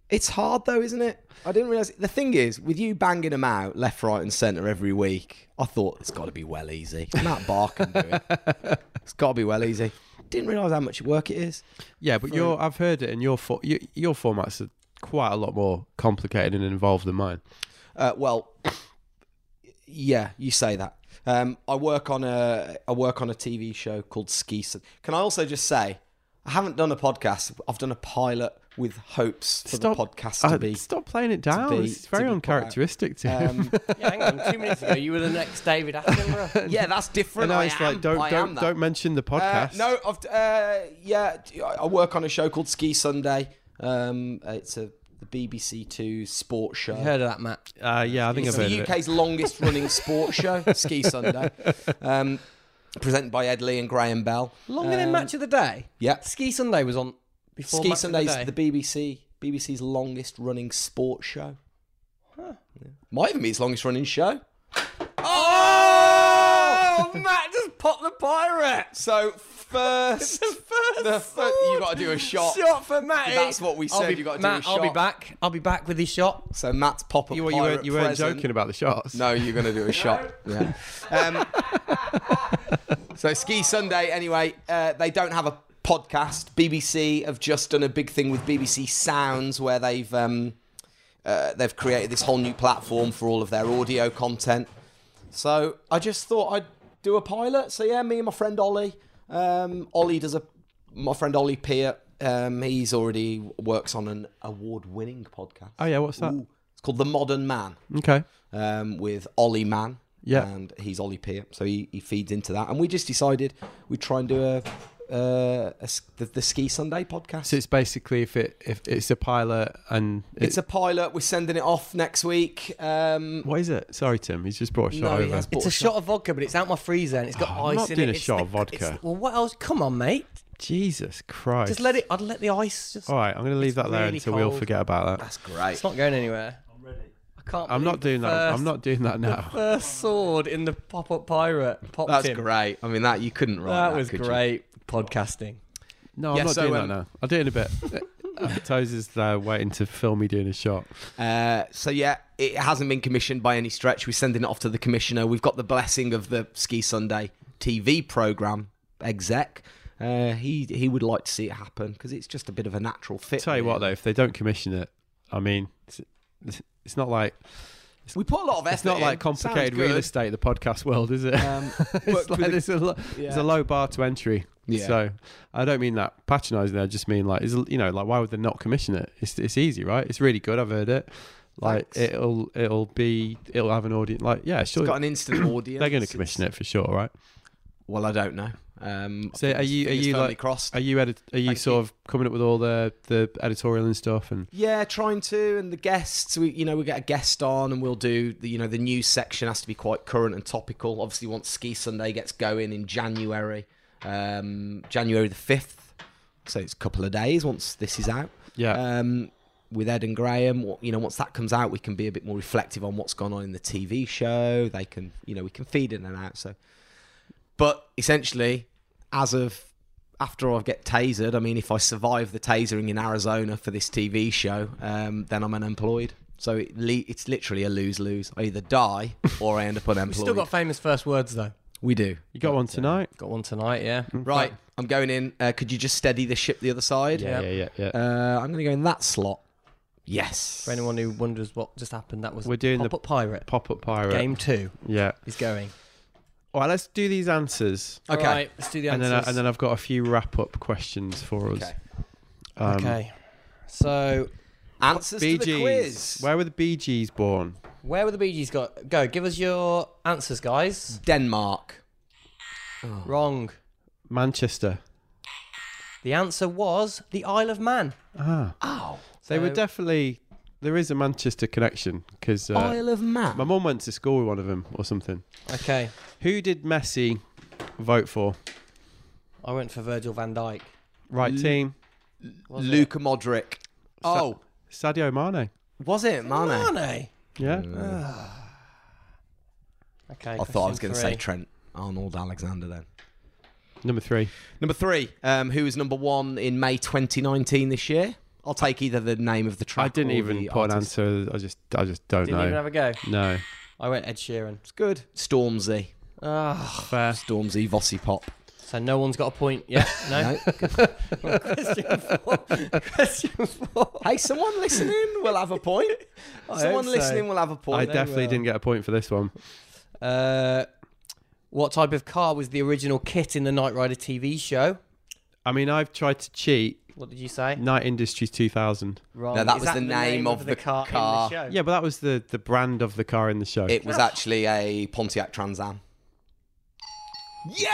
Speaker 3: It's hard though, isn't it? I didn't realize. The thing is, with you banging them out left, right, and centre every week, I thought it's got to be well easy. Matt Barr can do it. it's got to be well easy. Didn't realize how much work it is.
Speaker 1: Yeah, but your I've heard it, and your for, your, your formats are quite a lot more complicated and involved than mine.
Speaker 3: Uh, well, yeah, you say that. Um, I work on a I work on a TV show called Ski. Sen- Can I also just say I haven't done a podcast. I've done a pilot with hopes for the podcast to
Speaker 1: uh,
Speaker 3: be.
Speaker 1: stop playing it down.
Speaker 3: be-
Speaker 1: it's
Speaker 3: to
Speaker 1: very
Speaker 3: be put out.
Speaker 1: uncharacteristic to him.
Speaker 3: Um,
Speaker 2: Yeah, hang on. Two minutes ago, you were the next David Attenborough.
Speaker 3: yeah, that's different.
Speaker 1: and now
Speaker 3: I
Speaker 1: it's
Speaker 3: am-
Speaker 1: like, don't
Speaker 3: I am
Speaker 1: don't
Speaker 3: that.
Speaker 1: don't mention the
Speaker 3: Uh,
Speaker 1: podcast.
Speaker 3: no, I've, uh, yeah, I I work on a show called Ski Sunday. Um, it's a the BBC Two sports show.
Speaker 2: You heard of that, Matt?
Speaker 1: uh, yeah, I think I've
Speaker 3: It's
Speaker 1: heard
Speaker 3: the
Speaker 1: of it.
Speaker 3: UK's longest running sports show, Ski Sunday, um, presented by Ed Lee and Graham Bell.
Speaker 2: Longer than
Speaker 3: Um,
Speaker 2: Match of the Day.
Speaker 3: Yeah,
Speaker 2: Ski Sunday was on before
Speaker 3: Ski
Speaker 2: Match
Speaker 3: Sunday's
Speaker 2: of the Day.
Speaker 3: the BBC BBC's longest running sports show. Yeah. Might even be its longest running show.
Speaker 2: Oh, Matt just popped the pirate.
Speaker 3: So first,
Speaker 2: first
Speaker 3: the fir- you got to do a shot.
Speaker 2: Shot for Matty.
Speaker 3: That's what we
Speaker 2: I'll
Speaker 3: said.
Speaker 2: be-
Speaker 3: you got to
Speaker 2: Matt,
Speaker 3: do a shot.
Speaker 2: I'll be back. I'll be back with his shot.
Speaker 3: So Matt's pop up.
Speaker 1: You, you weren't, you weren't joking about the shots.
Speaker 3: No, you're going to do a shot. Yeah. Um, so Ski Sunday, anyway, uh, they don't have a podcast. BBC have just done a big thing with BBC Sounds where they've um, uh, they've created this whole new platform for all of their audio content. So I just thought I'd do a pilot. So yeah, me and my friend Ollie. Um, Ollie does a my friend Ollie Peer. Um, he's already works on an award-winning podcast.
Speaker 1: Oh yeah, what's that?
Speaker 3: Ooh, it's called The Modern Man
Speaker 1: Okay.
Speaker 3: um, with Ollie Mann.
Speaker 1: Yeah.
Speaker 3: And he's Ollie Peer, so he, he feeds into that. And we just decided we'd try and do a, uh, a s- the, the Ski Sunday podcast.
Speaker 1: So it's basically if it if it's a pilot and
Speaker 3: it's a pilot. We're sending it off next week. Um,
Speaker 1: what is it? Sorry, Tim. He's just brought a shot
Speaker 3: no, he
Speaker 1: over.
Speaker 3: has bought
Speaker 2: It's a shot of vodka, but it's out my freezer and it's got
Speaker 1: Oh, I'm
Speaker 2: ice
Speaker 1: not
Speaker 2: in
Speaker 1: doing
Speaker 2: it.
Speaker 1: a
Speaker 2: It's
Speaker 1: shot
Speaker 2: the-
Speaker 1: of vodka.
Speaker 2: it's- Well, what else? Come on, mate.
Speaker 1: Jesus Christ.
Speaker 2: Just let it. I'd let the ice just.
Speaker 1: All right, I'm going to leave
Speaker 2: It's
Speaker 1: that there
Speaker 2: really
Speaker 1: until we all
Speaker 2: cold.
Speaker 1: forget about that.
Speaker 3: That's great.
Speaker 2: It's not going anywhere. I'm ready. I can't.
Speaker 1: I'm not
Speaker 2: believe the
Speaker 1: doing that. I'm
Speaker 2: first-
Speaker 1: not doing that now.
Speaker 2: First sword in the pop-up pirate. Popped
Speaker 3: That's
Speaker 2: him.
Speaker 3: great. I mean, that you couldn't write.
Speaker 2: That was
Speaker 3: could you?
Speaker 2: great podcasting.
Speaker 1: No, I'm
Speaker 3: Yeah,
Speaker 1: not
Speaker 3: so,
Speaker 1: doing
Speaker 3: um,
Speaker 1: that now. I'll do it in a bit. Toes is there waiting to film me doing a shot.
Speaker 3: Uh, so yeah, it hasn't been commissioned by any stretch. We're sending it off to the commissioner. We've got the blessing of the Ski Sunday TV program exec. Uh, he he would like to see it happen because it's just a bit of a natural fit.
Speaker 1: Tell you what, though, if they don't commission it, I mean, it's, it's- it's not like
Speaker 3: we put a lot of effort.
Speaker 1: it's not like complicated real estate. The podcast world, is it?
Speaker 2: Um,
Speaker 1: it's
Speaker 3: worked
Speaker 1: like
Speaker 3: with a-
Speaker 1: there's, a lo- there's a low bar to entry.
Speaker 3: Yeah.
Speaker 1: So I don't mean that patronising. I just mean like, is you know, like why would they not commission it? It's it's easy, right? It's really good. I've heard it. Like
Speaker 3: Thanks.
Speaker 1: it'll it'll be it'll have an audience. Like yeah,
Speaker 3: It's
Speaker 1: sure.
Speaker 3: got an instant audience.
Speaker 1: They're going to commission it for sure, right?
Speaker 3: Well, I don't know. Um,
Speaker 1: So are you- are you, like-
Speaker 3: crossed?
Speaker 1: Are you edit- are you
Speaker 3: Thank
Speaker 1: sort
Speaker 3: you.
Speaker 1: of coming up with all the the editorial and stuff and
Speaker 3: yeah, trying to, and the guests. We, you know, we get a guest on, and we'll do. The, you know, the news section has to be quite current and topical. Obviously, once Ski Sunday gets going in January, um, January the fifth, so it's a couple of days once this is out.
Speaker 1: yeah?
Speaker 3: um, with Ed and Graham. what- You know, once that comes out, we can be a bit more reflective on what's gone on in the TV show. They can, you know, we can feed in and out. So, but essentially, as of after I get tasered, I mean, if I survive the tasering in Arizona for this TV show, um, then I'm unemployed. So it le- it's literally a lose lose. I either die or I end up
Speaker 2: We've
Speaker 3: unemployed.
Speaker 2: still got famous first words though.
Speaker 3: we do.
Speaker 1: you got one tonight,
Speaker 2: Got one tonight, yeah.
Speaker 3: Right. I'm going in. Uh, could you just steady the ship the other side?
Speaker 1: yeah, yeah, yeah, yeah.
Speaker 3: Uh, I'm going to go in that slot. Yes.
Speaker 2: For anyone who wonders what just happened, that was
Speaker 1: We're doing the-
Speaker 2: pop-up pirate.
Speaker 1: Pop up pirate.
Speaker 2: Game two
Speaker 1: Yeah.
Speaker 2: is going.
Speaker 1: All right, let's do these answers,
Speaker 3: Okay.
Speaker 2: All right, let's do the
Speaker 1: and
Speaker 2: answers.
Speaker 1: then I, and then I've got a few wrap up questions for us.
Speaker 3: Okay.
Speaker 1: Um,
Speaker 2: okay. So
Speaker 3: Answers
Speaker 1: Bee
Speaker 3: to the
Speaker 1: Gees.
Speaker 3: quiz.
Speaker 1: Where were the Bee Gees born?
Speaker 2: where were the Bee Gees go? Go, give us your answers, guys.
Speaker 3: Denmark. Oh.
Speaker 2: Wrong.
Speaker 1: Manchester.
Speaker 2: The answer was the Isle of Man.
Speaker 1: Ah.
Speaker 3: Oh,
Speaker 1: They were
Speaker 2: So-
Speaker 1: definitely. There is a Manchester connection because
Speaker 2: Oh,
Speaker 1: uh,
Speaker 3: Isle of
Speaker 1: my
Speaker 3: Man.
Speaker 1: mum went to school with one of them or something.
Speaker 2: Okay.
Speaker 1: Who did Messi vote for?
Speaker 2: I went for Virgil van Dijk.
Speaker 1: Right team.
Speaker 3: Luka Modric. Oh,
Speaker 1: Sadio Mane.
Speaker 3: was it Mane?
Speaker 2: Mane.
Speaker 1: Yeah. Uh,
Speaker 2: Okay.
Speaker 3: I thought I was
Speaker 2: question
Speaker 3: going to say
Speaker 2: three.
Speaker 3: Trent Arnold Alexander then.
Speaker 1: Number three.
Speaker 3: Number three, um, who was number one in May 2019 this year? I'll take either the name of the track.
Speaker 1: I didn't
Speaker 3: or
Speaker 1: even
Speaker 3: the
Speaker 1: put an
Speaker 3: artist.
Speaker 1: answer. I just, I just don't
Speaker 2: Didn't
Speaker 1: know.
Speaker 2: even have a go.
Speaker 1: no.
Speaker 2: I went Ed Sheeran.
Speaker 3: It's good. Stormzy.
Speaker 2: Ah,
Speaker 1: Fair.
Speaker 3: Stormzy Vossy Pop.
Speaker 2: so no one's got a point. Yeah. No.
Speaker 3: No.
Speaker 2: question four. question four.
Speaker 3: hey, someone listening will have a point.
Speaker 2: I
Speaker 3: Someone
Speaker 2: hope so.
Speaker 3: listening will have a
Speaker 1: I
Speaker 3: point.
Speaker 1: definitely
Speaker 2: well.
Speaker 1: didn't get a point for this one.
Speaker 2: Uh, what type of car was the original kit in the Knight Rider TV show?
Speaker 1: I mean, I've tried to cheat.
Speaker 2: What did you say?
Speaker 1: Night Industries 2000.
Speaker 2: Wrong.
Speaker 3: No, that
Speaker 2: Is
Speaker 3: was the name of the
Speaker 2: in
Speaker 3: car.
Speaker 2: show?
Speaker 1: Yeah, but that was the the brand of the car in the show.
Speaker 3: It was actually a Pontiac Trans Am. Yeah!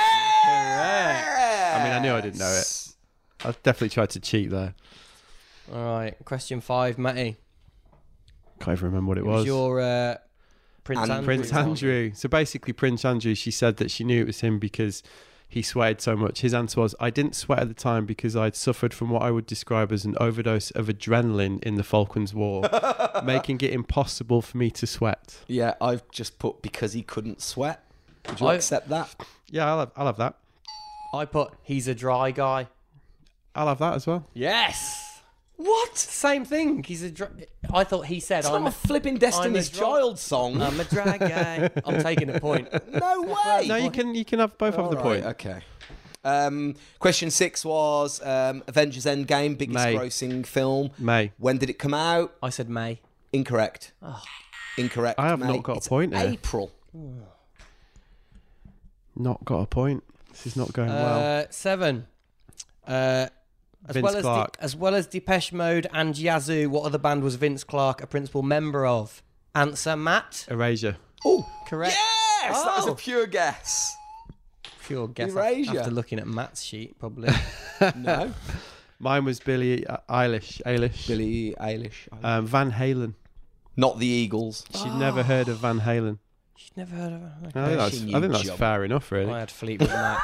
Speaker 1: I mean, I knew I didn't know it. I definitely tried to cheat there.
Speaker 2: All right. Question five, Matty.
Speaker 1: Can't even remember what it,
Speaker 2: It was, your uh, Prince
Speaker 3: And
Speaker 2: Andrew.
Speaker 1: Prince Andrew. So basically, Prince Andrew, she said that she knew it was him because he sweated so much. His answer was, I didn't sweat at the time because I'd suffered from what I would describe as an overdose of adrenaline in the Falklands War, making it impossible for me to sweat.
Speaker 3: Yeah, I've just put because he couldn't sweat. Would you
Speaker 2: I-
Speaker 3: accept that?
Speaker 1: Yeah, I'll have, I'll have that.
Speaker 2: I put he's a dry guy.
Speaker 1: I'll have that as well.
Speaker 2: Yes.
Speaker 3: What?
Speaker 2: Same thing. He's a. Dr- I thought he said
Speaker 3: I'm
Speaker 2: I'm.
Speaker 3: a
Speaker 2: A,
Speaker 3: flipping Destiny's
Speaker 2: drunk.
Speaker 3: Child song.
Speaker 2: I'm a dry guy. I'm taking a point.
Speaker 3: no way.
Speaker 1: No, you can you can have both have the
Speaker 3: All right,
Speaker 1: point.
Speaker 3: Okay. Um, question six was um, Avengers Endgame, biggest
Speaker 1: May.
Speaker 3: grossing film.
Speaker 1: May.
Speaker 3: When did it come out?
Speaker 2: I said May.
Speaker 3: Incorrect. Incorrect.
Speaker 1: I have
Speaker 3: mate.
Speaker 1: not got a
Speaker 3: It's
Speaker 1: point here.
Speaker 3: April.
Speaker 1: Not got a point. This is not going well.
Speaker 2: Uh, seven. Uh, as
Speaker 1: Vince
Speaker 2: well as De-
Speaker 1: Clarke.
Speaker 2: as well as Depeche Mode and Yazoo, what other band was Vince Clarke a principal member of? Answer Matt.
Speaker 1: Erasure.
Speaker 3: Oh,
Speaker 2: Correct.
Speaker 3: yes! That was a
Speaker 2: Oh.
Speaker 3: pure guess.
Speaker 2: Pure guess af-
Speaker 3: Erasure.
Speaker 2: after looking at Matt's sheet, probably.
Speaker 3: No.
Speaker 1: Mine was Billy uh, Eilish. Eilish.
Speaker 3: Billy Eilish.
Speaker 1: Um, Van Halen.
Speaker 3: Not the Eagles.
Speaker 1: She'd never
Speaker 3: Ah.
Speaker 1: heard of Van Halen.
Speaker 2: She'd never heard of her. Okay.
Speaker 1: I think that's,
Speaker 3: Smashing
Speaker 1: I think
Speaker 3: you,
Speaker 1: that's
Speaker 3: Job.
Speaker 1: fair enough, really.
Speaker 2: I had Fleetwood Mac.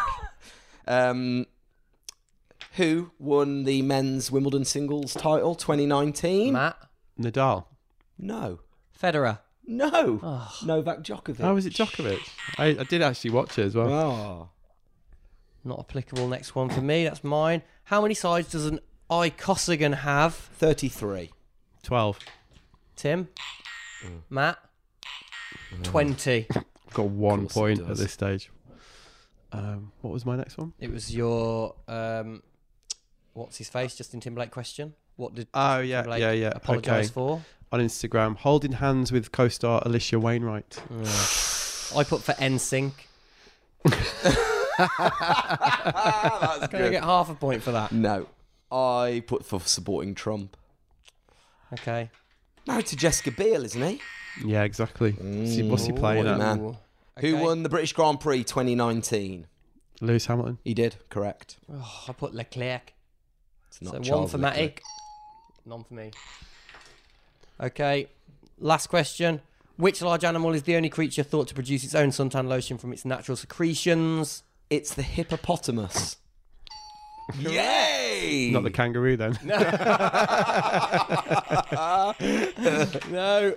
Speaker 3: Um, who won the men's Wimbledon singles title 2019?
Speaker 2: Matt.
Speaker 1: Nadal.
Speaker 3: No.
Speaker 2: Federer.
Speaker 3: No. Novak Djokovic.
Speaker 1: Oh, was it Djokovic? I, I did actually watch it as well.
Speaker 3: Oh.
Speaker 2: Not applicable. Next one for me. That's mine. How many sides does an icosahedron have?
Speaker 3: 33.
Speaker 1: 12.
Speaker 2: Tim. Matt. Twenty.
Speaker 1: Got one
Speaker 3: it
Speaker 1: point at
Speaker 3: does.
Speaker 1: this stage. Um, what was my next one?
Speaker 2: It was your um, what's his face? Justin Timberlake question. What did
Speaker 1: Oh, yeah,
Speaker 2: Timberlake
Speaker 1: yeah, yeah.
Speaker 2: apologize
Speaker 1: okay.
Speaker 2: for?
Speaker 1: On Instagram, holding hands with co star Alicia Wainwright.
Speaker 2: Mm. I put for NSYNC.
Speaker 3: That's
Speaker 2: Can I get half a point for that?
Speaker 3: No. I put for supporting Trump.
Speaker 2: Okay.
Speaker 3: Married to Jessica Biel, isn't he?
Speaker 1: Yeah, exactly. See, what's he playing
Speaker 3: Mm. Ooh,
Speaker 1: at?
Speaker 3: man.
Speaker 2: Ooh.
Speaker 3: Who
Speaker 2: Okay.
Speaker 3: won the British Grand Prix 2019?
Speaker 1: Lewis Hamilton.
Speaker 3: He did, correct.
Speaker 2: Oh, I put Leclerc.
Speaker 3: It's
Speaker 2: So one
Speaker 3: Charles
Speaker 2: for Matty,
Speaker 3: Leclerc.
Speaker 2: none for me. Okay, last question. Which large animal is the only creature thought to produce its own suntan lotion from its natural secretions?
Speaker 3: It's the hippopotamus. Yay!
Speaker 1: Not the kangaroo, then.
Speaker 2: No.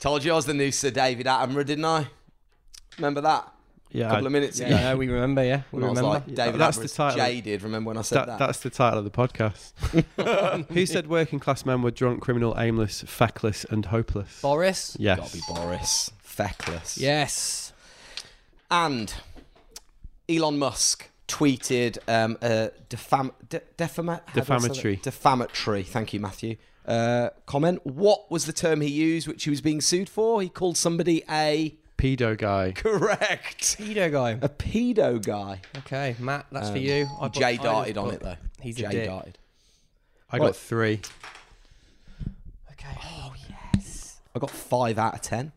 Speaker 3: Told you I was the new Sir David Attenborough, didn't I? Remember that?
Speaker 1: yeah.
Speaker 3: A couple of minutes ago.
Speaker 2: Yeah, no, we remember, yeah. We
Speaker 3: When I was
Speaker 2: remember.
Speaker 3: like, David
Speaker 1: That's the
Speaker 3: Attenborough's
Speaker 1: title.
Speaker 3: jaded. Remember when I said
Speaker 1: That,
Speaker 3: that?
Speaker 1: That's the title of the podcast. Who said working class men were drunk, criminal, aimless, feckless, and hopeless?
Speaker 2: Boris?
Speaker 1: yes.
Speaker 3: Gotta be Boris. Feckless.
Speaker 2: Yes.
Speaker 3: And Elon Musk tweeted um, a defam- de- defama- how do I say that?
Speaker 1: Defamatory.
Speaker 3: Defamatory. Thank you, Matthew. Uh, comment. What was the term he used, which he was being sued for? He called somebody a
Speaker 1: Pedo guy.
Speaker 3: correct,
Speaker 2: Pedo guy.
Speaker 3: a pedo guy.
Speaker 2: Okay, Matt, that's for you. I put- I
Speaker 3: Um, Jay
Speaker 2: just
Speaker 3: darted on
Speaker 2: put-
Speaker 3: it though.
Speaker 2: He's
Speaker 3: Jay
Speaker 2: a dick.
Speaker 3: darted.
Speaker 1: I
Speaker 3: Right.
Speaker 1: got three.
Speaker 2: Okay. Oh, yeah.
Speaker 3: I got five out of ten.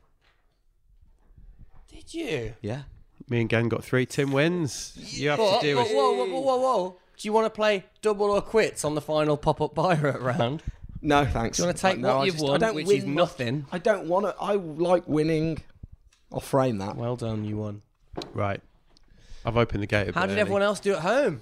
Speaker 2: Did you?
Speaker 3: Yeah.
Speaker 1: Me and Gang got three. Tim wins. You have to
Speaker 2: But,
Speaker 1: do
Speaker 2: whoa,
Speaker 1: it.
Speaker 2: whoa, whoa, whoa, whoa, whoa. Do you want to play double or quits on the final pop-up pirate round?
Speaker 3: No, thanks.
Speaker 2: Do you want to take
Speaker 3: No,
Speaker 2: what
Speaker 3: I
Speaker 2: you've
Speaker 3: just- I
Speaker 2: won,
Speaker 3: don't
Speaker 2: which
Speaker 3: win
Speaker 2: is
Speaker 3: much.
Speaker 2: nothing?
Speaker 3: I don't want to. I like winning. I'll frame that.
Speaker 2: Well done, you won.
Speaker 1: Right. I've opened the gate. A bit
Speaker 2: How did
Speaker 1: early.
Speaker 2: everyone else do at home?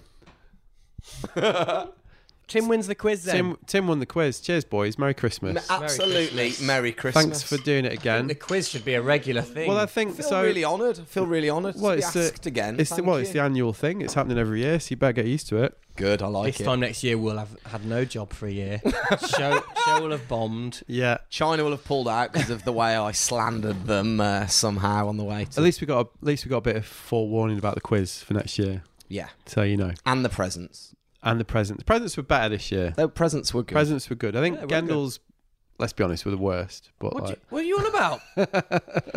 Speaker 2: Tim wins the quiz then.
Speaker 1: Tim, Tim won the quiz. Cheers, boys. Merry Christmas.
Speaker 3: Absolutely.
Speaker 2: Christmas.
Speaker 3: Merry Christmas.
Speaker 1: Thanks for doing it
Speaker 2: the
Speaker 1: again.
Speaker 2: quiz should be a regular thing.
Speaker 1: Well, I think
Speaker 4: I feel
Speaker 1: so.
Speaker 4: really honoured. I feel really honoured
Speaker 1: Well,
Speaker 4: to be
Speaker 1: it's the-
Speaker 4: asked again.
Speaker 1: it's the,
Speaker 4: Thank
Speaker 1: well,
Speaker 4: you.
Speaker 1: it's the annual thing. It's happening every year, so you better get used to it.
Speaker 3: Good. I like
Speaker 2: this time next year we'll have had no job for a year. show, show will have bombed.
Speaker 1: Yeah.
Speaker 3: China will have pulled out because of the way I slandered them uh, somehow on the way. To,
Speaker 1: At least we got a, at least we got a bit of forewarning about the quiz for next year,
Speaker 3: yeah,
Speaker 1: so you know.
Speaker 3: and the presents.
Speaker 1: And the presents. The presents were better this year.
Speaker 3: The presents were good.
Speaker 1: Presents were good. I think
Speaker 2: Yeah, they were good.
Speaker 1: Gendals, let's be honest, were the worst. But
Speaker 2: What,
Speaker 1: like,
Speaker 2: you, what are you on about?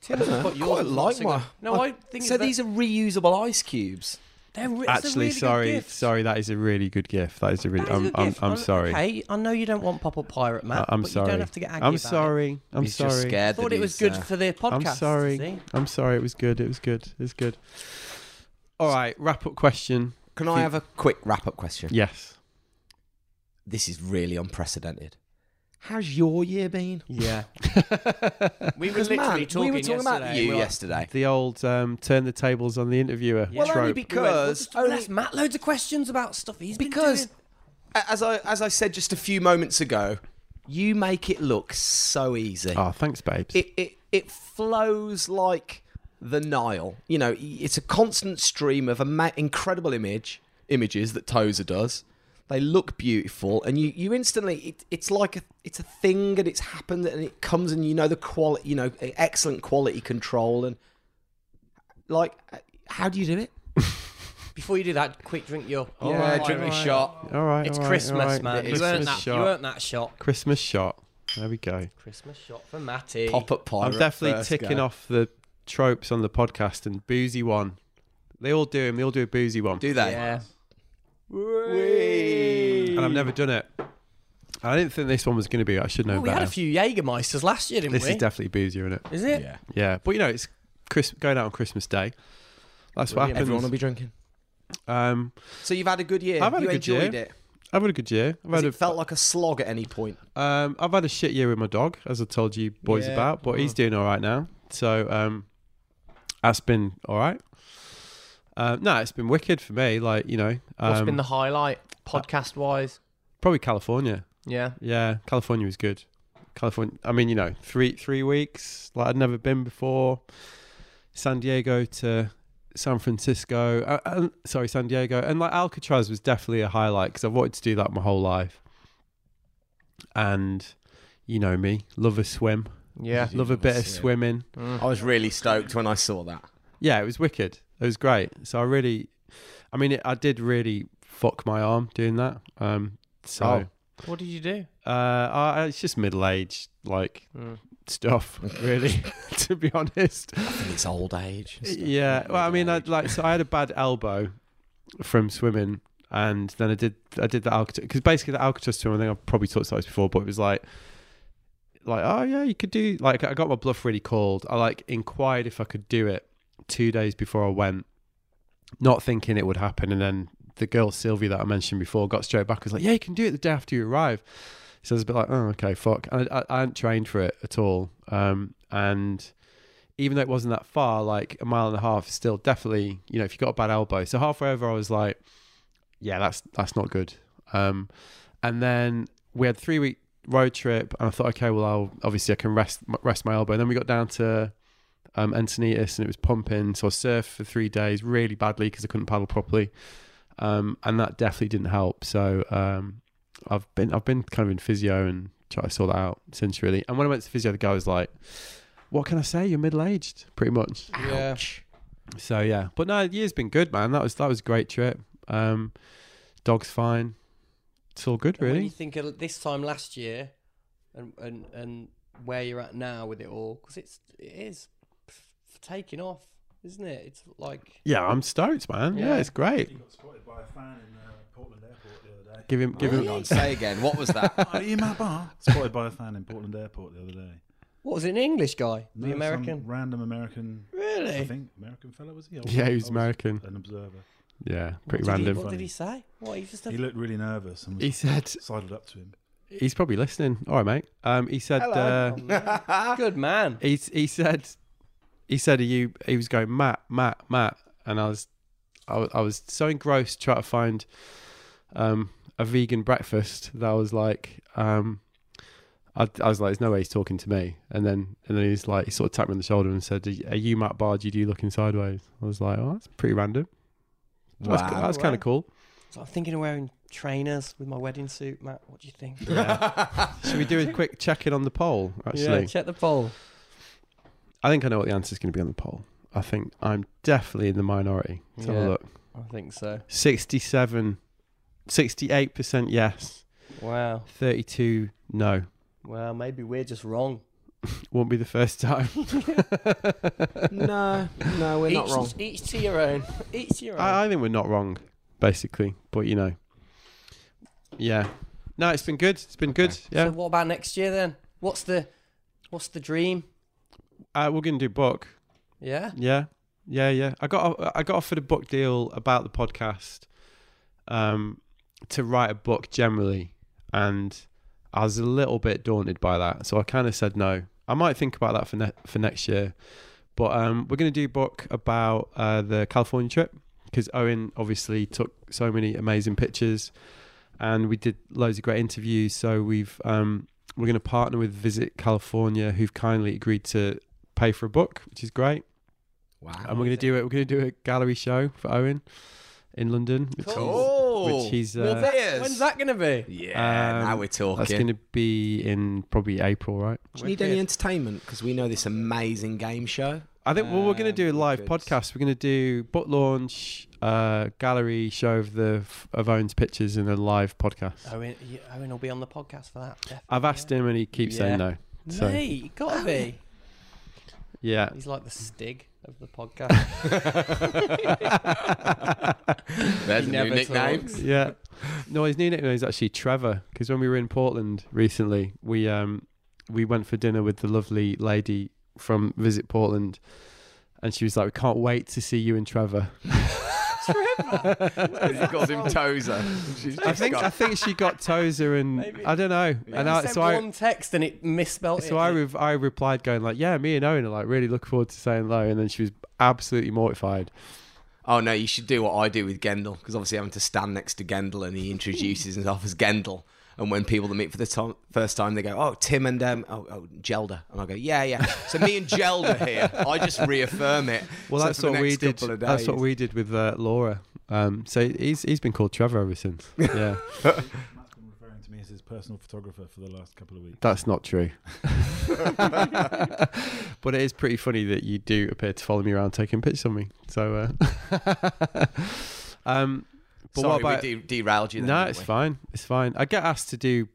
Speaker 2: Tim, I
Speaker 4: quite like my-
Speaker 2: No, I, think
Speaker 3: so these are reusable ice cubes.
Speaker 2: they're re- it's a
Speaker 1: actually,
Speaker 2: really good
Speaker 1: sorry,
Speaker 2: gift.
Speaker 1: sorry, that is a really good gift. That is a really.
Speaker 2: That is a
Speaker 1: I'm,
Speaker 2: good
Speaker 1: I'm,
Speaker 2: gift.
Speaker 1: I'm sorry.
Speaker 2: Okay, I know you don't want Pop Up Pirate, Matt.
Speaker 1: I- I'm
Speaker 2: but You
Speaker 1: sorry.
Speaker 2: don't have to get angry
Speaker 1: I'm
Speaker 2: about it.
Speaker 1: sorry. I'm
Speaker 3: he's
Speaker 1: sorry.
Speaker 3: just
Speaker 2: I
Speaker 3: scared.
Speaker 2: thought
Speaker 3: that
Speaker 2: it was
Speaker 3: he's,
Speaker 2: good
Speaker 3: uh,
Speaker 2: for the podcast.
Speaker 1: I'm sorry.
Speaker 2: see?
Speaker 1: I'm sorry. It was good. It was good. It was good. All right. Wrap up question.
Speaker 3: Can I have a quick wrap-up question?
Speaker 1: Yes.
Speaker 3: This is really unprecedented. How's your year been?
Speaker 2: Yeah. we were
Speaker 3: Because
Speaker 2: literally
Speaker 3: man,
Speaker 2: talking,
Speaker 3: we were talking
Speaker 2: yesterday.
Speaker 3: about you
Speaker 2: we were like,
Speaker 3: yesterday.
Speaker 1: The old um, turn the tables on the interviewer
Speaker 2: Yeah. Well,
Speaker 3: Well, only
Speaker 1: trope.
Speaker 2: we went, "Well,
Speaker 3: because
Speaker 2: just- well, ask Matt loads of questions about stuff he's been
Speaker 3: because
Speaker 2: doing."
Speaker 3: a- as I as I said just a few moments ago, you make it look so easy.
Speaker 1: Oh, thanks, babes.
Speaker 3: it, it it flows like the Nile. You know, it's a constant stream of ama- incredible image images that Tozer does. They look beautiful, and you you instantly it, it's like a, it's a thing, and it's happened, and it comes, and you know the quality, you know, e, excellent quality control, and like, uh, how do you do it?
Speaker 2: Before you do that, quick drink your.
Speaker 1: Yeah,
Speaker 2: your
Speaker 1: drink
Speaker 2: Irish.
Speaker 1: my
Speaker 3: shot.
Speaker 1: all right.
Speaker 2: It's
Speaker 1: all right,
Speaker 2: Christmas,
Speaker 1: all right.
Speaker 2: man. You
Speaker 1: Christmas
Speaker 2: earned, that, you
Speaker 1: shot.
Speaker 2: earned that shot.
Speaker 1: Christmas shot. There we go.
Speaker 2: Christmas shot for Matty.
Speaker 3: Pop up pirate.
Speaker 1: I'm definitely
Speaker 3: first
Speaker 1: ticking
Speaker 3: go.
Speaker 1: off the tropes on the podcast and boozy one. They all do 'em, They all do a boozy one.
Speaker 3: Do they?
Speaker 2: Yeah.
Speaker 1: and I've never done it. I didn't think this one was going to be. I should know
Speaker 2: Well, we
Speaker 1: better.
Speaker 2: had a few Jägermeisters last year, didn't
Speaker 1: this
Speaker 2: we?
Speaker 1: is definitely boozier, isn't it?
Speaker 2: is it?
Speaker 3: Yeah.
Speaker 1: Yeah, but you know, it's Chris going out on Christmas Day. That's
Speaker 2: Brilliant.
Speaker 1: what
Speaker 3: Everyone will
Speaker 1: happens.
Speaker 3: be drinking.
Speaker 1: Um,
Speaker 3: So you've had a good year.
Speaker 1: I've had a
Speaker 3: you
Speaker 1: good
Speaker 3: enjoyed
Speaker 1: year.
Speaker 3: it.
Speaker 1: I've had a good year. I've
Speaker 3: Has
Speaker 1: had a,
Speaker 3: it felt like a slog at any point?
Speaker 1: um, I've had a shit year with my dog, as I told you boys
Speaker 3: Yeah.
Speaker 1: about, but he's doing all right now. So um, that's been all right. Um, no, it's been wicked for me. Like you know, um,
Speaker 2: What's been the highlight podcast wise?
Speaker 1: probably California.
Speaker 2: Yeah.
Speaker 1: Yeah, California was good. California. I mean, you know, three three weeks like I'd never been before. San Diego to San Francisco. Uh, uh, sorry, San Diego and like Alcatraz was definitely a highlight because I've wanted to do that my whole life. And you know me, love a swim,
Speaker 2: Yeah. Mm.
Speaker 1: love a bit of swimming.
Speaker 3: I was really stoked when I saw that.
Speaker 1: Yeah, it was wicked. It was great. So I really, I mean, it, I did really fuck my arm doing that. Um, so.
Speaker 3: Oh.
Speaker 2: What did you do?
Speaker 1: Uh, I, it's just middle aged like
Speaker 2: Mm.
Speaker 1: stuff, really. to be honest,
Speaker 3: It's old age.
Speaker 1: yeah. Well, I mean, I like so I had a bad elbow from swimming, and then I did I did the Alcatraz because basically the Alcatraz swim. I think I've probably talked about this before, but it was like. Like oh yeah, you could do like I got my bluff really called. I like inquired if I could do it two days before I went, not thinking it would happen. And then the girl Sylvia that I mentioned before got straight back was like, "Yeah, you can do it the day after you arrive." So I was a bit like, "Oh, okay, fuck." And I, I, I hadn't trained for it at all. Um, and even though it wasn't that far, like a mile and a half, still definitely, you know, if you got a bad elbow. So halfway over, I was like, "Yeah, that's that's not good." Um, and then we had three week road trip, and I thought, okay, well, I'll obviously I can rest rest my elbow. And then we got down to um, Antonitas and it was pumping. So I surfed for three days really badly because I couldn't paddle properly, um, and that definitely didn't help. So um, I've been I've been kind of in physio and try to sort that out since really. And when I went to physio, the guy was like, "What can I say? You're middle aged, pretty much."
Speaker 3: Ouch.
Speaker 1: So yeah, but no, the year's been good, man. That was that was a great trip. Um, dog's fine. It's all good,
Speaker 2: When you
Speaker 1: really.
Speaker 2: think of this time last year, and and and where you're at now with it all, because it's it is f- taking off, isn't it? It's like
Speaker 1: Yeah, I'm stoked, man. Yeah,
Speaker 2: Yeah.
Speaker 1: it's great.
Speaker 5: He got spotted by a fan in uh, Portland Airport the other day.
Speaker 1: Give him, give him.
Speaker 3: Hang on, say again. What was that?
Speaker 5: Are you in my bar? Spotted by a fan in Portland Airport the other day.
Speaker 2: what was it? An English guy, the
Speaker 5: No, some
Speaker 2: American.
Speaker 5: random American. I
Speaker 2: Really?
Speaker 5: think American fella was he? I
Speaker 1: Yeah, he was
Speaker 5: I
Speaker 1: American.
Speaker 5: An observer.
Speaker 1: Yeah, pretty
Speaker 2: Did he-
Speaker 1: random.
Speaker 2: what did he say? What he just?
Speaker 5: He looked really nervous and was
Speaker 1: he said
Speaker 5: sidled up to him.
Speaker 1: He's probably listening. All right, mate. Um, he said. Uh,
Speaker 2: Good man.
Speaker 1: he he said. He said, "Are you?" He was going, Matt, Matt, Matt, and I was, I, wa- I was so engrossed trying to find, um, a vegan breakfast that was like, um, I, I was like, there's no way he's talking to me. And then and then he's like, he sort of tapped me on the shoulder and said, "Are you Matt Bargy? Do you looking sideways?" I was like, oh, that's pretty random. That's,
Speaker 3: Wow.
Speaker 1: that's kind
Speaker 2: Wow.
Speaker 1: of cool.
Speaker 2: So I'm thinking of wearing trainers with my wedding suit, Matt. What do you think?
Speaker 1: Should we do a quick check in on the poll? Actually,
Speaker 2: Yeah, check the poll.
Speaker 1: I think I know what the answer is going to be on the poll. I think I'm definitely in the minority. Let's have
Speaker 2: Yeah.
Speaker 1: a look.
Speaker 2: I think so.
Speaker 1: 67, 68% yes,
Speaker 2: Wow.
Speaker 1: 32 no.
Speaker 2: Well, maybe we're just wrong.
Speaker 1: Won't be the first time.
Speaker 3: no, no, we're not
Speaker 2: each,
Speaker 3: wrong.
Speaker 2: Each to your own. Each to your own.
Speaker 1: I, I think we're not wrong, basically. But you know, yeah. No, it's been good. It's been good. Yeah,
Speaker 2: So what about next year then? What's the what's the dream?
Speaker 1: uh, we're gonna do book.
Speaker 2: Yeah.
Speaker 1: Yeah, yeah, yeah. I got I got offered a book deal about the podcast, um, to write a book generally, and I was a little bit daunted by that, so I kind of said no. I might think about that for ne- for next year, but um, we're gonna do a book about uh, the California trip because Owen obviously took so many amazing pictures, and we did loads of great interviews. So we've um, we're gonna partner with Visit California, who've kindly agreed to pay for a book, which is great
Speaker 3: Wow.
Speaker 1: and we're gonna do it. We're gonna do a gallery show for Owen in London. Which is,
Speaker 3: Cool.
Speaker 1: which he's,
Speaker 3: Well,
Speaker 1: uh,
Speaker 3: there's-
Speaker 2: When's that gonna be?
Speaker 3: Yeah,
Speaker 1: Um,
Speaker 3: now we're talking.
Speaker 1: that's gonna be in probably April, right?
Speaker 3: Do you need any entertainment? Because we know this amazing game show.
Speaker 1: I think. Well, we're gonna do a
Speaker 3: Um,
Speaker 1: live
Speaker 3: good.
Speaker 1: podcast. We're gonna do book launch, uh, gallery show of the of Owen's pictures, and a live
Speaker 3: Oh.
Speaker 1: podcast.
Speaker 2: Owen, yeah, Owen will be on the podcast for that. Definitely.
Speaker 1: I've asked him, and he keeps
Speaker 2: Yeah.
Speaker 1: saying no. So
Speaker 2: Mate, you gotta be.
Speaker 1: yeah,
Speaker 2: He's like the Stig of the podcast.
Speaker 3: There's
Speaker 2: He never talks.
Speaker 1: yeah. No, his new nickname is actually Trevor because when we were in Portland recently, we um we went for dinner with the lovely lady from Visit Portland, and she was like, "We can't wait to see you and Trevor."
Speaker 3: He calls him Tozer. She's
Speaker 1: I
Speaker 3: just
Speaker 1: think I
Speaker 3: got-
Speaker 1: think she got Tozer and
Speaker 2: Maybe.
Speaker 1: I don't know. And I,
Speaker 2: Sent
Speaker 1: so I
Speaker 2: one text and it misspelled
Speaker 1: so
Speaker 2: it.
Speaker 1: I re- I replied going like, "Yeah, me and Owen are like really looking forward to saying hello," and then she was absolutely mortified.
Speaker 3: Oh no, you should do what I do with Gendel because obviously having to stand next to Gendel and he introduces himself as Gendel. And when people that meet for the to- first time, they go, "Oh, Tim and um, oh, oh, Gelda," and I go, "Yeah, yeah." So me and Gelda here, I just reaffirm it.
Speaker 1: Well,
Speaker 3: So
Speaker 1: that's
Speaker 3: for the
Speaker 1: what we
Speaker 3: next
Speaker 1: did.
Speaker 3: couple of
Speaker 1: That's what
Speaker 3: days-
Speaker 1: we did with uh, Laura. Um, so he's he's been called Trevor ever since. Yeah,
Speaker 5: Matt's been referring to me as his personal photographer for the last couple of weeks.
Speaker 1: that's not true. but it is pretty funny that you do appear to follow me around taking pictures of me. So, uh, um, but
Speaker 3: Sorry,
Speaker 1: what about
Speaker 3: we de- derailed you? Then,
Speaker 1: no,
Speaker 3: didn't
Speaker 1: it's
Speaker 3: we?
Speaker 1: fine. It's fine. I get asked to do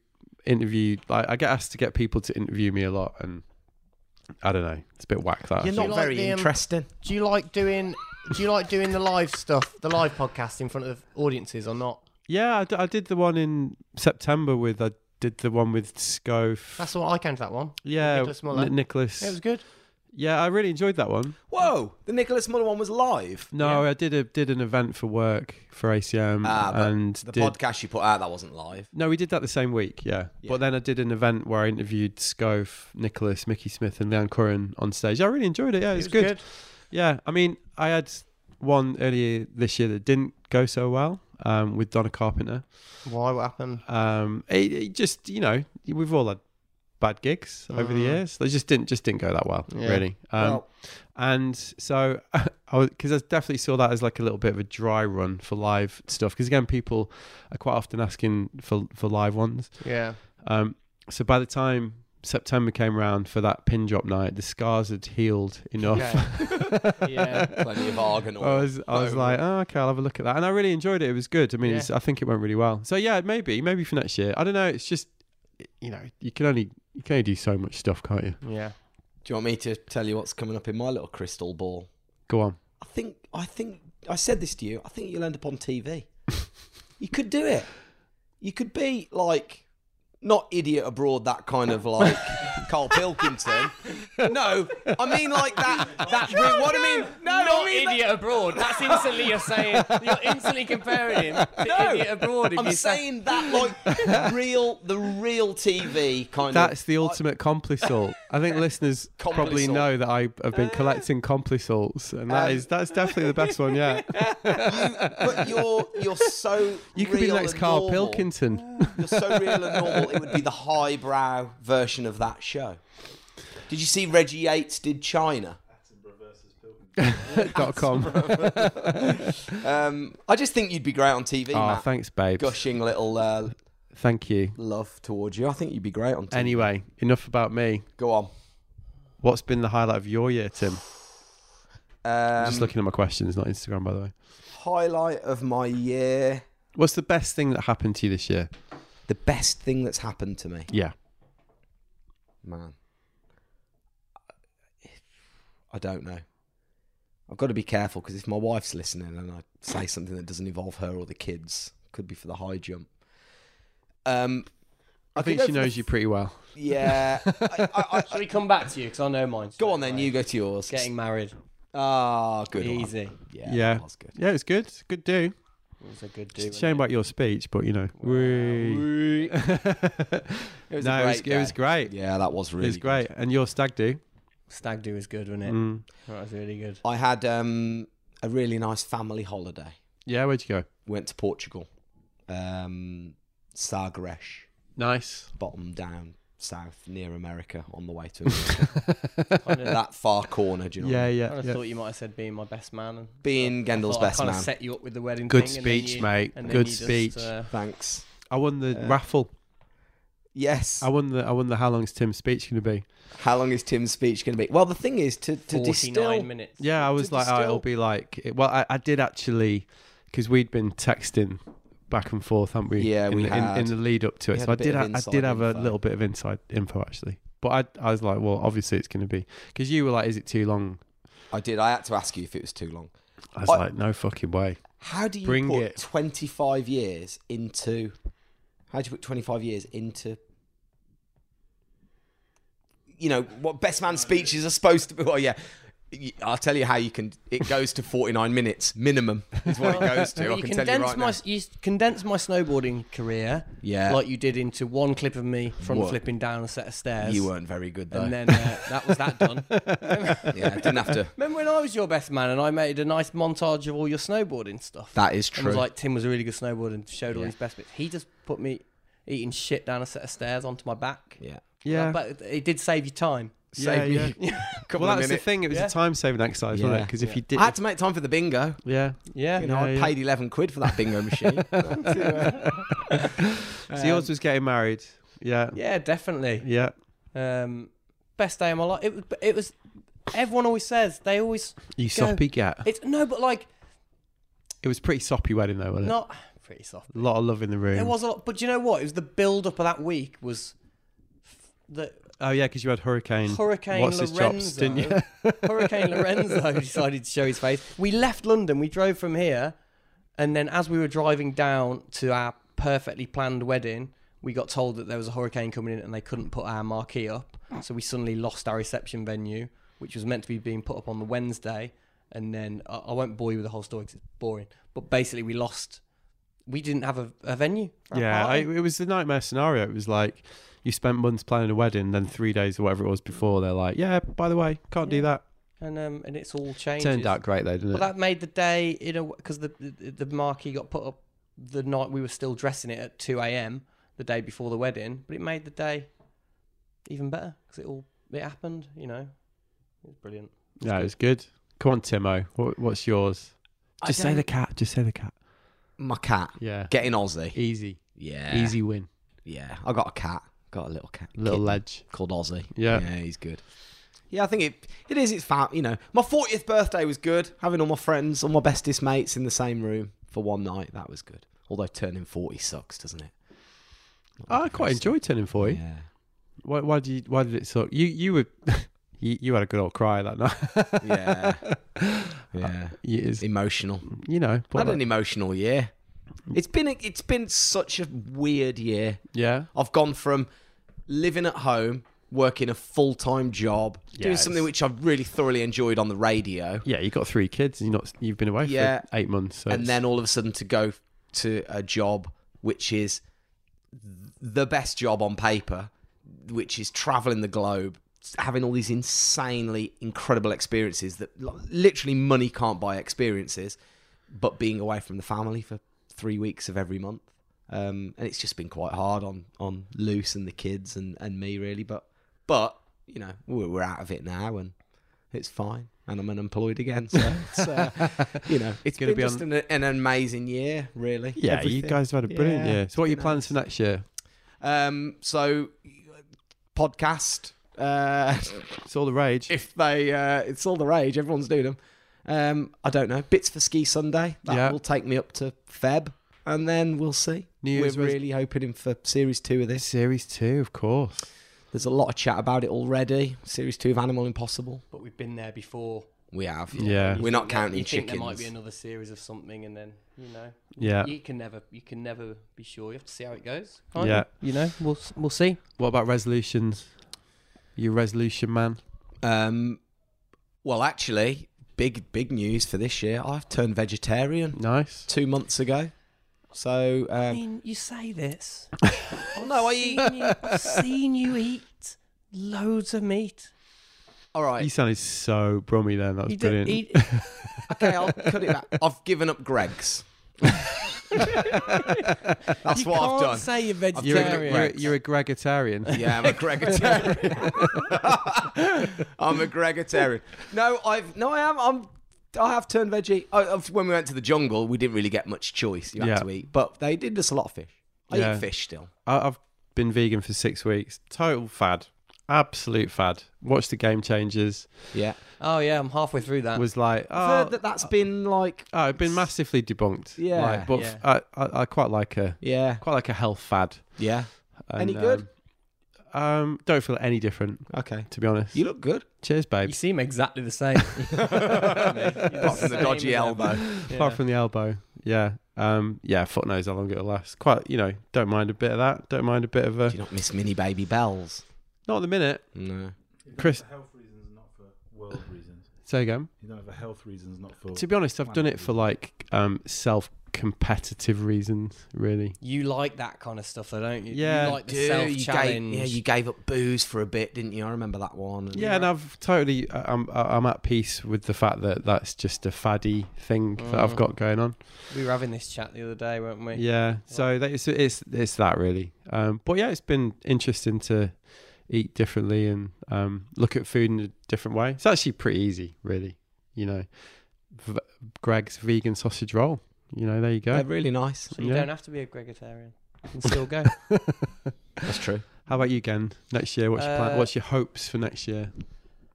Speaker 1: interview. Like I get asked to get people to interview me a lot, and I don't know. It's a bit whack that. I
Speaker 2: You're
Speaker 1: think.
Speaker 2: not
Speaker 3: Not
Speaker 2: like
Speaker 3: very
Speaker 2: the, um,
Speaker 3: interesting.
Speaker 2: Do you like doing do you like doing the live stuff, the live podcast in front of audiences or not?
Speaker 1: yeah, I, d- I did the one in September with. I did the one with Scove.
Speaker 2: That's what I came to that one.
Speaker 1: yeah,
Speaker 2: Nicholas Muller.
Speaker 1: N- Nicholas.
Speaker 2: It was good.
Speaker 1: yeah, I really enjoyed that one.
Speaker 3: Whoa, the Nicholas Muller one was live.
Speaker 1: No, I did a did an event for work for ACM
Speaker 3: Ah, but
Speaker 1: Mm, and
Speaker 3: The
Speaker 1: did,
Speaker 3: podcast you put out that wasn't live.
Speaker 1: No, we did that the same week, yeah.
Speaker 3: Yeah.
Speaker 1: But then I did an event where I interviewed Scove, Nicholas, Mickey Smith, and Leon Curran on stage. I really enjoyed it. Yeah, it was, good. Yeah, I mean, I had one earlier this year that didn't go so well um, with Donna Carpenter.
Speaker 2: Why what happened?
Speaker 1: Um, it, it just you know we've all had bad gigs over the
Speaker 2: Mm.
Speaker 1: years. They just didn't just didn't go that well,
Speaker 2: Yeah.
Speaker 1: really. Um,
Speaker 3: Well-
Speaker 1: and so I was because I definitely saw that as like a little bit of a dry run for live stuff. Because again, people are quite often asking for for live ones.
Speaker 2: Yeah.
Speaker 1: Um, so by the time September came round for that pin drop night, the scars had healed enough.
Speaker 2: Yeah. Yeah.
Speaker 3: Plenty of Argonaut.
Speaker 1: I was, I was
Speaker 3: Over.
Speaker 1: like, oh, okay, I'll have a look at that, and I really enjoyed it. It was good. I mean,
Speaker 2: Yeah.
Speaker 1: it's, I think it went really well. So yeah, maybe, maybe for next year. I don't know. It's just, you know, you can only you can only do so much stuff, can't you?
Speaker 2: Yeah.
Speaker 3: Do you want me to tell you what's coming up in my little crystal ball?
Speaker 1: Go on.
Speaker 3: I think I think I said this to you. I think you'll end up on TV. you could do it. You could be like not idiot abroad, that kind of like Carl Pilkington. no, I mean like that. That what I mean?
Speaker 2: No, not idiot abroad. That's instantly you're saying you're instantly comparing him to idiot abroad. If
Speaker 3: I'm
Speaker 2: you say-
Speaker 3: saying that like real, the real TV kind
Speaker 1: That's
Speaker 3: of.
Speaker 1: the ultimate complisalt. I think listeners probably
Speaker 3: Complisalt.
Speaker 1: know that I have
Speaker 3: Uh.
Speaker 1: been collecting complisalts, and
Speaker 3: Um.
Speaker 1: that is that's definitely the best one yet.
Speaker 3: But you're you're so.
Speaker 1: You could be the
Speaker 3: real
Speaker 1: next
Speaker 3: and
Speaker 1: Carl
Speaker 3: normal.
Speaker 1: Pilkington.
Speaker 3: You're so real and normal. It would be the highbrow version of that show. Did you see Reggie Yates did China?
Speaker 1: dot com.
Speaker 3: Um, I just think you'd be great on TV,
Speaker 1: Oh,
Speaker 3: Matt.
Speaker 1: thanks, babes.
Speaker 3: Gushing little uh,
Speaker 1: Thank you.
Speaker 3: love towards you. I think you'd be great on TV.
Speaker 1: Anyway, enough about me.
Speaker 3: Go on.
Speaker 1: What's been the highlight of your year, Tim?
Speaker 3: Um,
Speaker 1: Just looking at my questions, not Instagram, by the way.
Speaker 3: highlight of my year.
Speaker 1: What's the best thing that happened to you this year?
Speaker 3: The best thing that's happened to me,
Speaker 1: Yeah.
Speaker 3: man. I don't know. I've got to be careful because if my wife's listening and I say something that doesn't involve her or the kids, could be for the high jump. Um,
Speaker 1: I, think
Speaker 3: could go
Speaker 1: she
Speaker 3: for the
Speaker 1: knows you pretty well.
Speaker 3: f- Yeah. I, I, I,
Speaker 2: Shall Uh, we come back to you? Because I know mine.
Speaker 3: go on then. You go to yours.
Speaker 2: Getting married.
Speaker 3: ah, good. one.
Speaker 2: Easy.
Speaker 3: Yeah,
Speaker 1: Yeah.
Speaker 3: that was good.
Speaker 1: Yeah, it was good. Good do.
Speaker 2: It was a good do.
Speaker 1: Shame about your speech, but you know. Whee.
Speaker 3: It was a
Speaker 1: no, it was,
Speaker 3: great
Speaker 1: it was
Speaker 3: day.
Speaker 1: great.
Speaker 3: Yeah, that was really
Speaker 1: it was great. And your stag do.
Speaker 2: Stag do is good, wasn't it?
Speaker 1: Mm.
Speaker 2: That was really good.
Speaker 3: I had um, a really nice family holiday.
Speaker 1: Yeah, where'd you go?
Speaker 3: Went to Portugal, um, Sagres,
Speaker 1: Nice.
Speaker 3: bottom down south near America on the way to America. that far corner. Do you know? what I
Speaker 1: Yeah,
Speaker 3: mean?
Speaker 1: yeah.
Speaker 2: I
Speaker 1: yeah.
Speaker 2: thought you might have said being my best man. And
Speaker 3: Being Gendel's
Speaker 2: thought I
Speaker 3: best
Speaker 2: kinda
Speaker 3: man.
Speaker 2: set you up with the wedding.
Speaker 1: Good
Speaker 2: thing, and then
Speaker 1: speech,
Speaker 2: you-
Speaker 1: mate.
Speaker 2: and then
Speaker 1: Good
Speaker 2: you just,
Speaker 1: speech.
Speaker 2: uh,
Speaker 3: Thanks.
Speaker 1: I won the raffle.
Speaker 3: Yes.
Speaker 1: I won the I won the how long's Tim's speech gonna be.
Speaker 3: How long is Tim's speech going to be? Well, the thing is to to
Speaker 2: 49
Speaker 3: distill.
Speaker 2: minutes.
Speaker 1: Yeah, I was like, oh, it'll
Speaker 3: distill-
Speaker 1: be like. It, well, I, I did actually, because we'd been texting back and forth, haven't we?
Speaker 3: Yeah,
Speaker 1: in,
Speaker 3: we
Speaker 1: the- in,
Speaker 3: had.
Speaker 1: in the lead up to
Speaker 3: We
Speaker 1: it.
Speaker 3: had
Speaker 1: So
Speaker 3: a
Speaker 1: I
Speaker 3: bit
Speaker 1: did.
Speaker 3: of
Speaker 1: ha- I
Speaker 3: inside
Speaker 1: did have a
Speaker 3: info.
Speaker 1: little bit of inside info actually, but I I was like, well, obviously it's gonna be because you were like, is it too long?
Speaker 3: I did. I had to ask you if it was too long.
Speaker 1: I was
Speaker 3: I-
Speaker 1: like, no fucking way.
Speaker 3: How do you
Speaker 1: Bring
Speaker 3: put
Speaker 1: it.
Speaker 3: 25 years into. How do you put 25 years into. You know, what best man speeches are supposed to be. Well, yeah. Y- I'll tell you how you can. It goes to 49 minutes minimum, is what it goes to.
Speaker 2: Well,
Speaker 3: I
Speaker 2: you
Speaker 3: can tell you
Speaker 2: condensed
Speaker 3: right
Speaker 2: my
Speaker 3: now.
Speaker 2: you s- condensed my snowboarding career,
Speaker 3: Yeah.
Speaker 2: like you did into one clip of me front
Speaker 3: What?
Speaker 2: flipping down a set of stairs.
Speaker 3: You weren't very good, though.
Speaker 2: and then uh, that was that done.
Speaker 3: yeah, didn't have to.
Speaker 2: Remember when I was your best man and I made a nice montage of all your snowboarding stuff?
Speaker 3: That is
Speaker 2: and
Speaker 3: true.
Speaker 2: was like Tim was a really good snowboarder and showed all
Speaker 3: Yeah.
Speaker 2: his best bits. He just put me eating shit down a set of stairs onto my back.
Speaker 3: yeah.
Speaker 1: Yeah.
Speaker 2: but it did save you time.
Speaker 1: yeah,
Speaker 3: Save me
Speaker 1: yeah.
Speaker 3: a couple
Speaker 1: well,
Speaker 3: of
Speaker 1: that's the
Speaker 3: minutes.
Speaker 1: thing. It was
Speaker 2: Yeah.
Speaker 1: a time saving exercise, wasn't it?
Speaker 3: Yeah.
Speaker 1: Because if you did,
Speaker 3: I had to make time for the bingo.
Speaker 1: yeah.
Speaker 2: Yeah.
Speaker 3: You know,
Speaker 1: Yeah,
Speaker 3: I
Speaker 1: yeah.
Speaker 3: paid 11 quid for that bingo machine. Um,
Speaker 1: So yours was getting married. Yeah.
Speaker 2: Yeah, definitely.
Speaker 1: Yeah.
Speaker 2: Um, best day of my life. It, was- it was. Everyone always says they always.
Speaker 1: You soppy get.
Speaker 2: It's no, but like
Speaker 1: It was pretty soppy wedding though, wasn't it?
Speaker 2: not pretty soft.
Speaker 1: A lot of love in the room.
Speaker 2: There was a lot, but do you know what? It was the build up of that week was f- the
Speaker 1: Oh yeah, because you had hurricane.
Speaker 2: Hurricane
Speaker 1: What's his
Speaker 2: Lorenzo.
Speaker 1: chops, didn't you?
Speaker 2: Hurricane Lorenzo decided to show his face. We left London. We drove from here, and then as we were driving down to our perfectly planned wedding, we got told that there was a hurricane coming in, and they couldn't put our marquee up. So we suddenly lost our reception venue, which was meant to be being put up on the Wednesday. And then I, I won't bore you with the whole story because it's boring. But basically, we lost. We didn't have a, a venue. for our
Speaker 1: Yeah, I,
Speaker 2: party.
Speaker 1: it was the nightmare scenario. It was like you spent months planning a wedding, then three days or whatever it was before, they're like, "Yeah, by the way, can't do
Speaker 2: Yeah.
Speaker 1: that."
Speaker 2: and um, and it's all changed.
Speaker 1: Turned out great though, didn't
Speaker 2: But
Speaker 1: it?
Speaker 2: that made the day in a because the, the the marquee got put up the night we were still dressing it at two a.m. the day before the wedding. But it made the day even better because it all it happened. You know, it was brilliant.
Speaker 1: yeah, it was good. Come on, Timo, what, what's yours? Just say the cat. Just say the cat.
Speaker 3: My cat.
Speaker 1: Yeah,
Speaker 3: Getting Aussie.
Speaker 1: easy,
Speaker 3: Yeah.
Speaker 1: easy win.
Speaker 3: Yeah, I got a cat. Got a little cat,
Speaker 1: Little
Speaker 3: kitten
Speaker 1: ledge.
Speaker 3: called Aussie.
Speaker 1: Yeah.
Speaker 3: yeah, he's good. Yeah, I think it it is. It's fat. You know, my fortieth birthday was good. Having all my friends, all my bestest mates in the same room for one night, that was good. Although turning forty sucks, doesn't it? Not
Speaker 1: I
Speaker 3: like
Speaker 1: quite
Speaker 3: it
Speaker 1: enjoyed turning forty.
Speaker 3: Yeah.
Speaker 1: Why, why did you, Why did it suck? You you were you, you had a good old cry that night.
Speaker 3: Yeah. yeah.
Speaker 1: You- it's-
Speaker 3: Emotional.
Speaker 1: you know,
Speaker 3: I
Speaker 1: but
Speaker 3: had an emotional year. It's been a, it's been such a weird year.
Speaker 1: yeah,
Speaker 3: I've gone from living at home working a full time job, doing
Speaker 1: Yes.
Speaker 3: something which I've really thoroughly enjoyed on the radio,
Speaker 1: Yeah, you got three kids and you're not, you've been away
Speaker 3: Yeah.
Speaker 1: for eight months. So
Speaker 3: and then all of a sudden to go to a job which is the best job on paper, which is traveling the globe, having all these insanely incredible experiences that li- literally money can't buy experiences, but being away from the family for three weeks of every month. Um, and it's just been quite hard on on Luce and the kids and, and me really, but but you know we're, we're out of it now and it's fine, and I'm unemployed again. So it's, uh, you know it's
Speaker 1: Gonna
Speaker 3: going to
Speaker 1: be
Speaker 3: be just an, an amazing year, really.
Speaker 1: yeah, you
Speaker 3: Everything.
Speaker 1: guys have had a brilliant
Speaker 3: Yeah,
Speaker 1: year. So what are your
Speaker 3: been
Speaker 1: plans for next year?
Speaker 3: Um, so podcast. Uh,
Speaker 1: It's all the rage.
Speaker 3: if they, uh, it's all the rage. Everyone's doing them. Um, I don't know. Bits for Ski Sunday. That
Speaker 1: Yeah.
Speaker 3: will take me up to Feb, and then we'll see.
Speaker 1: New Year's
Speaker 3: We're
Speaker 1: res-
Speaker 3: really hoping in for series two of this.
Speaker 1: Series two, of course.
Speaker 3: There's a lot of chat about it already. Series two of Animal Impossible.
Speaker 2: But we've been there before.
Speaker 3: We have.
Speaker 1: Yeah.
Speaker 2: You
Speaker 3: We're not
Speaker 2: think there-
Speaker 3: counting
Speaker 2: you think
Speaker 3: chickens.
Speaker 2: There might be another series of something, and then you know,
Speaker 1: Yeah.
Speaker 2: you can never, you can never be sure. You have to see how it goes. can't
Speaker 1: Yeah.
Speaker 2: you? you know, we'll s- we'll see.
Speaker 1: What about resolutions? You resolution man.
Speaker 3: Um, well, actually, big big news for this year. I've turned vegetarian
Speaker 1: Nice.
Speaker 3: two months ago. So
Speaker 2: I
Speaker 3: um,
Speaker 2: mean, you say this.
Speaker 3: Oh, no, I eat-
Speaker 2: Seen you- I've seen you eat loads of meat.
Speaker 3: all right.
Speaker 1: You sounded so brummy then. That was
Speaker 2: You don't
Speaker 1: brilliant.
Speaker 2: eat.
Speaker 3: Okay, I'll cut it back. I've given up Greg's. That's
Speaker 2: you
Speaker 3: what
Speaker 2: can't
Speaker 3: I've done.
Speaker 2: say you're
Speaker 1: You're
Speaker 2: vegetarian.
Speaker 1: a, you're, a- you're a Gregitarian.
Speaker 3: yeah, I'm a Gregitarian. I'm a Gregitarian. No, I've no, I am. I'm. I have turned veggie. I, I've- when we went to the jungle, we didn't really get much choice. You had
Speaker 1: Yeah.
Speaker 3: to eat, but they did us a lot of fish. I
Speaker 1: Yeah.
Speaker 3: eat fish still.
Speaker 1: I- I've been vegan for six weeks. Total fad. Absolute fad. Watched the game changers.
Speaker 3: Yeah,
Speaker 2: Oh yeah, I'm halfway through
Speaker 3: Uh,
Speaker 2: that.
Speaker 1: Was like,
Speaker 3: I've
Speaker 1: oh,
Speaker 3: heard that that's been like
Speaker 1: oh, it's been massively debunked.
Speaker 3: Yeah.
Speaker 1: Like, but
Speaker 2: Yeah.
Speaker 1: f- I, I, I quite like a
Speaker 3: yeah,
Speaker 1: quite like a health fad.
Speaker 3: yeah.
Speaker 1: And,
Speaker 3: Any good?
Speaker 1: Um, um, don't feel any different,
Speaker 3: Okay,
Speaker 1: to be honest.
Speaker 3: you look good.
Speaker 1: Cheers, babe.
Speaker 2: you seem exactly the same.
Speaker 3: Apart from the dodgy elbow.
Speaker 1: Apart from the elbow, yeah, um, yeah. Foot knows how long it'll last. Quite, you know, don't mind a bit of that. Don't mind a bit of a.
Speaker 3: Do you not miss mini baby bells?
Speaker 1: Not at the minute.
Speaker 3: No.
Speaker 1: Chris-
Speaker 5: For health reasons, not for world reasons.
Speaker 1: Say again.
Speaker 5: You don't have a health reasons, not
Speaker 3: Oh,
Speaker 5: for.
Speaker 1: To be honest, I've done it for like um, self-competitive reasons, really.
Speaker 2: You like that kind of stuff, though, don't you?
Speaker 1: Yeah.
Speaker 2: you like the
Speaker 3: Dude,
Speaker 2: self
Speaker 3: you
Speaker 2: challenge.
Speaker 3: Gave, yeah, you gave up booze for a bit, didn't you? I remember that one. and-
Speaker 1: Yeah, and I've totally. I- I'm I'm at peace with the fact that that's just a faddy thing that I've
Speaker 3: Oh.
Speaker 2: Mm.
Speaker 1: got going on.
Speaker 2: We were having this chat the other day, weren't we?
Speaker 1: Yeah, so that is, it's it's that really. Um, but yeah, it's been interesting to eat differently and um, look at food in a different way. It's actually pretty easy, really. You know, v- Greg's vegan sausage roll. You know, there you
Speaker 3: They're
Speaker 1: go.
Speaker 2: Um,
Speaker 3: really nice.
Speaker 2: So you
Speaker 1: Yeah.
Speaker 2: don't have to be a Gregitarian. You can still go.
Speaker 3: That's true.
Speaker 1: How about you, Gen? Next year, what's your
Speaker 2: Uh,
Speaker 1: plan? What's your hopes for next year?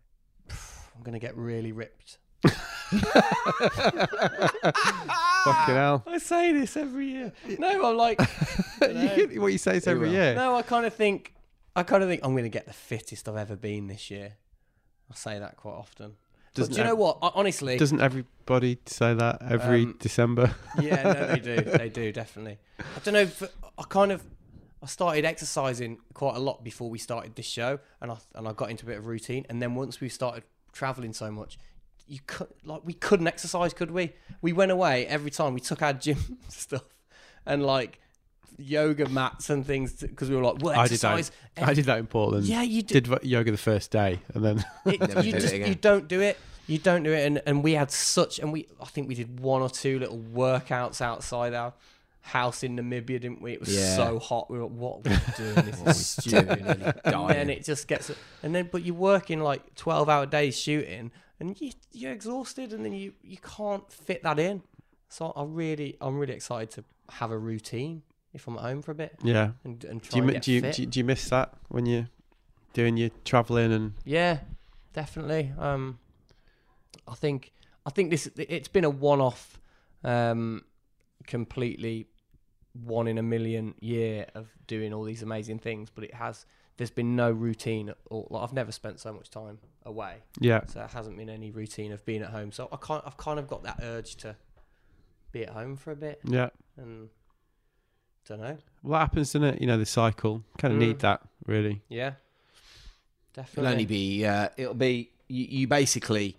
Speaker 2: I'm gonna get really ripped.
Speaker 1: Fucking hell!
Speaker 2: I say this every year. No, I'm like,
Speaker 1: you hear what you say is
Speaker 3: You
Speaker 1: every
Speaker 3: will.
Speaker 1: year.
Speaker 2: no, I kind of think, I kind of think I'm gonna get the fittest I've ever been this year. I say that quite often. But
Speaker 1: Doesn't
Speaker 2: do you
Speaker 1: ev-
Speaker 2: know what? I, honestly,
Speaker 1: Doesn't everybody say that every
Speaker 2: Um,
Speaker 1: December?
Speaker 2: yeah, no, they do. They do definitely. I don't know. If, I kind of I started exercising quite a lot before we started this show, and I and I got into a bit of routine. And then once we started traveling so much, you could like we couldn't exercise, could we? We went away every time. We took our gym stuff and like yoga mats and things because we were like, well,
Speaker 1: I did that.
Speaker 2: exercise. e-"
Speaker 1: I did that in Portland.
Speaker 2: Yeah, you did.
Speaker 1: Did v- yoga the first day, and then
Speaker 2: It-
Speaker 3: Never
Speaker 2: you
Speaker 3: did it
Speaker 2: just
Speaker 3: again.
Speaker 2: you don't do it. You don't do it, and, and we had such, and we I think we did one or two little workouts outside our house in Namibia, didn't we? It was
Speaker 3: Yeah.
Speaker 2: so hot. We were like, what are we doing? This is stupid. and then it just gets, and then but you're working like twelve hour days shooting, and you you're exhausted, and then you you can't fit that in. So I really I'm really excited to have a routine if I'm at home for a bit
Speaker 1: yeah.
Speaker 2: and and try
Speaker 1: Do you,
Speaker 2: and
Speaker 1: mi-
Speaker 2: get
Speaker 1: do, you,
Speaker 2: fit.
Speaker 1: do you do you miss that when you're doing your traveling and
Speaker 2: Yeah, definitely. Um, I think I think this it's been a one-off, um, completely one in a million year of doing all these amazing things, but it has. There's been no routine, or like I've never spent so much time away,
Speaker 1: yeah
Speaker 2: so there hasn't been any routine of being at home. So I can't. I've kind of got that urge to be at home for a bit,
Speaker 1: yeah
Speaker 2: and don't know.
Speaker 1: well that happens doesn't it you know the cycle kind of
Speaker 2: Mm.
Speaker 1: need that really
Speaker 2: Yeah, Definitely.
Speaker 3: It'll only be uh, it'll be you, you basically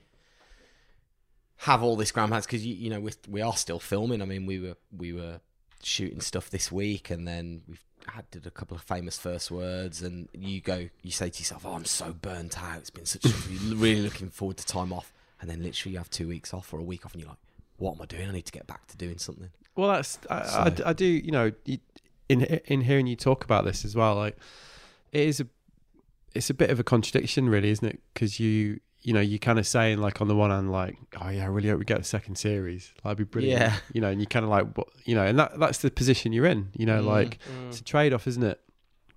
Speaker 3: have all this grand plans because you you know we we are still filming. I mean we were we were shooting stuff this week and then we've had did a couple of famous first words and you go you say to yourself oh I'm so burnt out it's been such a, you're really looking forward to time off and then literally you have two weeks off or a week off and you're like what am I doing I need to get back to doing something
Speaker 1: Well, that's I,
Speaker 3: So-
Speaker 1: I, I do. You know, you- in in hearing you talk about this as well, like it is a it's a bit of a contradiction, really, isn't it? Because you you know you kind of saying like on the one hand, like oh yeah, I really hope we get a second series. That'd be brilliant.
Speaker 3: Yeah.
Speaker 1: You know, and you kind of like what you know, and that that's the position you're in. You
Speaker 2: Mm.
Speaker 1: know, like it's a trade off, isn't it,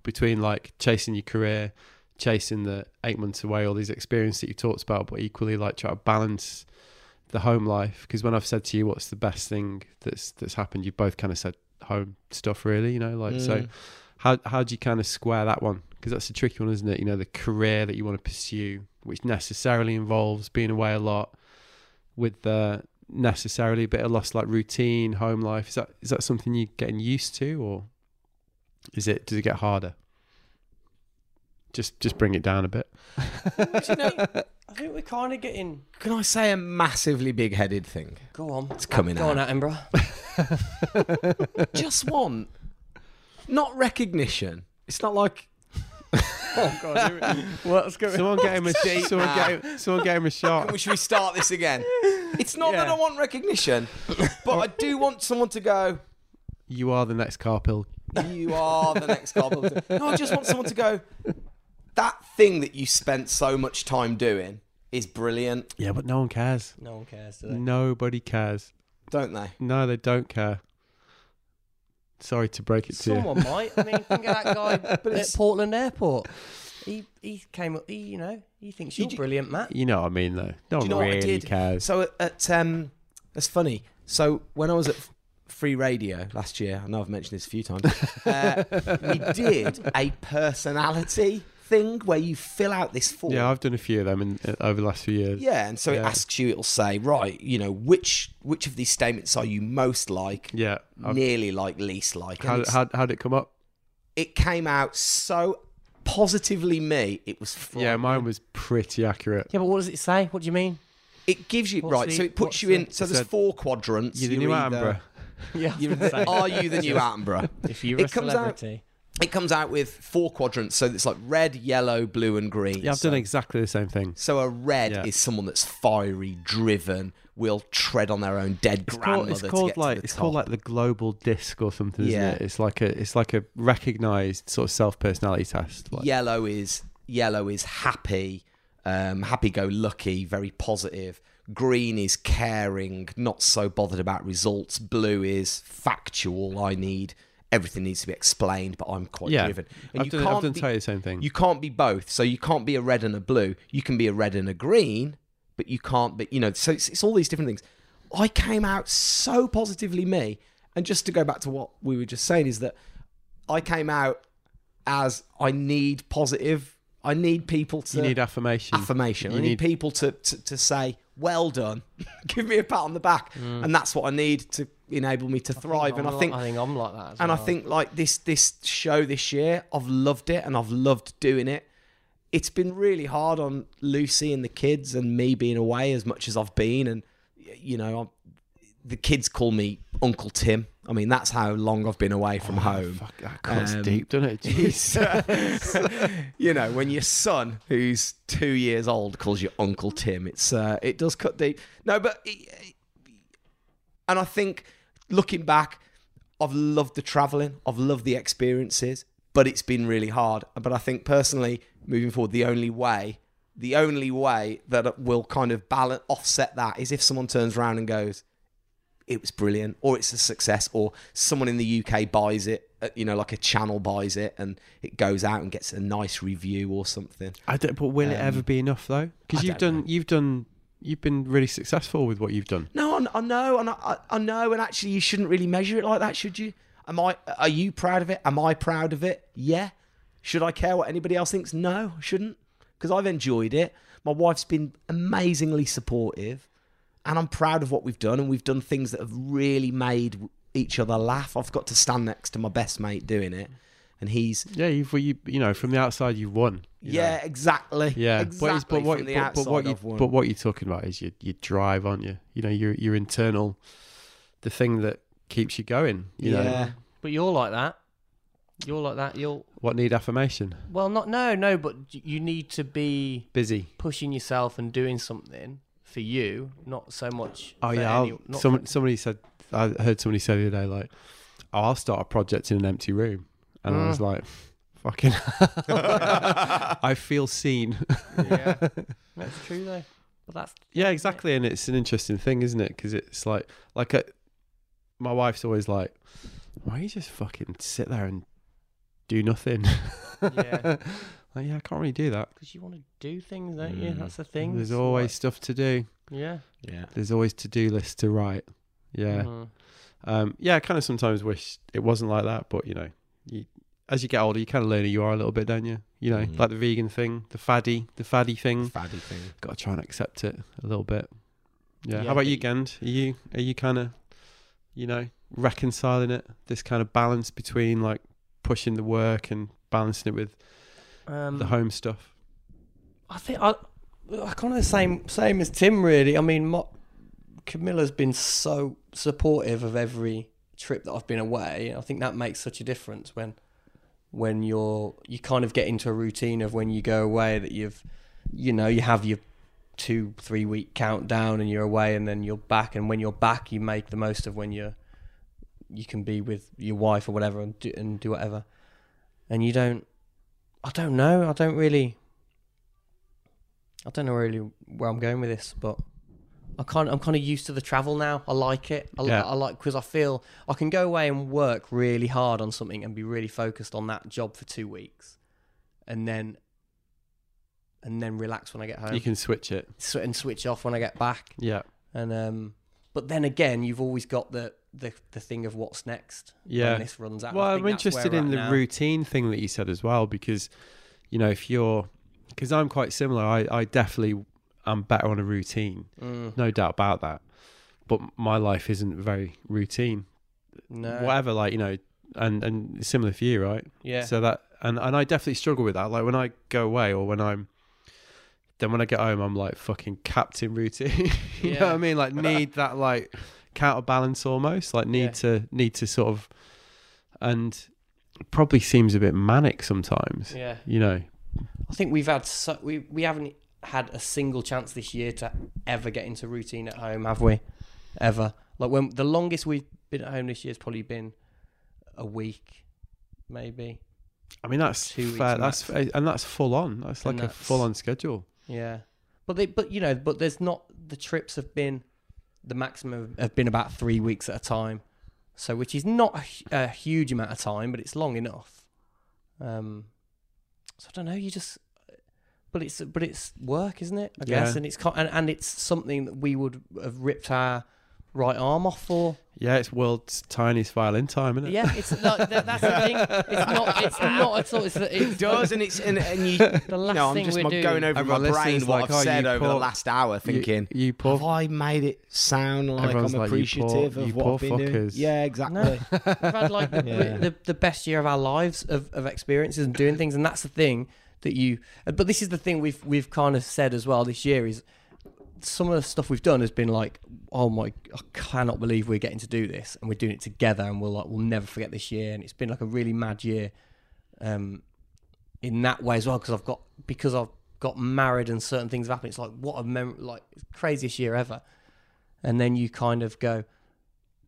Speaker 1: between like chasing your career, chasing the eight months away, all these experiences that you talked about, but equally like try to balance the home life because when I've said to you what's the best thing that's that's happened, you both kind of said home stuff, really. You know,
Speaker 3: Mm.
Speaker 1: like so. How how do you kind of square that one? Because that's a tricky one, isn't it? You know, the career that you want to pursue, which necessarily involves being away a lot, with the necessarily a bit of lost like routine, home life. Is that is that something you're getting used to, or is it does it get harder? Just just bring it down a bit.
Speaker 2: I think we're kind of getting.
Speaker 3: can I say a massively big headed thing
Speaker 2: Go on. It's
Speaker 3: coming
Speaker 2: Go on, Attenborough.
Speaker 3: just want not recognition it's not like
Speaker 2: What's going
Speaker 1: Someone get him a someone get him, someone get him a shot.
Speaker 3: Well, should we start this again? It's not that I want recognition, but I do want someone to go,
Speaker 1: You are the next car pill.
Speaker 3: You are the next Carbon. No, I just want someone to go, That thing that you spent so much time doing is brilliant,
Speaker 1: Yeah, but no one cares.
Speaker 2: No one cares today.
Speaker 1: Nobody cares.
Speaker 3: don't they?
Speaker 1: No, they don't care. Sorry to break it to you.
Speaker 2: Someone might. I mean, think of that guy at Portland Airport. He he came up. He, you know, he thinks you're
Speaker 3: Did you-
Speaker 2: brilliant, Matt.
Speaker 1: You know what I mean, though. No
Speaker 3: Do
Speaker 1: one
Speaker 3: you know what I
Speaker 1: really
Speaker 3: did?
Speaker 1: cares.
Speaker 3: So at um, that's funny. So when I was at Free Radio last year, I know I've mentioned this a few times. Uh, we did a personality thing where you fill out this form.
Speaker 1: Yeah, I've done a few of them in, uh, over the last few years.
Speaker 3: Yeah, and so it
Speaker 1: Yeah.
Speaker 3: asks you. It'll say, right, you know, which which of these statements are you most like,
Speaker 1: Yeah. I've-
Speaker 3: nearly like, least like?
Speaker 1: How,
Speaker 3: And it's-
Speaker 1: how, how'd it come up?
Speaker 3: it came out so positively me. It was frightening.
Speaker 1: Yeah, mine was pretty accurate.
Speaker 2: Yeah, but what does it say? What do you mean?
Speaker 3: It gives you
Speaker 2: What's
Speaker 3: right,
Speaker 2: the-
Speaker 3: so it
Speaker 2: what's
Speaker 3: puts you
Speaker 2: the-
Speaker 3: in. So there's
Speaker 1: said-
Speaker 3: four quadrants.
Speaker 1: You're the
Speaker 3: You're
Speaker 1: new
Speaker 3: either-
Speaker 1: Amber.
Speaker 2: Yeah,
Speaker 3: you're the- are you the new Attenborough?
Speaker 2: if you're
Speaker 3: Oh, it comes out- It comes out with four quadrants, so it's like red, yellow, blue, and green.
Speaker 1: Yeah, I've
Speaker 3: so,
Speaker 1: done exactly the same thing.
Speaker 3: so a red
Speaker 1: Yeah.
Speaker 3: is someone that's fiery, driven, will tread on their own dead
Speaker 1: It's
Speaker 3: grandmother
Speaker 1: called, it's
Speaker 3: to
Speaker 1: called
Speaker 3: get to
Speaker 1: like
Speaker 3: the
Speaker 1: it's
Speaker 3: top.
Speaker 1: called like the global disc or something, isn't
Speaker 3: Yeah.
Speaker 1: it? It's like a it's like a recognized sort of self personality test. Like,
Speaker 3: yellow is yellow is happy, um, happy go lucky, very positive. Green is caring, not so bothered about results. Blue is factual. I need everything needs to be explained, but I'm quite
Speaker 1: yeah.
Speaker 3: driven.
Speaker 1: I've done, I've done totally the same thing.
Speaker 3: You can't be both. So you can't be a red and a blue. You can be a red and a green, but you can't be, you know, so it's, it's all these different things. I came out so positively me. And just to go back to what we were just saying is that I came out as I need positive. I need people to
Speaker 1: You need affirmation.
Speaker 3: affirmation.
Speaker 1: You
Speaker 3: I need,
Speaker 1: need
Speaker 3: people to, to, to say, well done, give me a pat on the back.
Speaker 1: Mm.
Speaker 3: And that's what I need to enable me to thrive. and I think
Speaker 2: I think I'm like that. As
Speaker 3: and I
Speaker 2: well.
Speaker 3: think like this this show this year, I've loved it and I've loved doing it. It's been really hard on Lucy and the kids and me being away as much as I've been, and y- you know, I'm, the kids call me Uncle Tim. I mean, that's how long I've been away
Speaker 2: Oh,
Speaker 3: from home.
Speaker 1: Fuck, that cuts
Speaker 3: Um,
Speaker 1: deep, doesn't it?
Speaker 3: It's, uh, you know, when your son, who's two years old, calls you Uncle Tim, it's uh, it does cut deep. No, but it- and I think looking back, I've loved the traveling, I've loved the experiences, but it's been really hard. But I think personally, moving forward, the only way, the only way that it will kind of balance offset that is if someone turns around and goes, it was brilliant, or it's a success, or someone in the UK buys it, uh, you know, like a channel buys it and it goes out and gets a nice review or something.
Speaker 1: I don't, but will it ever be enough though? Because
Speaker 3: Um, I
Speaker 1: you've
Speaker 3: don't
Speaker 1: done, you've done, you've been really successful with what you've done.
Speaker 3: No, I, I know, and I, I- I know, and actually, you shouldn't really measure it like that, should you? Am I? Are you proud of it? Am I proud of it? Yeah. Should I care what anybody else thinks? No, I shouldn't, because I've enjoyed it. My wife's been amazingly supportive, and I'm proud of what we've done, and we've done things that have really made each other laugh. I've got to stand next to my best mate doing it, and he's
Speaker 1: Yeah, you've well, you you know from the outside you've won. you know.
Speaker 3: yeah, exactly.
Speaker 1: yeah.
Speaker 3: exactly.
Speaker 1: but, it's- but what
Speaker 3: from the
Speaker 1: but, but what
Speaker 3: outside
Speaker 1: you
Speaker 3: I've won.
Speaker 1: but what you're talking about is your your drive, aren't you? You know your your internal, the thing that keeps you going. You know
Speaker 3: yeah,
Speaker 2: But you're like that. You're like that. You're
Speaker 1: what need affirmation?
Speaker 2: well, not no, no. But you need to be
Speaker 1: Busy.
Speaker 2: pushing yourself and doing something for you, not so much.
Speaker 1: Oh
Speaker 2: for
Speaker 1: yeah.
Speaker 2: any-
Speaker 1: I'll,
Speaker 2: not
Speaker 1: some,
Speaker 2: for-
Speaker 1: somebody said I heard somebody say the other day like, oh, I'll start a project in an empty room, and I was
Speaker 2: Ah.
Speaker 1: like, fucking, hell. I feel seen.
Speaker 2: yeah. That's true though. But that's
Speaker 1: Yeah, exactly, and it's an interesting thing, isn't it? Because it's like, like, a, my wife's always like, "Why you just fucking sit there and do nothing?"
Speaker 2: Yeah.
Speaker 1: like, yeah, I can't really do that.
Speaker 2: because you want to do things, don't you?
Speaker 3: Mm.
Speaker 2: That's the thing.
Speaker 1: There's
Speaker 2: So,
Speaker 1: always stuff to do.
Speaker 2: like, yeah.
Speaker 3: yeah.
Speaker 1: There's always to-do lists to write. Yeah,
Speaker 2: Mhm.
Speaker 1: um, yeah. I kind of sometimes wish it wasn't like that, but you know, you, as you get older, you kind of learn who you are a little bit, don't you? You know,
Speaker 3: Mm.
Speaker 1: like the vegan thing, the faddy, the faddy thing.
Speaker 3: Faddy thing.
Speaker 1: got to try and accept it a little bit. Yeah.
Speaker 2: Yeah,
Speaker 1: How about
Speaker 2: but
Speaker 1: you,
Speaker 2: you-
Speaker 1: Gand? Are you are you kind of, you know, reconciling it? This kind of balance between like pushing the work and balancing it with
Speaker 2: Um,
Speaker 1: the home stuff.
Speaker 2: I think I, I kind of the same same as Tim really. I mean, my, Camilla's been so supportive of every trip that I've been away. I think that makes such a difference when when you're you kind of get into a routine of when you go away that you've you know you have your two three week countdown and you're away and then you're back and when you're back you make the most of when you're you can be with your wife or whatever and do, and do whatever and you don't I don't know I don't really I don't know really where I'm going with this, but I kind I'm kind of used to the travel now. I like it. I, li-
Speaker 1: Yeah.
Speaker 2: I like because I feel I can go away and work really hard on something and be really focused on that job for two weeks, and then and then relax when I get home
Speaker 1: You can switch it.
Speaker 2: sw- and switch off when I get back.
Speaker 1: Yeah.
Speaker 2: And um, but then again, you've always got the the, the thing of what's next.
Speaker 1: Yeah.
Speaker 2: when this runs out.
Speaker 1: Well,
Speaker 2: I
Speaker 1: I'm
Speaker 2: think that's where
Speaker 1: interested
Speaker 2: we're
Speaker 1: in
Speaker 2: at
Speaker 1: the
Speaker 2: now.
Speaker 1: routine thing that you said as well, because, you know, if you're, because I'm quite similar, I, I definitely am better on a routine,
Speaker 2: Mm,
Speaker 1: no doubt about that. But my life isn't very routine.
Speaker 2: no,
Speaker 1: Whatever, like, you know, and, and similar for you, right?
Speaker 2: yeah,
Speaker 1: So that and and I definitely struggle with that. Like when I go away or when I'm then when I get home I'm like fucking captain routine. you know what
Speaker 2: Yeah.
Speaker 1: I mean? Like need that like counterbalance almost. Like need
Speaker 2: Yeah.
Speaker 1: to need to sort of and it probably seems a bit manic sometimes.
Speaker 2: yeah.
Speaker 1: You know.
Speaker 2: I think we've had so, we we haven't had a single chance this year to ever get into routine at home, have we? Ever like when the longest we've been at home this year has probably been a week, maybe.
Speaker 1: I mean that's
Speaker 2: Two weeks
Speaker 1: fair. That's and that's full on. That's like
Speaker 2: And
Speaker 1: a
Speaker 2: that's-
Speaker 1: full on schedule.
Speaker 2: Yeah, but they but you know but there's not the trips have been the maximum have been about three weeks at a time, so which is not a, hu- a huge amount of time, but it's long enough. Um, so I don't know. You just but it's but it's work, isn't it? I guess,
Speaker 1: Yeah.
Speaker 2: and it's co- and, and it's something that we would have ripped our right arm off for.
Speaker 1: Yeah, it's world's tiniest violin time, isn't it?
Speaker 2: Yeah, it's like, that, that's the thing. It's not. It's not at all. It's,
Speaker 3: It
Speaker 2: it's
Speaker 3: does, and it's and, and you.
Speaker 2: the
Speaker 3: you
Speaker 2: last
Speaker 3: know, I'm
Speaker 2: thing
Speaker 3: just
Speaker 2: we
Speaker 3: I'm
Speaker 2: do.
Speaker 3: going over
Speaker 1: And
Speaker 3: my
Speaker 1: my
Speaker 3: brain
Speaker 1: listeners
Speaker 3: what
Speaker 1: like, "Oh,
Speaker 3: I've
Speaker 1: you
Speaker 3: said over the
Speaker 1: poor-
Speaker 3: last hour,
Speaker 1: You-
Speaker 3: thinking.
Speaker 1: you, poor
Speaker 3: Have I made it sound like
Speaker 1: Everyone's
Speaker 3: I'm
Speaker 1: like, "You poor-
Speaker 3: appreciative of
Speaker 1: you
Speaker 3: what
Speaker 1: poor
Speaker 3: I've been doing?
Speaker 1: fuckers."
Speaker 3: Yeah, exactly.
Speaker 2: We've had like the,
Speaker 3: Yeah.
Speaker 2: the, the best year of our lives of, of experiences and doing things, and that's the thing that you. uh, But this is the thing we've we've kind of said as well this year is some of the stuff we've done has been like, oh my, I cannot believe we're getting to do this, and we're doing it together, and we'll like we'll never forget this year, and it's been like a really mad year, um, in that way as well because I've got because I've got married and certain things have happened. It's like what a mem- like craziest year ever, and then you kind of go,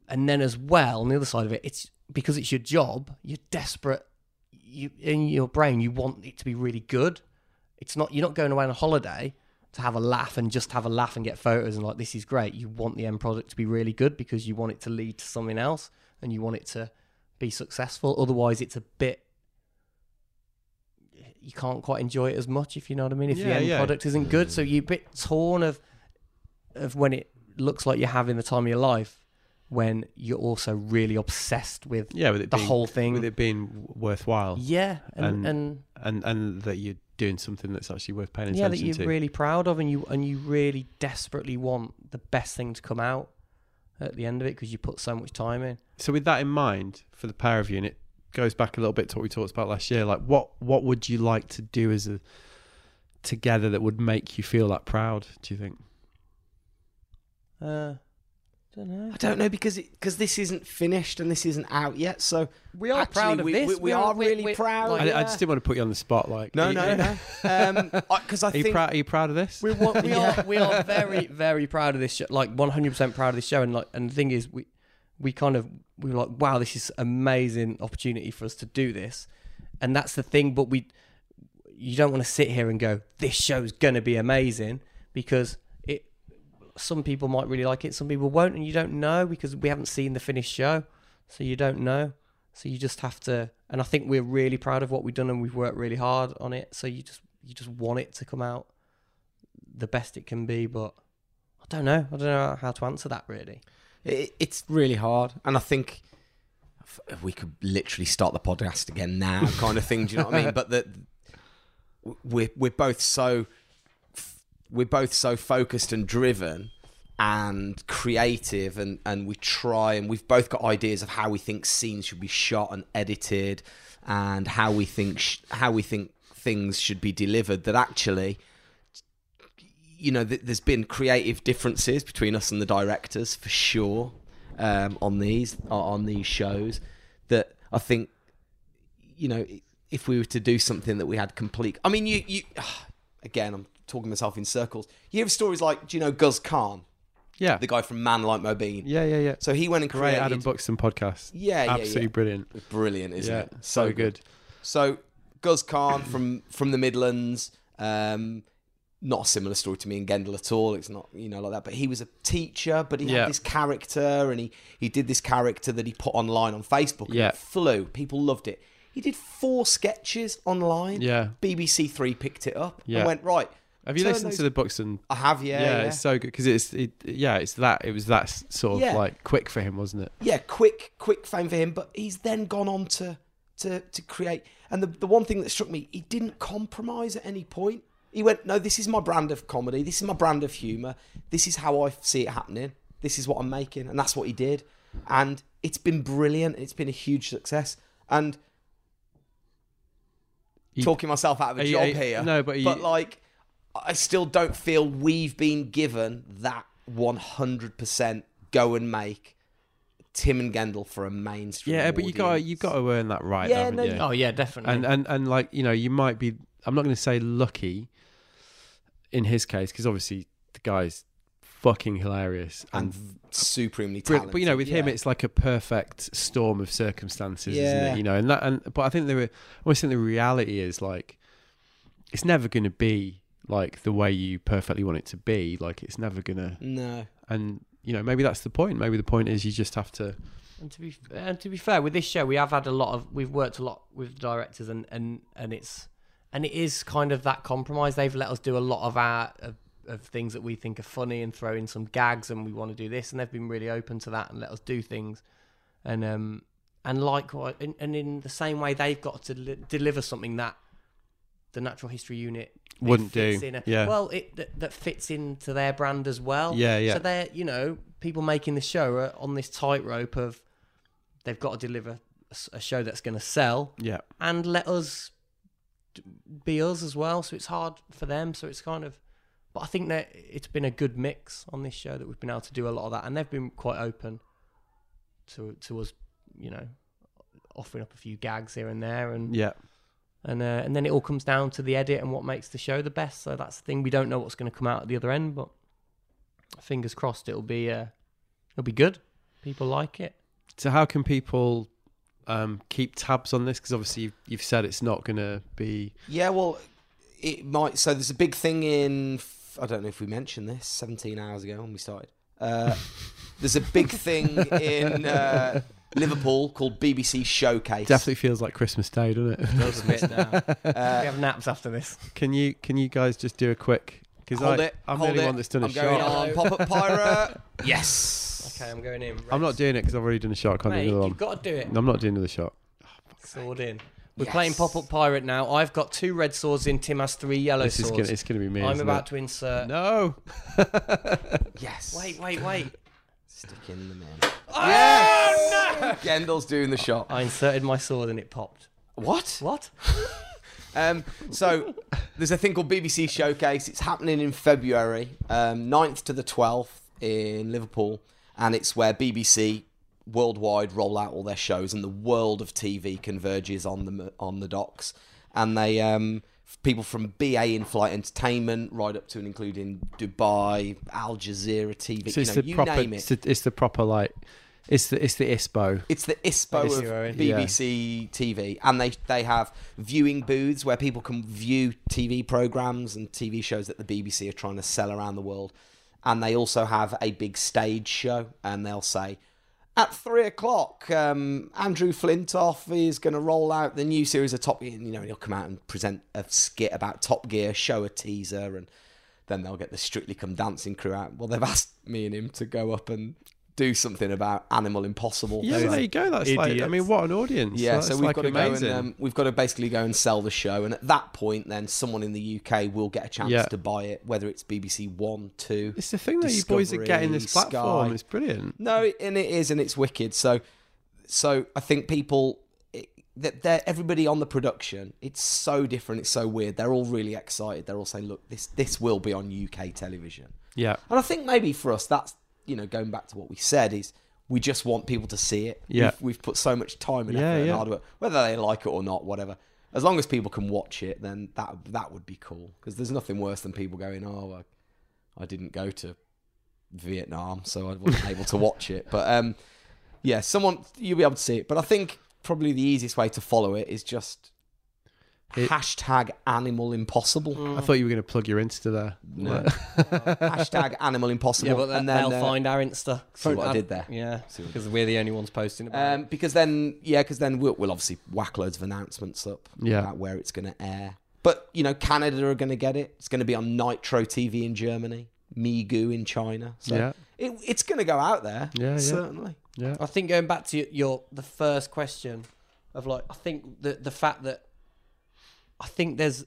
Speaker 2: and then as well on the other side of it it's because it's your job you're desperate you in your brain you want it to be really good it's not you're not going away on a holiday to have a laugh and just have a laugh and get photos and like this is great you want the end product to be really good because you want it to lead to something else and you want it to be successful otherwise it's a bit you can't quite enjoy it as much if you know what i mean if the
Speaker 1: Yeah,
Speaker 2: end
Speaker 1: yeah.
Speaker 2: product isn't good so you're a bit torn of of when it looks like you're having the time of your life when you're also really obsessed with
Speaker 1: Yeah, with it
Speaker 2: the
Speaker 1: being,
Speaker 2: whole thing.
Speaker 1: with it being worthwhile.
Speaker 2: yeah, and,
Speaker 1: And-
Speaker 2: and,
Speaker 1: and and that you're doing something that's actually worth paying
Speaker 2: yeah,
Speaker 1: attention
Speaker 2: that you're
Speaker 1: to.
Speaker 2: really proud of, and you and you really desperately want the best thing to come out at the end of it because you put so much time in.
Speaker 1: so with that in mind, for the pair of you, and it goes back a little bit to what we talked about last year. Like, what what would you like to do as a together that would make you feel that proud? Do you think?
Speaker 2: Uh, don't know.
Speaker 3: I don't know because because this isn't finished and this isn't out yet. So
Speaker 2: We are
Speaker 3: Actually,
Speaker 2: proud of
Speaker 3: we-
Speaker 2: this.
Speaker 3: we- we are really proud.
Speaker 1: I,
Speaker 2: Like,
Speaker 1: I just didn't want to put you on the spot. Like,
Speaker 3: no,
Speaker 1: are you-
Speaker 3: no, no. Because um, I
Speaker 1: Are you
Speaker 3: think
Speaker 1: proud? Are you proud of this?
Speaker 2: we, want, we are we are very very proud of this show. Like 100 percent proud of this show. And like and the thing is, we we kind of we were like, wow, this is amazing opportunity for us to do this, and that's the thing. But we you don't want to sit here and go, this show's gonna be amazing because it. Some people might really like it, some people won't, and you don't know because we haven't seen the finished show, so you don't know. So you just have to, and I think we're really proud of what we've done, and we've worked really hard on it. So you just you just want it to come out the best it can be, but I don't know. I don't know how to answer that really.
Speaker 3: it, it's really hard, and I think if- if we could literally start the podcast again now, kind of thing. Do you know what I mean? But that we're we're both so we're both so focused and driven and creative and and we try and we've both got ideas of how we think scenes should be shot and edited and how we think sh- how we think things should be delivered that actually you know th- there's been creative differences between us and the directors for sure um on these on these shows that I think you know if we were to do something that we had complete I mean you you again I'm talking myself in circles you have stories like do you know Guz Khan
Speaker 1: yeah,
Speaker 3: the guy from Man Like Mobeen.
Speaker 1: yeah, yeah, yeah.
Speaker 3: So he went and
Speaker 1: Great
Speaker 3: created.
Speaker 1: Adam Buxton podcast.
Speaker 3: yeah, yeah,
Speaker 1: Absolutely brilliant.
Speaker 3: yeah. Brilliant, isn't
Speaker 1: yeah,
Speaker 3: it?
Speaker 1: so good.
Speaker 3: So Guz Khan from from the Midlands. Um, not a similar story to me and Gendel at all. It's not you know like that. But he was a teacher, but he
Speaker 1: Yeah.
Speaker 3: had this character, and he he did this character that he put online on Facebook. and
Speaker 1: Yeah.
Speaker 3: it flew. People loved it. He did four sketches online.
Speaker 1: Yeah.
Speaker 3: BBC Three picked it up
Speaker 1: Yeah.
Speaker 3: and went right.
Speaker 1: Have you
Speaker 3: turn
Speaker 1: listened
Speaker 3: those-
Speaker 1: to the Buxton?
Speaker 3: I have, yeah.
Speaker 1: yeah,
Speaker 3: Yeah,
Speaker 1: it's so good because it's it, yeah, it's that it was that s- sort of
Speaker 3: Yeah.
Speaker 1: like quick for him, wasn't it?
Speaker 3: yeah, quick, quick fame for him. But he's then gone on to to to create. And the the one thing that struck me, he didn't compromise at any point. He went, no, this is my brand of comedy. This is my brand of humor. This is how I see it happening. This is what I'm making, and that's what he did. And it's been brilliant. It's been a huge success. And
Speaker 1: You-
Speaker 3: talking myself out of a
Speaker 1: Are you-
Speaker 3: job
Speaker 1: are you-
Speaker 3: here.
Speaker 1: no, but are you-
Speaker 3: like, I still don't feel we've been given that 100% go and make Tim and Gendel for a mainstream.
Speaker 1: Yeah, but you got you've got to earn that right,
Speaker 3: Yeah,
Speaker 1: haven't
Speaker 3: no,
Speaker 1: you?
Speaker 3: no.
Speaker 2: Oh yeah, definitely.
Speaker 1: and and and like you know you might be i'm not going to say lucky in his case because obviously the guy's fucking hilarious
Speaker 3: and
Speaker 1: and,
Speaker 3: v- supremely
Speaker 1: brilliant.
Speaker 3: talented.
Speaker 1: um, but you know with him
Speaker 3: yeah.
Speaker 1: it's like a perfect storm of circumstances isn't
Speaker 3: Yeah.
Speaker 1: it you know and that and but i think the re- I always think the reality is like it's never going to be like the way you perfectly want it to be like it's never going to
Speaker 3: no.
Speaker 1: and you know maybe that's the point maybe the point is you just have to
Speaker 2: And to be and to be fair, with this show, we have had a lot of we've worked a lot with directors, and and and it's and it is kind of that compromise. They've let us do a lot of our of, of things that we think are funny and throw in some gags, and we want to do this, and they've been really open to that and let us do things, and um and likewise, and, and in the same way, they've got to li- deliver something that the Natural History Unit it
Speaker 1: Wouldn't
Speaker 2: fits
Speaker 1: do,
Speaker 2: in a-
Speaker 1: yeah.
Speaker 2: well, it that, that fits into their brand as well.
Speaker 1: Yeah, yeah.
Speaker 2: So they're you know people making the show are on this tightrope of they've got to deliver a s- a show that's going to sell
Speaker 1: yeah
Speaker 2: and let us d- be us as well. So it's hard for them. So it's kind of, but I think that it's been a good mix on this show that we've been able to do a lot of that, and they've been quite open to to us, you know, offering up a few gags here and there, and
Speaker 1: yeah
Speaker 2: and uh, and then it all comes down to the edit and what makes the show the best. So that's the thing. We don't know what's going to come out at the other end, but fingers crossed it'll be uh, it'll be good. People like it.
Speaker 1: So how can people um, keep tabs on this? Because obviously you've, you've said it's not going to be.
Speaker 3: Yeah, well, it might. So there's a big thing in. f- I don't know if we mentioned this 17 hours ago when we started. Uh, there's a big thing in uh, Liverpool called BBC Showcase.
Speaker 1: Definitely feels like Christmas Day, doesn't it?
Speaker 2: Does a bit now.
Speaker 3: Uh,
Speaker 2: we have naps after this.
Speaker 1: Can you can you guys just do a quick? Because
Speaker 3: Hold
Speaker 1: I
Speaker 3: it,
Speaker 1: I'm the
Speaker 3: hold
Speaker 1: only
Speaker 3: it.
Speaker 1: one that's done a
Speaker 3: I'm
Speaker 1: shark.
Speaker 3: going on pop up pirate. yes.
Speaker 2: Okay, I'm going in.
Speaker 1: I'm not doing it because I've already done a shark on
Speaker 2: Mate,
Speaker 1: another
Speaker 2: you've
Speaker 1: one.
Speaker 2: got to do it.
Speaker 1: No, I'm not doing another shark.
Speaker 2: Sword in. We're
Speaker 3: Yes.
Speaker 2: playing Pop Up Pirate now. I've got two red swords in. Tim has three yellow
Speaker 1: This is gonna,
Speaker 2: swords.
Speaker 1: it's going to be me.
Speaker 2: I'm
Speaker 1: isn't
Speaker 2: about
Speaker 1: it?
Speaker 2: to insert.
Speaker 1: No.
Speaker 3: Yes.
Speaker 2: Wait, wait, wait.
Speaker 3: Stick in the man.
Speaker 1: Ah!
Speaker 3: Yes! Gendel's doing the shot.
Speaker 2: I inserted my sword and it popped.
Speaker 3: What?
Speaker 2: What?
Speaker 3: Um, so there's a thing called BBC Showcase. It's happening in February, um, 9th to the 12th in Liverpool, and it's where BBC worldwide roll out all their shows, and the world of TV converges on the on the docks, and they um, f- people from BA in flight entertainment right up to and including Dubai, Al Jazeera TV,
Speaker 1: So
Speaker 3: you,
Speaker 1: it's
Speaker 3: know,
Speaker 1: the
Speaker 3: you
Speaker 1: proper.
Speaker 3: name it.
Speaker 1: It's the, it's the proper like. It's the it's the ISPO.
Speaker 3: It's the ISPO
Speaker 2: It's-
Speaker 3: of
Speaker 1: yeah.
Speaker 3: BBC TV, and they they have viewing booths where people can view TV programs and TV shows that the BBC are trying to sell around the world, and they also have a big stage show, and they'll say. At three o'clock, um, Andrew Flintoff is going to roll out the new series of Top Gear. and, You know, he'll come out and present a skit about Top Gear, show a teaser, and then they'll get the Strictly Come Dancing crew out. Well, they've asked me and him to go up and do something about Animal Impossible.
Speaker 1: Yeah,
Speaker 3: So-
Speaker 1: there you go. That's like. I
Speaker 2: idiots.
Speaker 1: mean, what an audience.
Speaker 3: yeah,
Speaker 1: That's
Speaker 3: so we've
Speaker 1: like
Speaker 3: got to
Speaker 1: amazing.
Speaker 3: go and um, we've got to basically go and sell the show, and at that point, then someone in the UK will get a chance
Speaker 1: Yeah.
Speaker 3: to buy it, whether it's BBC One, Two.
Speaker 1: it's the thing that you boys are getting this
Speaker 3: Discovery,
Speaker 1: platform.
Speaker 3: Sky.
Speaker 1: It's brilliant.
Speaker 3: No, and it is, and it's wicked. So, so I think people it- that they're everybody on the production. It's so different. It's so weird. They're all really excited. They're all saying, "Look, this this will be on UK television."
Speaker 1: Yeah.
Speaker 3: And I think maybe for us, that's you know going back to what we said is we just want people to see it.
Speaker 1: Yeah.
Speaker 3: we've, we've put so much time and
Speaker 1: Yeah,
Speaker 3: effort and
Speaker 1: yeah.
Speaker 3: hard work, whether they like it or not, whatever. As long as people can watch it, then that that would be cool because there's nothing worse than people going, "Oh, well, I didn't go to Vietnam, so I wasn't able to watch it." But um, yeah, someone you'll be able to see it. But I think probably the easiest way to follow it is just.
Speaker 1: It-
Speaker 3: hashtag animal impossible.
Speaker 2: Mm.
Speaker 1: I thought you were going to plug your Insta there.
Speaker 3: No. hashtag animal impossible.
Speaker 2: Yeah, but then,
Speaker 3: and then
Speaker 2: they'll
Speaker 3: uh,
Speaker 2: find our Insta.
Speaker 3: see what I did there.
Speaker 2: Yeah,
Speaker 3: See what I
Speaker 2: because we're the only ones posting about
Speaker 3: Um, because then, yeah, because then we'll, we'll obviously whack loads of announcements up
Speaker 1: Yeah.
Speaker 3: about where it's going to air. But you know, Canada are going to get it. It's going to be on Nitro TV in Germany, Migu in China. So
Speaker 1: Yeah.
Speaker 3: it, it's going to go out there.
Speaker 1: Yeah, yeah.
Speaker 3: certainly.
Speaker 1: Yeah.
Speaker 2: it. I think going back to your, your the first question of like, I think the the fact that I think there's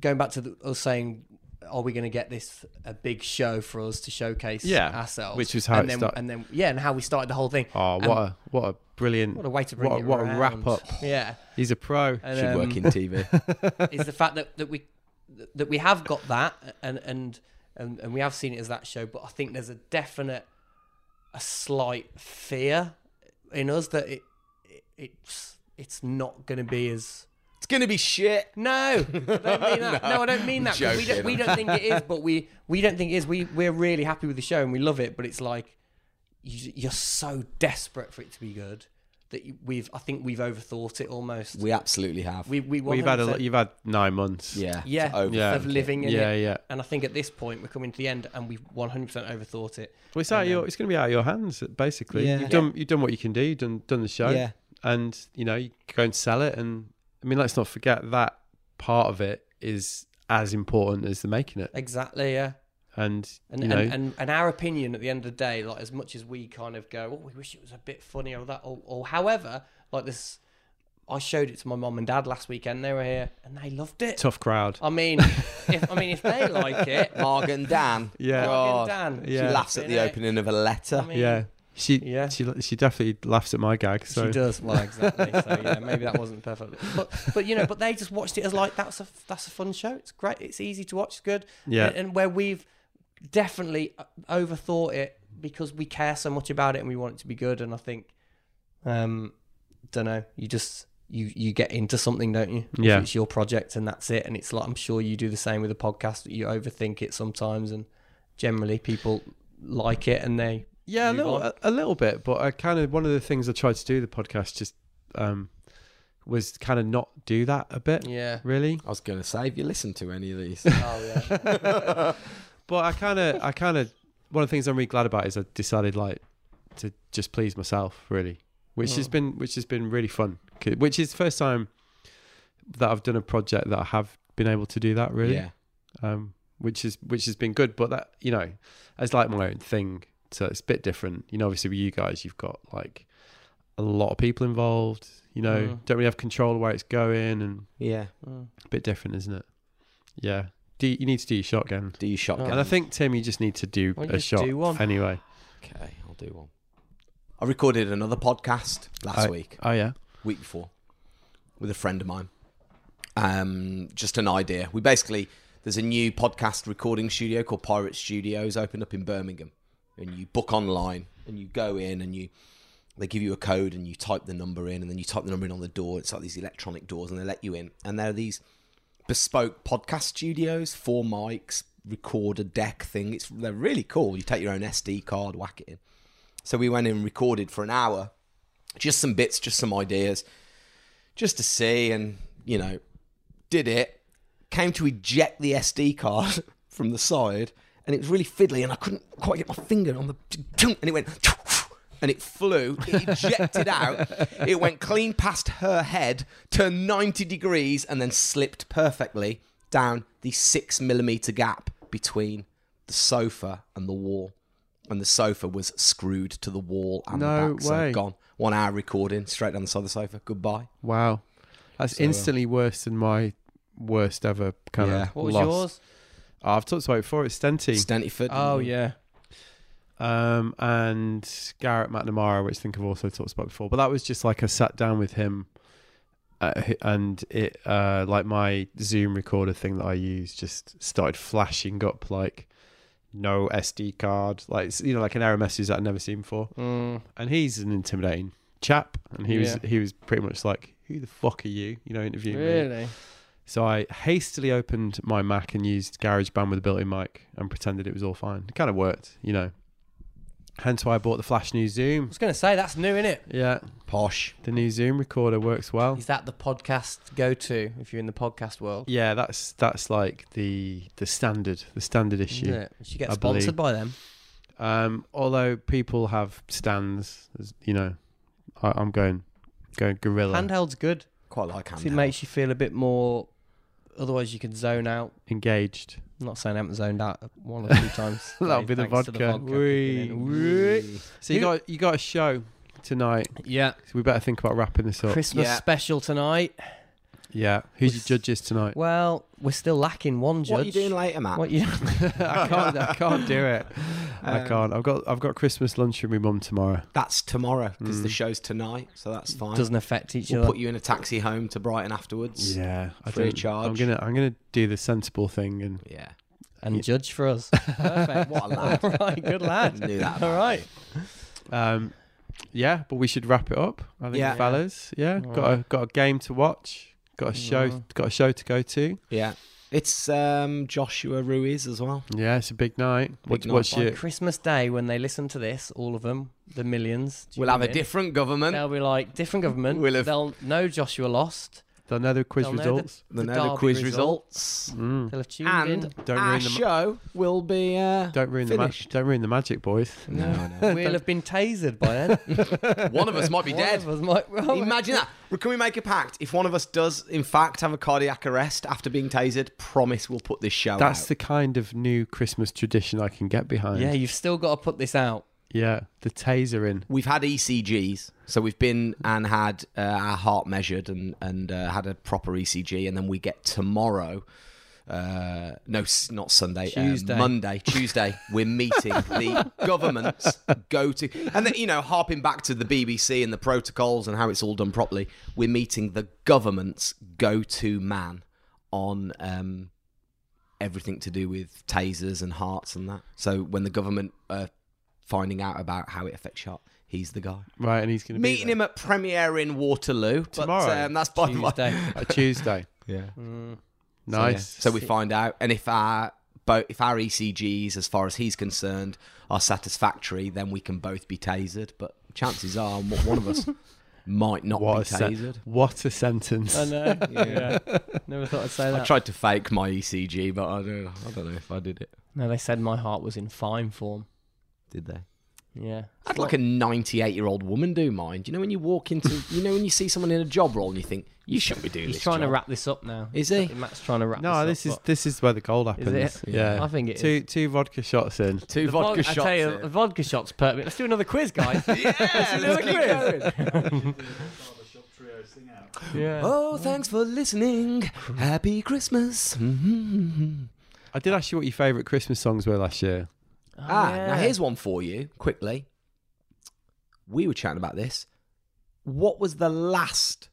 Speaker 2: going back to the, us saying, are we going to get this a big show for us to showcase
Speaker 1: Yeah,
Speaker 2: ourselves?
Speaker 1: which is how
Speaker 2: and
Speaker 1: it
Speaker 2: then,
Speaker 1: started.
Speaker 2: And then yeah, and how we started the whole thing.
Speaker 1: Oh, what a what a brilliant.
Speaker 2: um, What a way to bring
Speaker 1: what,
Speaker 2: it
Speaker 1: a- what a
Speaker 2: around.
Speaker 1: wrap up.
Speaker 2: Yeah,
Speaker 1: He's a pro.
Speaker 2: and,
Speaker 3: Should
Speaker 2: um,
Speaker 3: work in TV.
Speaker 2: is the fact that, that we that we have got that and, and and and we have seen it as that show, but I think there's a definite a slight fear in us that it, it it's it's not going to be as
Speaker 3: it's going to be shit.
Speaker 2: no, I don't mean that. no, I don't mean that. 'cause We don't, we don't think it is, but we we don't think it is. We we're really happy with the show and we love it, but it's like you, you're so desperate for it to be good that you, we've I think we've overthought it almost.
Speaker 3: We absolutely have.
Speaker 2: We we
Speaker 1: Well, you've had a
Speaker 2: 100%
Speaker 1: lo- you've had nine months.
Speaker 3: yeah, to
Speaker 2: yeah,
Speaker 3: over-
Speaker 1: Yeah.
Speaker 2: of living in
Speaker 1: Yeah,
Speaker 2: it.
Speaker 1: yeah.
Speaker 2: And I think at this point we're coming to the end, and we've 100% overthought it.
Speaker 1: Well, it's out of your. It's going to be out of your hands, basically.
Speaker 3: Yeah.
Speaker 1: You've done. You've done what you can do. You've done done the show.
Speaker 3: Yeah.
Speaker 1: And you know, you go and sell it. And I mean, let's not forget that part of it is as important as the making it.
Speaker 2: Exactly, yeah.
Speaker 1: And,
Speaker 2: And
Speaker 1: you know,
Speaker 2: and, and and our opinion at the end of the day, like as much as we kind of go, oh, we wish it was a bit funnier or that, or, or however, like this, I showed it to my mum and dad last weekend. They were here, and they loved it.
Speaker 1: tough crowd.
Speaker 2: I mean, if I mean if they like it,
Speaker 3: Marg and Dan.
Speaker 1: Yeah.
Speaker 3: God.
Speaker 2: Dan,
Speaker 1: Yeah.
Speaker 3: She laughs at the
Speaker 2: You know?
Speaker 3: opening of a letter.
Speaker 2: I mean,
Speaker 1: yeah. She.
Speaker 2: Yeah.
Speaker 1: She. She definitely laughs at my gag. So
Speaker 2: She does. Well, exactly. So yeah, maybe that wasn't perfect. But but you know, but they just watched it as like that's a that's a fun show. It's great. It's easy to watch. It's good.
Speaker 1: Yeah.
Speaker 2: And, and where we've definitely uh, overthought it because we care so much about it and we want it to be good. And I think, um, don't know. You just you you get into something, don't you? If
Speaker 1: Yeah.
Speaker 2: It's your project and that's it. And it's like I'm sure you do the same with a podcast. You overthink it sometimes, and generally people like it and they
Speaker 1: Yeah, a
Speaker 2: move
Speaker 1: little,
Speaker 2: on.
Speaker 1: a, a little bit, but I kind of one of the things I tried to do with the podcast just um, was kind of not do that a bit,
Speaker 2: yeah.
Speaker 1: really.
Speaker 3: I was going to say, have you listened to any of these?
Speaker 2: Oh yeah.
Speaker 1: But I kind of, I kind of, one of the things I'm really glad about is I decided like to just please myself, really, which has
Speaker 2: Mm.
Speaker 1: been, which has been really fun, 'Cause- which is the first time that I've done a project that I have been able to do that, really.
Speaker 3: Yeah.
Speaker 1: um, which is which has been good. But that you know, it's like my own thing, so it's a bit different. You know, obviously with you guys, you've got like a lot of people involved. You know,
Speaker 2: Mm.
Speaker 1: don't really have control of where it's going, and
Speaker 3: Yeah.
Speaker 2: Mm.
Speaker 1: a bit different, isn't it? Yeah, do you need to do your shotgun?
Speaker 3: Do you shotgun?
Speaker 1: And I think Tim, you just need to do
Speaker 2: Why don't you
Speaker 1: a
Speaker 2: just
Speaker 1: shot
Speaker 2: do one?
Speaker 1: anyway.
Speaker 3: Okay, I'll do one. I recorded another podcast last
Speaker 1: I-
Speaker 3: week,
Speaker 1: Oh yeah.
Speaker 3: week before, with a friend of mine. Um, just an idea. We basically there's a new podcast recording studio called Pirate Studios opened up in Birmingham, and you book online and you go in and you they give you a code and you type the number in and then you type the number in on the door. It's like these electronic doors and they let you in. And there are these bespoke podcast studios, four mics, recorder deck thing. It's they're really cool. You take your own SD card, whack it in. So we went in and recorded for an hour, just some bits, just some ideas, just to see and you know, did it. Came to eject the SD card from the side, and it was really fiddly, and I couldn't quite get my finger on the, and it went. And it flew, it ejected out. It went clean past her head, turned 90 degrees, and then slipped perfectly down the six millimeter gap between the sofa and the wall. And the sofa was screwed to the wall and
Speaker 1: No
Speaker 3: the back, so
Speaker 1: way.
Speaker 3: gone. One hour recording, straight down the side of the sofa. Goodbye.
Speaker 1: Wow. That's instantly worse than my worst ever kind
Speaker 3: Yeah.
Speaker 1: of.
Speaker 2: What was
Speaker 1: loss.
Speaker 2: yours?
Speaker 1: Oh, I've talked about it before. It's Stenty.
Speaker 3: Stantiford.
Speaker 2: Oh yeah.
Speaker 1: um, and Garrett McNamara, which I think I've also talked about before. But that was just like I sat down with him, uh, h- and it uh, like my Zoom recorder thing that I use just started flashing up like no SD card, like it's, you know, like an error message that I'd never seen before.
Speaker 2: Mm.
Speaker 1: And he's an intimidating chap, and he was
Speaker 2: Yeah.
Speaker 1: he was pretty much like, "Who the fuck are you?" You know, interviewing me.
Speaker 2: Really?
Speaker 1: So I hastily opened my Mac and used GarageBand with a built-in mic and pretended it was all fine. It kind of worked, you know. Hence why I bought the Flash new Zoom.
Speaker 2: I was gonna say that's new, innit?
Speaker 1: Yeah,
Speaker 3: Posh.
Speaker 1: the new Zoom recorder works well.
Speaker 2: Is that the podcast go to if you're in the podcast world?
Speaker 1: Yeah, that's that's like the the standard, the standard issue.
Speaker 2: Isn't it? You should get
Speaker 1: I believe.
Speaker 2: sponsored by them.
Speaker 1: Um, although people have stands, as- you know, I, I'm going going gorilla
Speaker 2: Handheld's good.
Speaker 3: Quite like handheld.
Speaker 2: It makes you feel a bit more. Otherwise, you can zone out.
Speaker 1: engaged.
Speaker 2: I'm not saying I haven't zoned out one or two times.
Speaker 1: That'll
Speaker 2: today,
Speaker 1: be the
Speaker 2: thanks
Speaker 1: vodka.
Speaker 2: to
Speaker 1: Wee,
Speaker 2: kicking in.
Speaker 1: wee. So you got you got a show tonight.
Speaker 2: Yeah.
Speaker 1: So we better think about wrapping this up.
Speaker 2: Christmas
Speaker 3: Yeah.
Speaker 2: special tonight.
Speaker 1: Yeah, who's your judges tonight?
Speaker 2: Well, we're still lacking one judge.
Speaker 3: What are you doing later, Matt?
Speaker 2: What you?
Speaker 1: I can't. I can't do it. I can't. I've got. I've got Christmas lunch with my mum tomorrow.
Speaker 3: That's tomorrow because the
Speaker 1: Mm.
Speaker 3: show's tonight, so that's fine.
Speaker 2: Doesn't affect each
Speaker 3: we'll
Speaker 2: other.
Speaker 3: put you in a taxi home to Brighton afterwards.
Speaker 1: Yeah, I
Speaker 3: Free
Speaker 1: don't-
Speaker 3: of charge.
Speaker 1: I'm gonna. I'm gonna do the sensible thing and
Speaker 3: Yeah.
Speaker 2: and
Speaker 1: Yeah.
Speaker 2: judge for us. Perfect.
Speaker 3: What a lad.
Speaker 2: All right, good lad.
Speaker 3: Knew that
Speaker 2: All
Speaker 3: about
Speaker 2: right.
Speaker 1: um, yeah. But we should wrap it up. I think,
Speaker 3: Yeah.
Speaker 1: fellas. Yeah,
Speaker 2: All
Speaker 1: got a got a game to watch. Got a show.
Speaker 2: Yeah.
Speaker 1: Got a show to go to.
Speaker 3: Yeah. It's um, Joshua Ruiz as well.
Speaker 1: Yeah, it's a big night. What,
Speaker 3: Big night.
Speaker 1: What's
Speaker 2: By
Speaker 1: your?
Speaker 2: Christmas Day, when they listen to this, all of them, the millions,
Speaker 3: We'll have a
Speaker 2: different.
Speaker 3: different government.
Speaker 2: They'll be like different government.
Speaker 3: We'll have-
Speaker 2: They'll know Joshua lost.
Speaker 1: They'll know the quiz
Speaker 2: They'll know the-
Speaker 1: results.
Speaker 3: The,
Speaker 2: The
Speaker 3: know the
Speaker 2: Derby
Speaker 3: quiz
Speaker 2: result.
Speaker 3: results.
Speaker 1: Mm.
Speaker 2: They'll have tuned
Speaker 3: And
Speaker 2: in.
Speaker 1: Don't
Speaker 3: our
Speaker 1: ruin the. Ma-
Speaker 3: show will be. Uh,
Speaker 1: don't ruin the. Ma-
Speaker 3: finished.
Speaker 1: don't ruin the magic, boys.
Speaker 3: No, I know.
Speaker 2: We'll have been tasered by then.
Speaker 3: One of us might be
Speaker 2: One
Speaker 3: dead.
Speaker 2: of us might- well,
Speaker 3: Imagine that. Well, Can we make a pact? If one of us does, in fact, have a cardiac arrest after being tasered, promise we'll put this show
Speaker 1: That's
Speaker 3: out.
Speaker 1: the kind of new Christmas tradition I can get behind.
Speaker 2: Yeah, you've still got to put this out.
Speaker 1: Yeah, the taser in.
Speaker 3: We've had ECGs, so we've been and had uh, our heart measured and and uh, had a proper ECG, and then we get tomorrow. Uh, no, s- not Sunday. uh,
Speaker 2: Tuesday.
Speaker 3: Monday, Tuesday. we're meeting the government's go-to, and then, you know, harping back to the BBC and the protocols and how it's all done properly. We're meeting the government's go-to man on um, everything to do with tasers and hearts and that. So when the government uh, are finding out about how it affects heart, he's the guy.
Speaker 1: Right, and he's going to be
Speaker 3: Meeting him at Premiere in Waterloo But,
Speaker 1: Tomorrow?
Speaker 3: um, that's by the
Speaker 2: Tuesday.
Speaker 3: way.
Speaker 1: a Tuesday.
Speaker 3: Yeah.
Speaker 2: Mm.
Speaker 1: Nice.
Speaker 3: So we find out, and if our both, if our ECGs, as far as he's concerned, are satisfactory, then we can both be tasered. But chances are, mo- one of us might not
Speaker 1: What
Speaker 3: be
Speaker 1: a sen-
Speaker 3: tasered.
Speaker 1: What a sentence.
Speaker 2: I know. yeah. Never thought I'd say
Speaker 3: I
Speaker 2: that.
Speaker 3: tried to fake my ECG, but I don't, I don't know if I did it.
Speaker 2: No, they said my heart was in fine form.
Speaker 3: Did they?
Speaker 2: Yeah.
Speaker 3: I had like a 98 year old woman do mine. Do you know when you walk into, you know, when you see someone in a job role and you think, you shouldn't be doing
Speaker 2: He's
Speaker 3: this?
Speaker 2: trying to
Speaker 3: job."
Speaker 2: wrap this up now.
Speaker 3: Is he?
Speaker 2: Matt's trying to wrap.
Speaker 1: no, this is this is where the gold
Speaker 2: Is
Speaker 1: happens.
Speaker 2: it?
Speaker 1: Yeah.
Speaker 2: I think it is.
Speaker 1: two two vodka shots in.
Speaker 3: Two
Speaker 2: The
Speaker 3: vodka
Speaker 2: vod-
Speaker 3: shots.
Speaker 2: I tell you, the
Speaker 3: in.
Speaker 2: vodka shots perfect. Let's do another quiz, guys.
Speaker 3: yeah,
Speaker 2: another
Speaker 3: let's keep
Speaker 2: quiz.
Speaker 3: going.
Speaker 5: Barbershop trio sing out.
Speaker 2: yeah.
Speaker 3: Oh, thanks for listening. Happy Christmas. Mm-hmm.
Speaker 1: I did ask you what your favourite Christmas songs were last year.
Speaker 3: ah, now
Speaker 2: yeah.
Speaker 3: here's one for you quickly. we were chatting about this. What was the last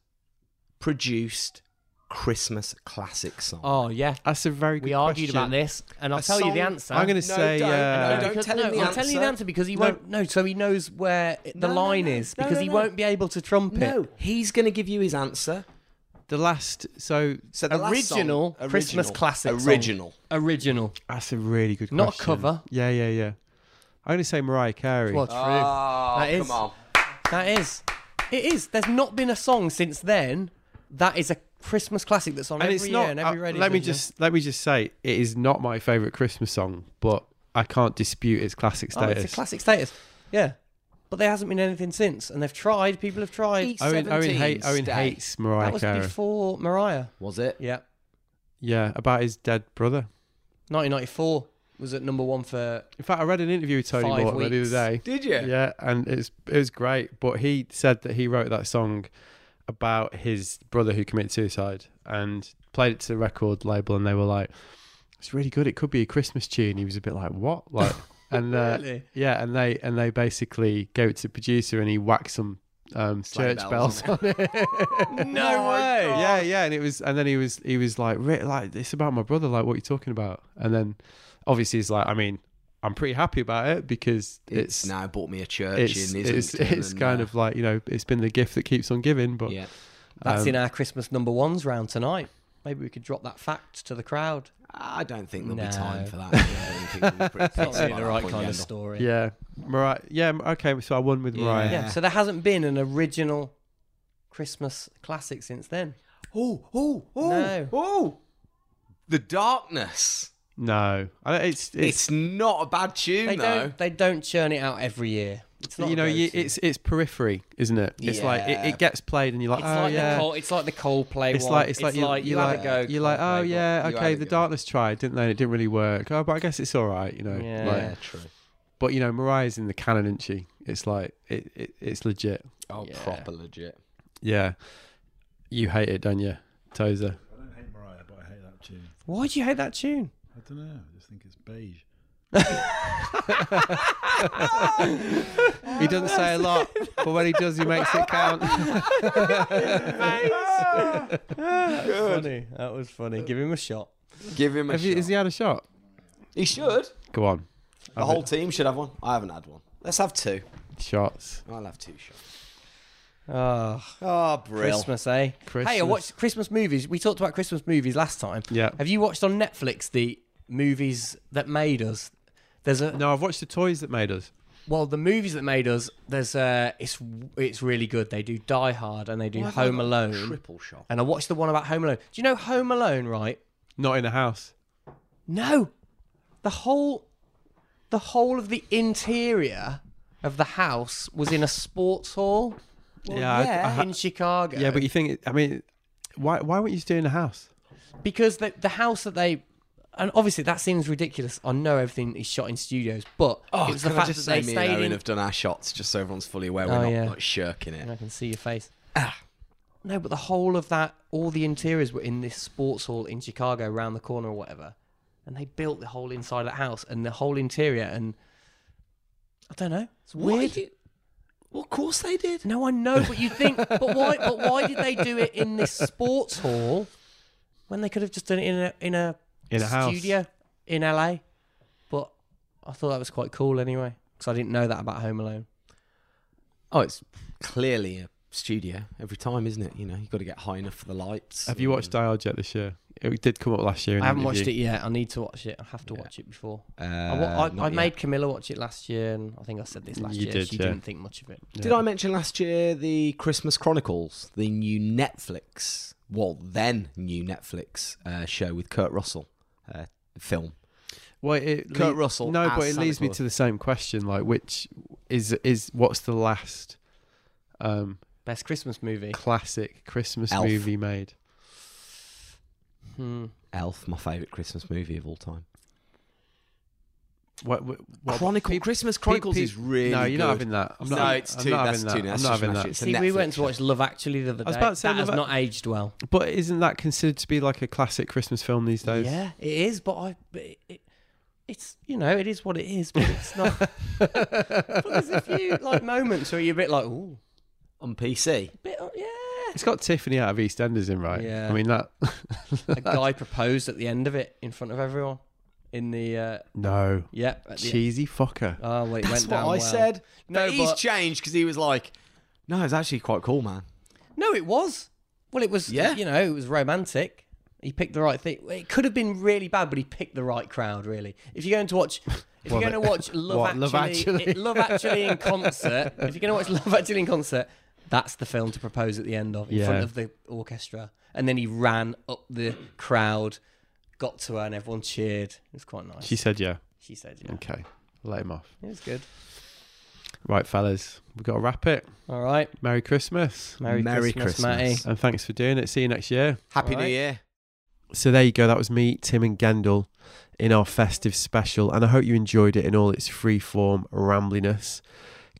Speaker 3: produced Christmas classic song?
Speaker 2: Oh yeah,
Speaker 1: That's a very good
Speaker 2: we argued
Speaker 1: question.
Speaker 2: about this, and I'll
Speaker 3: A
Speaker 2: tell you
Speaker 3: song-
Speaker 2: the answer.
Speaker 1: I'm going to
Speaker 3: No,
Speaker 1: say.
Speaker 3: don't.
Speaker 1: uh,
Speaker 3: No, don't
Speaker 2: Because-
Speaker 3: tell
Speaker 2: no,
Speaker 3: him the
Speaker 2: I'm telling you the
Speaker 3: answer.
Speaker 2: answer because he
Speaker 3: No.
Speaker 2: won't. No, so he knows where it- the
Speaker 3: No, no,
Speaker 2: line
Speaker 3: no.
Speaker 2: is
Speaker 3: No,
Speaker 2: because
Speaker 3: no,
Speaker 2: he
Speaker 3: no.
Speaker 2: won't be able to trump
Speaker 3: no,
Speaker 2: it.
Speaker 3: he's going to give you his answer.
Speaker 1: The last. So
Speaker 3: So the last song-
Speaker 2: Original Christmas
Speaker 3: original-
Speaker 2: classic. song.
Speaker 3: Original.
Speaker 2: Original.
Speaker 1: that's a really good.
Speaker 2: Not a
Speaker 1: question.
Speaker 2: cover.
Speaker 1: Yeah, yeah, yeah. I'm going to say Mariah Carey.
Speaker 2: Well, true.
Speaker 3: Oh,
Speaker 2: That is-
Speaker 3: come on.
Speaker 2: That is. It is. There's not been a song since then that is a Christmas classic that's on
Speaker 1: and
Speaker 2: every
Speaker 1: it's
Speaker 2: year
Speaker 1: not.
Speaker 2: and every
Speaker 1: uh,
Speaker 2: radio.
Speaker 1: let me
Speaker 2: station.
Speaker 1: just let me just say it is not my favorite Christmas song, but I can't dispute its classic
Speaker 2: Oh,
Speaker 1: status.
Speaker 2: it's a classic status. Yeah. But there hasn't been anything since, and they've tried. People have tried.
Speaker 1: Owen, Owen,
Speaker 3: 17
Speaker 1: hate, Owen
Speaker 3: stay.
Speaker 1: hates Mariah
Speaker 2: That was
Speaker 1: Carey.
Speaker 2: before Mariah.
Speaker 3: Was it?
Speaker 2: Yeah.
Speaker 1: Yeah, about his dead brother.
Speaker 2: 1994 was at number one for.
Speaker 1: In fact, I read an interview with Tony
Speaker 2: Five
Speaker 1: Mortimer
Speaker 2: weeks.
Speaker 1: the other day.
Speaker 4: Did you?
Speaker 1: Yeah, and it's it was great. But he said that he wrote that song about his brother who committed suicide and played it to the record label, and they were like, "It's really good. It could be a Christmas tune." He was a bit like, "What?" Like, and uh,
Speaker 2: Really?
Speaker 1: yeah, and they and they basically go to the producer, and he whacked some um,
Speaker 3: Sleigh
Speaker 1: church
Speaker 3: bells
Speaker 1: bells on it.
Speaker 2: No way.
Speaker 1: yeah, yeah, and it was, and then he was, he was like, "Rick, like it's about my brother. Like, what are you talking about?" And then, obviously, he's like, "I mean, I'm pretty happy about it because
Speaker 3: It's,
Speaker 1: it's
Speaker 3: now bought me a church
Speaker 1: it's
Speaker 3: in
Speaker 1: it's,
Speaker 3: Islington
Speaker 1: it's
Speaker 3: and,
Speaker 1: kind
Speaker 3: uh,
Speaker 1: of like you know it's been the gift that keeps on giving but
Speaker 3: yeah.
Speaker 2: That's
Speaker 1: Um,
Speaker 2: in our Christmas number ones round tonight. Maybe we could drop that fact to the crowd.
Speaker 3: I don't think there'll
Speaker 2: No.
Speaker 3: be time for that. I think people will be pretty pissed by that point, Gandalf.
Speaker 2: story.
Speaker 1: yeah mariah yeah m- okay so i won with mariah
Speaker 2: Yeah, so there hasn't been an original Christmas classic since then.
Speaker 3: Oh, oh, oh,
Speaker 2: No.
Speaker 3: oh. The Darkness.
Speaker 1: no I, it's
Speaker 3: It's,
Speaker 1: it's,
Speaker 3: not a bad tune,
Speaker 2: They
Speaker 3: though.
Speaker 2: don't. They don't churn it out every year. It's not
Speaker 1: you know you,
Speaker 2: it's
Speaker 1: it's it's periphery isn't it it's like
Speaker 3: Yeah.
Speaker 1: it, it gets played and you're like
Speaker 2: it's
Speaker 1: oh
Speaker 2: like
Speaker 1: yeah
Speaker 2: the Col- it's like the Coldplay
Speaker 1: it's
Speaker 2: one.
Speaker 1: like it's like you,
Speaker 2: you
Speaker 1: you
Speaker 2: had
Speaker 1: like
Speaker 2: a go.
Speaker 1: you're like oh
Speaker 2: Coldplay,
Speaker 1: yeah
Speaker 3: You
Speaker 1: okay
Speaker 3: had a
Speaker 1: the
Speaker 3: good one.
Speaker 1: darkness tried didn't they and it didn't really work oh but I guess it's all right you know
Speaker 2: Yeah.
Speaker 1: like-
Speaker 2: Yeah.
Speaker 3: true.
Speaker 1: but you know Mariah's in the canon isn't she it's like it, it it's legit
Speaker 3: Oh,
Speaker 2: Yeah.
Speaker 3: proper legit.
Speaker 1: yeah you hate it don't you Tozer
Speaker 5: I don't hate Mariah, but I hate that tune.
Speaker 2: but- Why do you hate that tune?
Speaker 5: I don't know. I just think it's beige.
Speaker 1: He doesn't say a lot, but when he does, he makes it count.
Speaker 2: Funny. That was funny. Give him a shot.
Speaker 3: Give him a
Speaker 1: Have you, has he had a shot?
Speaker 3: He should.
Speaker 1: Go on,
Speaker 3: The whole team should have one. I haven't had one. Let's have two.
Speaker 1: shots.
Speaker 3: I'll have two shots.
Speaker 1: Ah.
Speaker 2: Oh,
Speaker 3: Oh, brill.
Speaker 2: Christmas, eh? Hey, I
Speaker 1: Christmas.
Speaker 2: watched Christmas movies. We talked about Christmas movies last time.
Speaker 1: Yeah.
Speaker 2: Have you watched on Netflix the movies that made us? There's a
Speaker 1: No, I've watched the toys that made us.
Speaker 2: well, the movies that made us. There's a it's it's really good. They do Die Hard and they do
Speaker 3: Why have I
Speaker 2: Home
Speaker 3: got
Speaker 2: Alone.
Speaker 3: Triple shot.
Speaker 2: And I watched the one about Home Alone. Do you know Home Alone? Right?
Speaker 1: Not in a house.
Speaker 2: No, the whole the whole of the interior of the house was in a sports hall
Speaker 1: yeah, I- I ha-
Speaker 2: in Chicago.
Speaker 1: yeah, but you think? it- I mean, why why weren't you just doing a house?
Speaker 2: because the the house that they and obviously that seems ridiculous. I know everything is shot in studios, but
Speaker 3: Oh,
Speaker 2: it was the
Speaker 3: can I
Speaker 2: fact
Speaker 3: just
Speaker 2: that
Speaker 3: say
Speaker 2: they
Speaker 3: me and
Speaker 2: stayed
Speaker 3: Owen
Speaker 2: in.
Speaker 3: have done our shots just so everyone's fully aware we're
Speaker 2: Oh,
Speaker 3: not,
Speaker 2: yeah.
Speaker 3: not shirking it.
Speaker 2: I can see your face.
Speaker 3: Ah.
Speaker 2: No, but the whole of that, all the interiors were in this sports hall in Chicago, round the corner or whatever, and they built the whole inside of the house and the whole interior. And I don't know, it's
Speaker 3: What are
Speaker 2: weird.
Speaker 3: you- Well, of course they did.
Speaker 2: No, I know, but you think, but why? But why did they do it in this sports hall when they could have just done it in a in a
Speaker 1: In a house.
Speaker 2: studio in LA? But I thought that was quite cool anyway, because I didn't know that about Home Alone.
Speaker 3: Oh, it's clearly a studio every time, isn't it? You know, you've got to get high enough for the lights.
Speaker 1: Have you watched Die Hard yet this year? It did come up last year. in
Speaker 2: I haven't
Speaker 1: an
Speaker 2: watched it
Speaker 1: interview.
Speaker 2: yet. I need to watch it. I have to watch it before.
Speaker 3: Uh,
Speaker 2: I, wa- I, I
Speaker 3: not
Speaker 2: made
Speaker 3: yet.
Speaker 2: Camilla watch it last year, and I think I said this last
Speaker 1: You
Speaker 2: year.
Speaker 1: did,
Speaker 2: she
Speaker 1: yeah.
Speaker 2: didn't think much of it.
Speaker 3: Did I mention last year the Christmas Chronicles, the new Netflix, well then new Netflix uh, show with Kurt Russell uh, film?
Speaker 1: Well, it
Speaker 3: Kurt Russell
Speaker 1: No,
Speaker 3: as
Speaker 1: but it
Speaker 3: Santa
Speaker 1: leads me
Speaker 3: Claus.
Speaker 1: to the same question. Like, which is is what's the last um
Speaker 2: Best Christmas movie.
Speaker 1: classic Christmas
Speaker 3: Elf.
Speaker 1: movie made?
Speaker 2: Hmm.
Speaker 3: Elf, my favourite Christmas movie of all time.
Speaker 1: What, what, what-
Speaker 3: Chronicle
Speaker 1: peop-
Speaker 3: Christmas Chronicles
Speaker 1: peop-
Speaker 3: is really
Speaker 1: No, you're not
Speaker 3: good.
Speaker 1: having that. I'm not,
Speaker 3: No, it's
Speaker 1: I'm
Speaker 3: too-
Speaker 1: Not
Speaker 3: that's
Speaker 1: having
Speaker 3: too-
Speaker 1: that.
Speaker 3: that's
Speaker 1: I'm not
Speaker 3: just
Speaker 1: having
Speaker 3: mash
Speaker 1: that.
Speaker 3: it. It's a
Speaker 2: See, we went
Speaker 3: Netflix
Speaker 2: to watch Love Actually the other day.
Speaker 1: I was about to say
Speaker 2: that has
Speaker 1: Love Ac-
Speaker 2: not aged well.
Speaker 1: But isn't that considered to be like a classic Christmas film these days?
Speaker 2: Yeah, it is, but I. but It, it, it's you know it is what it is, but it's not. but there's a few like moments where you're a bit like, ooh,
Speaker 3: on PC.
Speaker 2: a bit, oh, yeah.
Speaker 1: It's got Tiffany out of EastEnders in, right?
Speaker 2: Yeah.
Speaker 1: I mean that.
Speaker 2: A guy proposed at the end of it in front of everyone in the uh,
Speaker 1: No.
Speaker 2: yep. At the,
Speaker 1: Cheesy fucker.
Speaker 2: oh, well, it
Speaker 3: That's
Speaker 2: went
Speaker 3: what I
Speaker 2: down well.
Speaker 3: said.
Speaker 2: No,
Speaker 3: No, but he's
Speaker 2: but-
Speaker 3: changed because he was like, "No, it's actually quite cool, man."
Speaker 2: No, it was. Well, it was.
Speaker 3: Yeah.
Speaker 2: You know, it was romantic. He picked the right thing. It could have been really bad, but he picked the right crowd. Really, if you're going to watch, if you're
Speaker 1: Well,
Speaker 2: going to watch Love
Speaker 1: what,
Speaker 2: Actually,
Speaker 1: Love Actually?
Speaker 2: it- Love Actually in concert. if you're going to watch Love Actually in concert, that's the film to propose at the end of in
Speaker 1: Yeah.
Speaker 2: front of the orchestra. And then he ran up the crowd, got to her, and everyone cheered. It was
Speaker 3: Oh,
Speaker 2: quite nice.
Speaker 1: She said, "Yeah,
Speaker 2: she said, "Yeah,
Speaker 1: okay, let him off."
Speaker 2: it was good."
Speaker 1: Right, fellas, we've got to wrap it.
Speaker 2: All right,
Speaker 1: Merry Christmas,
Speaker 2: Merry,
Speaker 3: Merry
Speaker 2: Christmas,
Speaker 3: Christmas.
Speaker 2: Matty.
Speaker 1: and thanks for doing it. See you next year.
Speaker 3: Happy
Speaker 2: Right.
Speaker 3: New Year.
Speaker 1: So there you go. That was me, Tim, and Gendel in our festive special, and I hope you enjoyed it in all its freeform rambliness.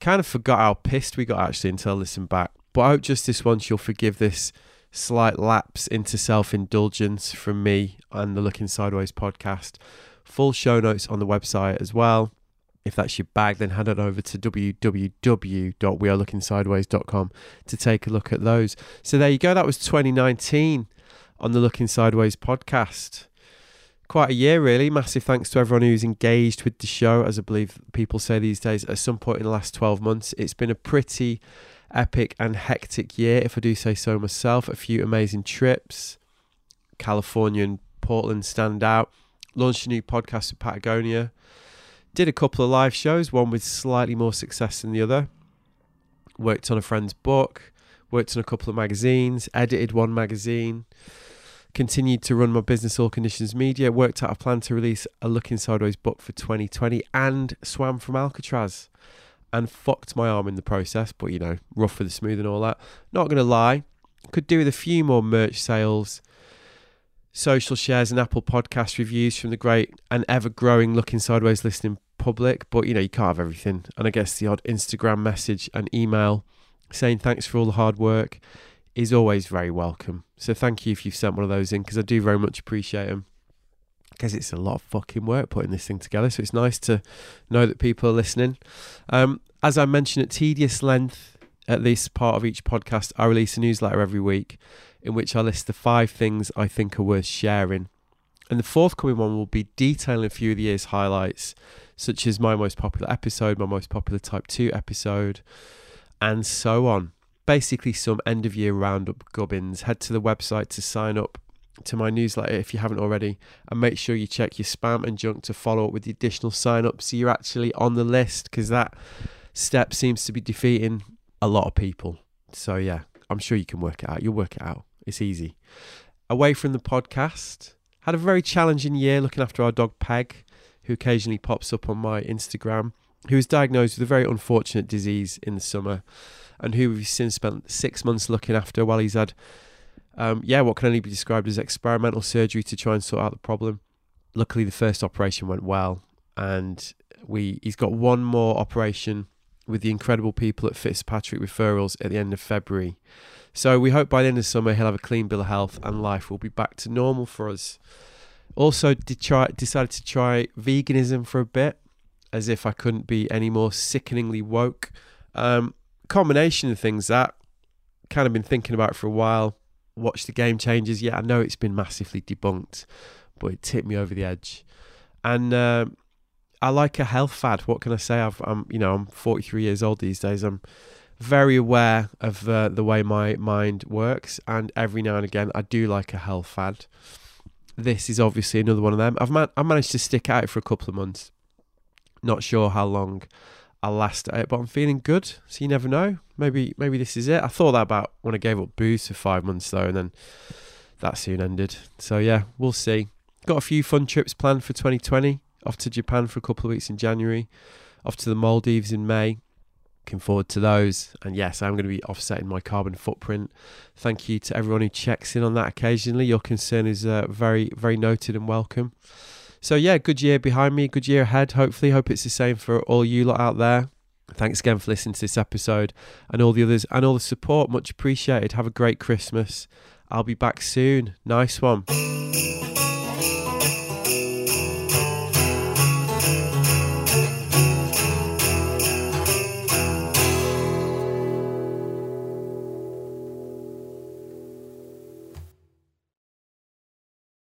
Speaker 1: Kind of forgot how pissed we got actually until I listened back, but I hope just this once you'll forgive this slight lapse into self-indulgence from me and the Looking Sideways podcast. Full show notes on the website as well. If that's your bag, then head on over to www.wearelookingsideways.com to take a look at those. So there you go. That was 2019 on the Looking Sideways podcast. Quite a year, really. Massive thanks to everyone who's engaged with the show. As I believe people say these days, at some point in the last 12 months, it's been a pretty epic and hectic year, if I do say so myself. A few amazing trips. California and Portland stand out. Launched a new podcast with Patagonia. Did a couple of live shows, one with slightly more success than the other. Worked on a friend's book. Worked on a couple of magazines. Edited one magazine continued to run my business all conditions media worked out a plan to release a looking sideways book for 2020 and swam from alcatraz and fucked my arm in the process but you know rough with the smooth and all that not gonna lie could do with a few more merch sales social shares and apple podcast reviews from the great and ever growing looking sideways listening public but you know you can't have everything and i guess the odd instagram message and email saying thanks for all the hard work is always very welcome. So thank you if you've sent one of those in because I do very much appreciate them. Because it's a lot of fucking work putting this thing together, so it's nice to know that people are listening. Um, as I mentioned at tedious length at this part of each podcast, I release a newsletter every week in which I list the five things I think are worth sharing. And the forthcoming one will be detailing a few of the year's highlights, such as my most popular episode, my most popular type 2 episode, and so on basically some end of year roundup gubbins. Head to the website to sign up to my newsletter if you haven't already, and make sure you check your spam and junk to follow up with the additional sign up so you're actually on the list because that step seems to be defeating a lot of people. So, yeah, I'm sure you can work it out. You'll work it out, it's easy. Away from the podcast, had a very challenging year looking after our dog Peg, who occasionally pops up on my Instagram, who was diagnosed with a very unfortunate disease in the summer and who we've since spent six months looking after while he's had, um, yeah, what can only be described as experimental surgery to try and sort out the problem. Luckily, the first operation went well, and we he's got one more operation with the incredible people at Fitzpatrick Referrals at the end of February. So we hope by the end of summer he'll have a clean bill of health and life will be back to normal for us. Also, did try, decided to try veganism for a bit, as if I couldn't be any more sickeningly woke. Um, combination of things that kind of been thinking about for a while. Watched the game changes. Yeah, I know it's been massively debunked, but it tipped me over the edge. And um I like a health fad. What can I say? I've, I'm, you know, I'm 43 years old these days. I'm very aware of uh, the way my mind works, and every now and again, I do like a health fad. This is obviously another one of them. I've man- I managed to stick at it for a couple of months. Not sure how long I'll last at it, but I'm feeling good. So you never know. Maybe maybe this is it. I thought that about when I gave up booze for five months though, and then that soon ended. So yeah, we'll see. Got a few fun trips planned for 2020. Off to Japan for a couple of weeks in January. Off to the Maldives in May. Looking forward to those. And yes, I'm going to be offsetting my carbon footprint. Thank you to everyone who checks in on that occasionally. Your concern is uh, very very noted and welcome. So yeah, good year behind me, good year ahead. Hopefully, hope it's the same for all you lot out there. Thanks again for listening to this episode and all the others and all the support. Much appreciated. Have a great Christmas. I'll be back soon. Nice one.